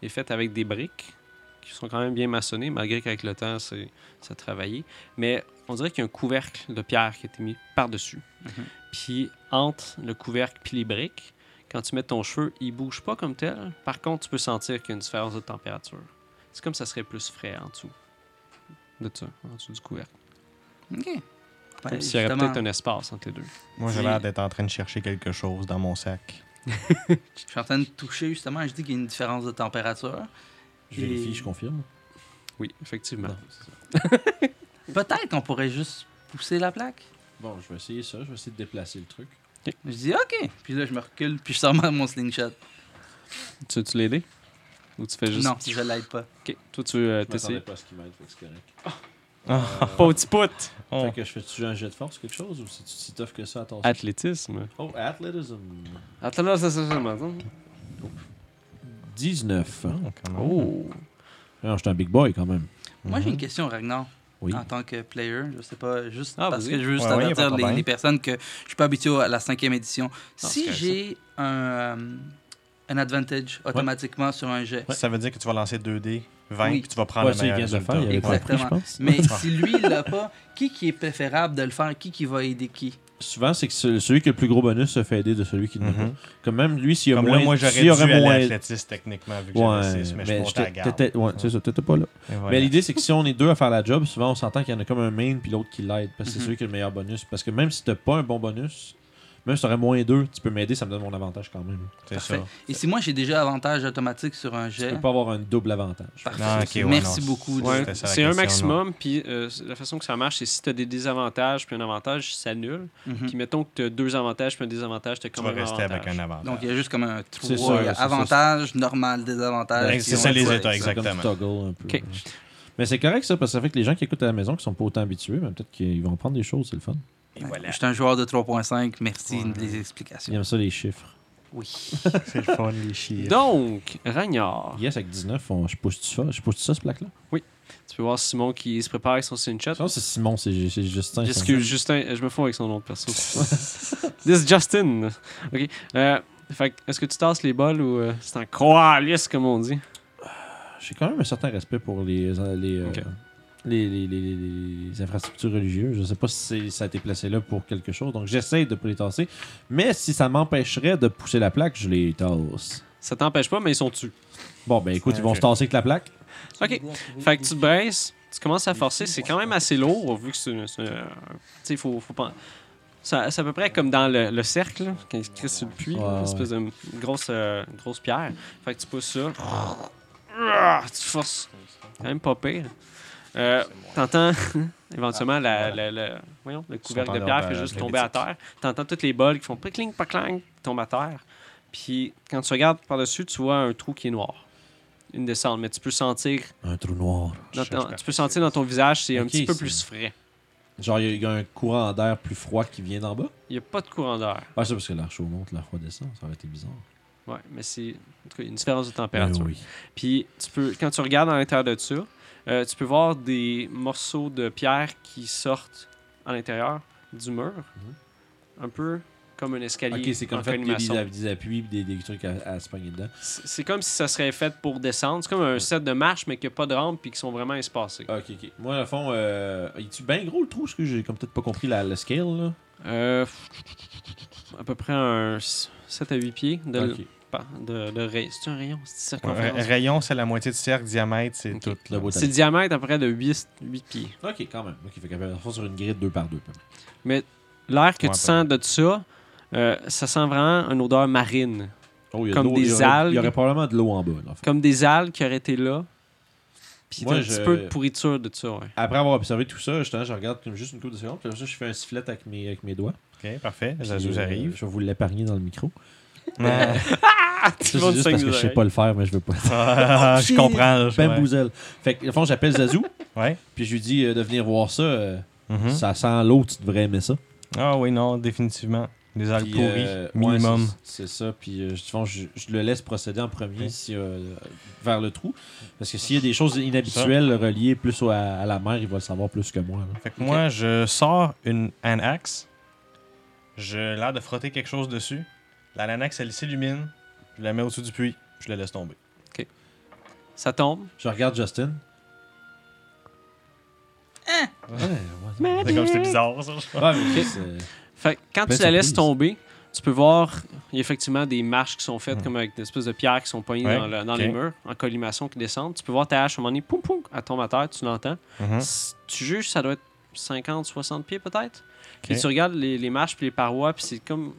[SPEAKER 1] est faite avec des briques qui sont quand même bien maçonnées, malgré qu'avec le temps, c'est, ça a travaillé. Mais on dirait qu'il y a un couvercle de pierre qui a été mis par-dessus.
[SPEAKER 4] Mhm.
[SPEAKER 1] Puis entre le couvercle puis les briques, quand tu mets ton cheveu, il bouge pas comme tel. Par contre, tu peux sentir qu'il y a une différence de température. C'est comme ça serait plus frais en dessous de ça, en dessous du couvercle.
[SPEAKER 4] Ok. Ben,
[SPEAKER 1] Comme s'il y aurait
[SPEAKER 4] justement,
[SPEAKER 1] peut-être un espace entre les deux.
[SPEAKER 2] Moi, j'ai
[SPEAKER 4] Dis-
[SPEAKER 2] l'air d'être en train de chercher quelque chose dans mon sac.
[SPEAKER 4] Je suis en train de toucher, justement. Je dis qu'il y a une différence de température.
[SPEAKER 3] Je
[SPEAKER 4] Et-
[SPEAKER 3] vérifie, je confirme.
[SPEAKER 1] Oui, effectivement.
[SPEAKER 3] Non, c'est ça.
[SPEAKER 4] Peut-être qu'on pourrait juste pousser la plaque.
[SPEAKER 3] Bon, je vais essayer ça. Je vais essayer de déplacer le truc.
[SPEAKER 4] Je dis OK. Puis là, je me recule, puis je sors mon slingshot.
[SPEAKER 1] Tu veux-tu l'aider? Ou tu fais juste.
[SPEAKER 4] Non, je l'aide pas.
[SPEAKER 1] Ok, toi tu veux euh,
[SPEAKER 3] Je m'attendais
[SPEAKER 1] t'essayer.
[SPEAKER 3] pas à ce qu'il m'aide, fait que c'est correct. Ah,
[SPEAKER 1] Pas au petit pout!
[SPEAKER 2] Oh.
[SPEAKER 3] Fait que je fais-tu un jet de force, quelque chose, ou c'est-tu si tough que ça à ton
[SPEAKER 1] Athlétisme.
[SPEAKER 3] Oh, athlétisme.
[SPEAKER 1] Attends, là, ça, ça, ça, maintenant.
[SPEAKER 3] 19.
[SPEAKER 2] Oh, quand même.
[SPEAKER 1] Oh!
[SPEAKER 3] Non, hein? Ah, je suis un big boy quand même.
[SPEAKER 4] Moi,
[SPEAKER 2] Mhm.
[SPEAKER 4] j'ai une question, Ragnar.
[SPEAKER 3] Oui.
[SPEAKER 4] en tant que player. Je sais pas, juste
[SPEAKER 1] Ah,
[SPEAKER 4] parce
[SPEAKER 1] vas-y.
[SPEAKER 4] que je veux juste
[SPEAKER 2] Ouais, ouais, y a pas de
[SPEAKER 4] avertir les- les,
[SPEAKER 2] problème.
[SPEAKER 4] personnes que je suis pas habitué à la cinquième édition. si
[SPEAKER 1] correct,
[SPEAKER 4] j'ai un, euh, un advantage automatiquement sur un jet,
[SPEAKER 2] Ça veut dire que tu vas lancer 2D, 20,
[SPEAKER 4] Oui.
[SPEAKER 2] puis tu vas prendre
[SPEAKER 3] Ouais,
[SPEAKER 2] le
[SPEAKER 3] ça, il vient
[SPEAKER 2] meilleur
[SPEAKER 3] de le
[SPEAKER 2] résultat.
[SPEAKER 3] faire, il avait
[SPEAKER 2] Ouais.
[SPEAKER 3] compris, je
[SPEAKER 4] Exactement.
[SPEAKER 3] pense.
[SPEAKER 4] mais si lui il l'a pas, qui qui est préférable de le faire, qui qui va aider qui
[SPEAKER 3] Souvent, c'est que ce- celui qui a le plus gros bonus se fait aider de celui qui ne l'a pas.
[SPEAKER 2] Mhm.
[SPEAKER 3] Comme même lui, s'il y a
[SPEAKER 2] Comme
[SPEAKER 3] moins
[SPEAKER 2] là, moi, j'aurais
[SPEAKER 3] s'il
[SPEAKER 2] dû
[SPEAKER 3] y aurait
[SPEAKER 2] aller
[SPEAKER 3] moins-
[SPEAKER 2] à l'athlétisme techniquement, vu que j'avais
[SPEAKER 3] Ouais,
[SPEAKER 2] 6, mais, je
[SPEAKER 3] mais
[SPEAKER 2] comptais à la
[SPEAKER 3] j'étais-
[SPEAKER 2] garde.
[SPEAKER 3] t'étais- ouais, c'est ça, t'étais pas là.
[SPEAKER 2] Et voilà.
[SPEAKER 3] Mais l'idée, c'est que si on est deux à faire la job, souvent on s'entend qu'il y en a comme un main puis l'autre qui l'aide. Parce que c'est
[SPEAKER 2] Mm-hmm.
[SPEAKER 4] Mhm.
[SPEAKER 3] celui qui a le meilleur bonus. Parce que même si t'as pas un bon bonus, même si t'aurais moins deux, tu peux m'aider, ça me donne mon avantage quand même.
[SPEAKER 2] c'est ça.
[SPEAKER 4] Parfait. Et si moi j'ai déjà avantage automatique sur un
[SPEAKER 3] Tu
[SPEAKER 4] jet,
[SPEAKER 3] peux pas avoir un double avantage.
[SPEAKER 4] parfait.
[SPEAKER 2] Ah, ok, ouais,
[SPEAKER 4] Merci
[SPEAKER 2] non,
[SPEAKER 4] beaucoup.
[SPEAKER 2] c'est-
[SPEAKER 1] Ouais,
[SPEAKER 2] C'était ça la
[SPEAKER 1] c'est un
[SPEAKER 2] question,
[SPEAKER 1] maximum, puis euh, la façon que ça marche, c'est si tu as des désavantages puis un avantage, ça annule.
[SPEAKER 4] Mhm.
[SPEAKER 1] Puis mettons que tu as deux avantages puis un désavantage, tu as
[SPEAKER 2] Tu
[SPEAKER 1] quand
[SPEAKER 2] vas
[SPEAKER 1] même
[SPEAKER 2] rester
[SPEAKER 1] avantage.
[SPEAKER 2] avec un avantage.
[SPEAKER 4] Donc il y a juste comme un
[SPEAKER 3] C'est
[SPEAKER 4] trou.
[SPEAKER 3] ça,
[SPEAKER 4] Il y a
[SPEAKER 3] c'est ça.
[SPEAKER 4] avantage, normal, désavantage.
[SPEAKER 2] Ouais,
[SPEAKER 4] puis
[SPEAKER 2] c'est
[SPEAKER 4] on
[SPEAKER 2] ça,
[SPEAKER 4] le
[SPEAKER 2] les
[SPEAKER 4] fait.
[SPEAKER 2] états.
[SPEAKER 3] C'est comme
[SPEAKER 2] exactement.
[SPEAKER 3] toggle un peu.
[SPEAKER 1] Ok.
[SPEAKER 3] Mais c'est correct ça, parce que ça fait que les gens qui écoutent à la maison qui sont pas autant habitués, mais peut-être qu'ils vont prendre des choses, c'est le fun.
[SPEAKER 2] Et voilà.
[SPEAKER 4] Je suis un joueur de 3.5. Merci des
[SPEAKER 3] Ils
[SPEAKER 4] explications.
[SPEAKER 3] aiment ça les chiffres.
[SPEAKER 4] Oui.
[SPEAKER 2] C'est le fun, les chiens.
[SPEAKER 1] Donc, Ragnar,
[SPEAKER 3] Yes, avec 19, on- je pousse-tu ça, je pousse ça ce plaque-là?
[SPEAKER 1] tu peux voir Simon qui se prépare avec son chat.
[SPEAKER 3] Je pense que c'est Simon, c'est c'est Justin. ça.
[SPEAKER 1] Excuse, Justin, euh, je me fous avec son nom de perso. This is Justin. OK. Euh, fait que, est-ce que tu tasses les bols ou euh, c'est en croix, comme on dit?
[SPEAKER 3] J'ai quand même un certain respect pour les, les, euh,
[SPEAKER 1] Ok.
[SPEAKER 3] les, les- les- les- les infrastructures religieuses. Je sais pas si c'est- ça a été placé là pour quelque chose. Donc j'essaie de pas les tasser. Mais si ça m'empêcherait de pousser la plaque, je les tasse.
[SPEAKER 1] Ça t'empêche pas, mais ils sont dessus.
[SPEAKER 3] Bon, ben écoute, ils vont
[SPEAKER 2] Ok.
[SPEAKER 3] se tasser avec la plaque.
[SPEAKER 1] OK. Fait que tu te braces, tu commences à forcer. C'est quand même assez lourd, vu que c'est. une- c'est, euh, Tu sais, faut, faut pas. ça- C'est à peu près comme dans le, le cercle, là, quand il se crisse sur le puits, là,
[SPEAKER 3] Ouais,
[SPEAKER 1] une
[SPEAKER 3] ouais.
[SPEAKER 1] espèce de grosse, euh, grosse pierre. Fait que tu pousses ça. Ah, Tu forces. Quand même pas pire. Euh, T'entends [LAUGHS] éventuellement la, la- la- voyons, le couvercle de
[SPEAKER 3] Entendeur,
[SPEAKER 1] pierre fait
[SPEAKER 3] euh,
[SPEAKER 1] juste
[SPEAKER 3] hermétique.
[SPEAKER 1] tomber à terre. T'entends toutes les bols qui font clic-cling, pas-clang, tombent à terre. Puis quand tu regardes par-dessus, tu vois un trou qui est noir. Une descente, mais tu peux sentir
[SPEAKER 3] Un trou noir.
[SPEAKER 1] dans
[SPEAKER 2] Je
[SPEAKER 1] ton-
[SPEAKER 2] cherche
[SPEAKER 1] tu peux sentir dans ton visage, c'est un
[SPEAKER 3] Ok,
[SPEAKER 1] petit peu
[SPEAKER 3] c'est-
[SPEAKER 1] plus frais.
[SPEAKER 3] Genre, il y a- il y, a un courant d'air plus froid qui vient d'en bas.
[SPEAKER 1] Il n'y a pas de courant d'air.
[SPEAKER 3] Ah, c'est parce que l'air chaud monte, l'air froid descend. Ça aurait été bizarre.
[SPEAKER 1] Ouais, mais c'est en tout cas, une différence de
[SPEAKER 3] Ben
[SPEAKER 1] température.
[SPEAKER 3] oui.
[SPEAKER 1] Puis tu peux, quand tu regardes à l'intérieur de ça, euh, tu peux voir des morceaux de pierre qui sortent à l'intérieur du mur, un peu comme un escalier.
[SPEAKER 3] Mhm. Ok, c'est comme
[SPEAKER 1] en
[SPEAKER 3] fait qu'il y a
[SPEAKER 1] colimaçon.
[SPEAKER 3] des, des appuis et des, des trucs à, à se pogner dedans.
[SPEAKER 1] C'est c'est comme si ça serait fait pour descendre. C'est comme un set de marches, mais qu'il n'y a pas de rampe puis qui sont vraiment espacés.
[SPEAKER 3] Ah, Ok, ok. Moi, à fond, euh, il tu bien gros le trou? Parce que j'ai comme peut-être pas compris la, le scale, là.
[SPEAKER 1] Euh, à peu près un 7 à 8 pieds de,
[SPEAKER 3] Ok.
[SPEAKER 1] pas- de, de rayon. C'est un rayon, c'est une
[SPEAKER 2] Ouais,
[SPEAKER 1] circonférence.
[SPEAKER 2] ra- rayon, c'est la moitié du cercle, diamètre, c'est
[SPEAKER 1] Ok.
[SPEAKER 2] tout.
[SPEAKER 3] Le beau
[SPEAKER 1] C'est le diamètre à peu près de 8, 8 pieds.
[SPEAKER 3] Ok, quand même. Ok, fait qu'à la fois sur une grille 2 par 2
[SPEAKER 1] L'air que
[SPEAKER 2] Ouais,
[SPEAKER 1] tu
[SPEAKER 2] à
[SPEAKER 1] sens de ça, euh, ça sent vraiment une odeur marine.
[SPEAKER 3] Oh, il y a de
[SPEAKER 1] Comme
[SPEAKER 3] l'eau,
[SPEAKER 1] des
[SPEAKER 3] il y aurait-
[SPEAKER 1] algues.
[SPEAKER 3] Il y aurait probablement de l'eau en bas, là, en fait.
[SPEAKER 1] Comme des algues qui auraient été là. Puis t'as
[SPEAKER 3] Moi,
[SPEAKER 1] un
[SPEAKER 3] je-
[SPEAKER 1] petit peu de pourriture de ça, ouais.
[SPEAKER 3] Après avoir observé tout ça, justement, je regarde comme juste une couple de secondes, puis après ça, je fais un sifflet avec mes, avec mes doigts.
[SPEAKER 2] Ok, parfait.
[SPEAKER 3] Puis,
[SPEAKER 2] Ça nous
[SPEAKER 3] euh,
[SPEAKER 2] arrive.
[SPEAKER 3] Je vais vous l'épargner dans
[SPEAKER 1] [LAUGHS]
[SPEAKER 3] le micro.
[SPEAKER 2] Ah,
[SPEAKER 3] [LAUGHS] Ça,
[SPEAKER 1] le monde
[SPEAKER 3] C'est juste
[SPEAKER 1] saigne
[SPEAKER 3] parce
[SPEAKER 1] des
[SPEAKER 3] que je sais
[SPEAKER 1] oreilles.
[SPEAKER 3] pas le faire, mais je veux pas.
[SPEAKER 2] ah, je comprends. je-
[SPEAKER 3] Ben
[SPEAKER 2] ouais.
[SPEAKER 3] Bouzel. Fait que, au fond, j'appelle Zazou,
[SPEAKER 2] Ouais.
[SPEAKER 3] puis je lui dis euh, de venir voir ça. euh,
[SPEAKER 1] Hmm?
[SPEAKER 2] Mhm.
[SPEAKER 3] Ça sent l'eau, tu devrais aimer ça.
[SPEAKER 2] Ah oui, non, définitivement. Des algues
[SPEAKER 3] Puis,
[SPEAKER 2] pourries,
[SPEAKER 3] euh, ouais,
[SPEAKER 2] minimum.
[SPEAKER 3] c'est- c'est ça. Puis euh, je- souvent, je, je le laisse procéder en premier
[SPEAKER 2] Ok.
[SPEAKER 3] si, euh, vers le trou. Parce que s'il y a des choses inhabituelles reliées plus au- à, à la mer, il va le savoir plus que moi. là.
[SPEAKER 2] Fait que moi, je sors une anax. J'ai l'air de frotter quelque chose dessus. La L'anax, elle s'illumine. Je la mets au-dessus du puits. Je la laisse tomber.
[SPEAKER 1] Ça tombe.
[SPEAKER 3] Je regarde Justin. Ouais, ouais.
[SPEAKER 2] C'est comme c'était bizarre, Ben, ça.
[SPEAKER 3] Ouais, mais euh, c'est-
[SPEAKER 1] Fait que quand
[SPEAKER 3] Plein
[SPEAKER 1] tu la
[SPEAKER 3] de
[SPEAKER 1] laisses
[SPEAKER 3] surprises.
[SPEAKER 1] tomber, tu peux voir il y a effectivement des marches qui sont faites comme avec des espèces de pierres qui sont poignées
[SPEAKER 2] Hmm. Ouais,
[SPEAKER 1] dans, le- dans
[SPEAKER 2] ok.
[SPEAKER 1] les murs, en collimation qui descendent. Tu peux voir ta hache à un moment donné, poum poum, elle tombe à terre, tu l'entends.
[SPEAKER 2] Mhm.
[SPEAKER 1] Si Tu juges, ça doit être 50, 60 pieds peut-être. Puis
[SPEAKER 2] Ok.
[SPEAKER 1] tu regardes les, les marches puis les parois, puis c'est comme.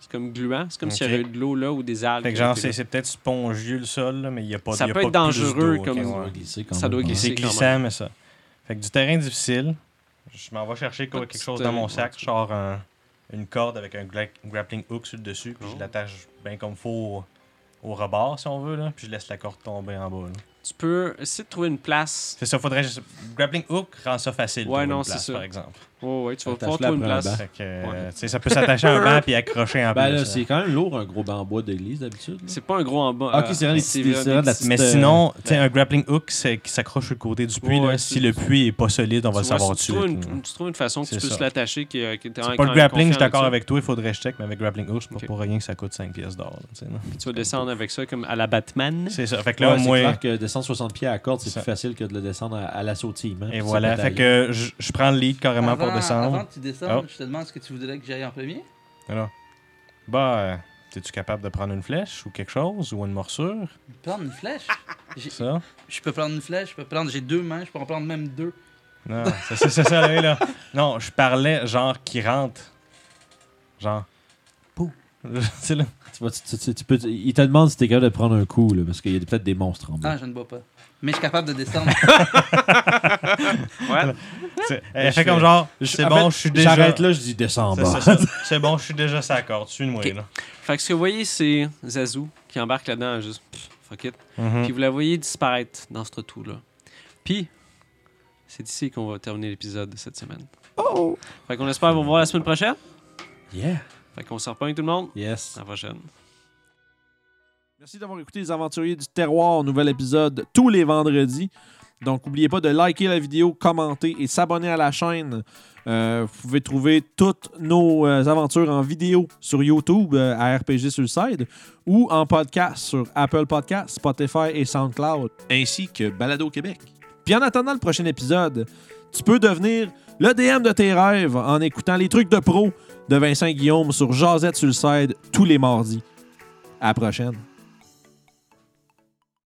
[SPEAKER 1] C'est comme gluant. C'est comme s'il y
[SPEAKER 2] Ok.
[SPEAKER 1] avait eu de l'eau là ou des algues.
[SPEAKER 2] Fait que
[SPEAKER 1] qui
[SPEAKER 2] genre,
[SPEAKER 1] étaient là.
[SPEAKER 2] c'est c'est peut-être spongieux le sol, là, mais il n'y a pas
[SPEAKER 1] Ça
[SPEAKER 2] y a
[SPEAKER 1] peut
[SPEAKER 2] pas
[SPEAKER 1] être
[SPEAKER 2] plus
[SPEAKER 1] dangereux
[SPEAKER 2] d'eau, ok,
[SPEAKER 1] comme-
[SPEAKER 2] ouais.
[SPEAKER 3] doit glisser quand
[SPEAKER 1] Ça
[SPEAKER 3] même, hein.
[SPEAKER 1] doit
[SPEAKER 3] ouais.
[SPEAKER 1] glisser.
[SPEAKER 2] C'est
[SPEAKER 1] quand même.
[SPEAKER 2] glissant, mais ça. Fait que du terrain difficile, je m'en vais chercher quoi-
[SPEAKER 1] Pas de
[SPEAKER 2] quelque chose
[SPEAKER 1] petite,
[SPEAKER 2] dans mon
[SPEAKER 1] euh,
[SPEAKER 2] sac,
[SPEAKER 1] ouais.
[SPEAKER 2] je sors un- une corde avec un gla- grappling hook sur le dessus, puis
[SPEAKER 1] Oh.
[SPEAKER 2] je l'attache bien comme faut au, au rebord, si on veut, là, puis je laisse la corde tomber en bas. là.
[SPEAKER 1] Tu peux essayer de trouver une place.
[SPEAKER 2] C'est ça, faudrait juste... Grappling hook rend ça facile,
[SPEAKER 1] Ouais,
[SPEAKER 2] trouver
[SPEAKER 1] non,
[SPEAKER 2] une
[SPEAKER 1] c'est
[SPEAKER 2] place,
[SPEAKER 1] ça.
[SPEAKER 2] par exemple.
[SPEAKER 1] Oh, ouais, tu vas
[SPEAKER 3] Attache-la
[SPEAKER 1] pouvoir trouver une
[SPEAKER 3] après un
[SPEAKER 1] place.
[SPEAKER 3] banc.
[SPEAKER 2] Fait que, euh, tu sais, ça peut s'attacher à un banc puis accrocher en
[SPEAKER 3] Ben
[SPEAKER 2] plus,
[SPEAKER 3] là,
[SPEAKER 2] là.
[SPEAKER 3] c'est quand même lourd un gros banc en bois d'église d'habitude. là.
[SPEAKER 1] C'est pas un gros en bas. Euh,
[SPEAKER 3] Ah, ok, c'est vraiment des petits- des- c'est vraiment de la
[SPEAKER 2] Mais
[SPEAKER 3] c'est,
[SPEAKER 2] sinon, tu sais, un grappling hook c'est- qui s'accroche sur le côté du puits,
[SPEAKER 1] Ouais,
[SPEAKER 2] là,
[SPEAKER 1] ouais,
[SPEAKER 2] si
[SPEAKER 1] c'est-
[SPEAKER 2] le puits est pas solide, on va le
[SPEAKER 1] Tu vois,
[SPEAKER 2] savoir
[SPEAKER 1] si
[SPEAKER 2] tout
[SPEAKER 1] tu,
[SPEAKER 2] de
[SPEAKER 1] trouves
[SPEAKER 2] suite. là.
[SPEAKER 1] une, tu trouves une façon que tu
[SPEAKER 2] C'est
[SPEAKER 1] puisses
[SPEAKER 2] ça.
[SPEAKER 1] l'attacher. qui est- qui est
[SPEAKER 2] C'est
[SPEAKER 1] quand
[SPEAKER 2] pas le
[SPEAKER 1] même
[SPEAKER 2] grappling, je
[SPEAKER 1] confiant
[SPEAKER 2] suis d'accord
[SPEAKER 1] là-dessus.
[SPEAKER 2] avec toi, il faudrait check, mais avec grappling hook, c'est
[SPEAKER 1] Ok.
[SPEAKER 2] pas pour rien que ça coûte 5 pièces d'or. là, tu sais, non?
[SPEAKER 1] Tu vas descendre avec ça comme à la Batman.
[SPEAKER 2] C'est ça. Fait que
[SPEAKER 3] Ouais,
[SPEAKER 2] là,
[SPEAKER 3] c'est
[SPEAKER 2] moi,
[SPEAKER 3] clair que descendre 60 pieds à la corde, c'est
[SPEAKER 2] Ça.
[SPEAKER 3] plus facile que de le descendre à, à l'assautiment.
[SPEAKER 2] et voilà. Fait que je je prends le lead carrément pour
[SPEAKER 4] Avant
[SPEAKER 2] descendre.
[SPEAKER 4] que tu descendes,
[SPEAKER 2] Oh.
[SPEAKER 4] je te demande ce que tu voudrais que j'aille en premier.
[SPEAKER 2] Alors, bah, euh, t'es-tu capable de prendre une flèche ou quelque chose ou une morsure?
[SPEAKER 4] Prendre une flèche. J'ai-
[SPEAKER 2] Ça?
[SPEAKER 4] Je peux prendre une flèche, je peux prendre. J'ai deux mains, je peux en prendre même deux.
[SPEAKER 2] Non, c'est ça, c'est ça, là, là. Non, je parlais genre qui rentre. Genre. Pou. [LAUGHS] C'est là.
[SPEAKER 3] Tu vois, tu- tu- tu- tu peux- il te demande si t'es capable de prendre un coup, là, parce qu'il y a peut-être des monstres en bas.
[SPEAKER 4] Ah, je ne bois pas. Mais je suis capable de descendre.
[SPEAKER 1] Ouais.
[SPEAKER 2] C'est-
[SPEAKER 3] je
[SPEAKER 2] Elle fait comme
[SPEAKER 3] fais-
[SPEAKER 2] genre,
[SPEAKER 3] Je-
[SPEAKER 2] c'est
[SPEAKER 3] en fait,
[SPEAKER 2] bon, je suis déjà.
[SPEAKER 3] J'arrête là, je dis descends en
[SPEAKER 2] C'est
[SPEAKER 3] bas.
[SPEAKER 2] ça, c'est ça. C'est bon, je suis déjà sur la corde. Suis-moi,
[SPEAKER 1] Ok.
[SPEAKER 2] là.
[SPEAKER 1] Fait que ce que vous voyez, c'est Zazou qui embarque là-dedans, juste pff, fuck it.
[SPEAKER 2] Mm.
[SPEAKER 1] Puis vous la voyez disparaître dans ce trou-là. Puis, c'est d'ici qu'on va terminer l'épisode de cette semaine. Fait qu'on espère vous voir la semaine prochaine.
[SPEAKER 3] Yeah.
[SPEAKER 1] Fait qu'on se reprend tout le monde.
[SPEAKER 3] Yes.
[SPEAKER 1] À la prochaine.
[SPEAKER 3] Merci d'avoir écouté Les Aventuriers du Terroir, nouvel épisode tous les vendredis. Donc, n'oubliez pas de liker la vidéo, commenter et s'abonner à la chaîne. Euh, vous pouvez trouver toutes nos euh, aventures en vidéo sur YouTube euh, à RPG Suicide ou en podcast sur Apple Podcasts, Spotify et SoundCloud, ainsi que Balado Québec. Puis en attendant le prochain épisode, tu peux devenir le DM de tes rêves en écoutant les trucs de pro de Vincent Guillaume sur Jazette sur le Side tous les mardis. À la prochaine.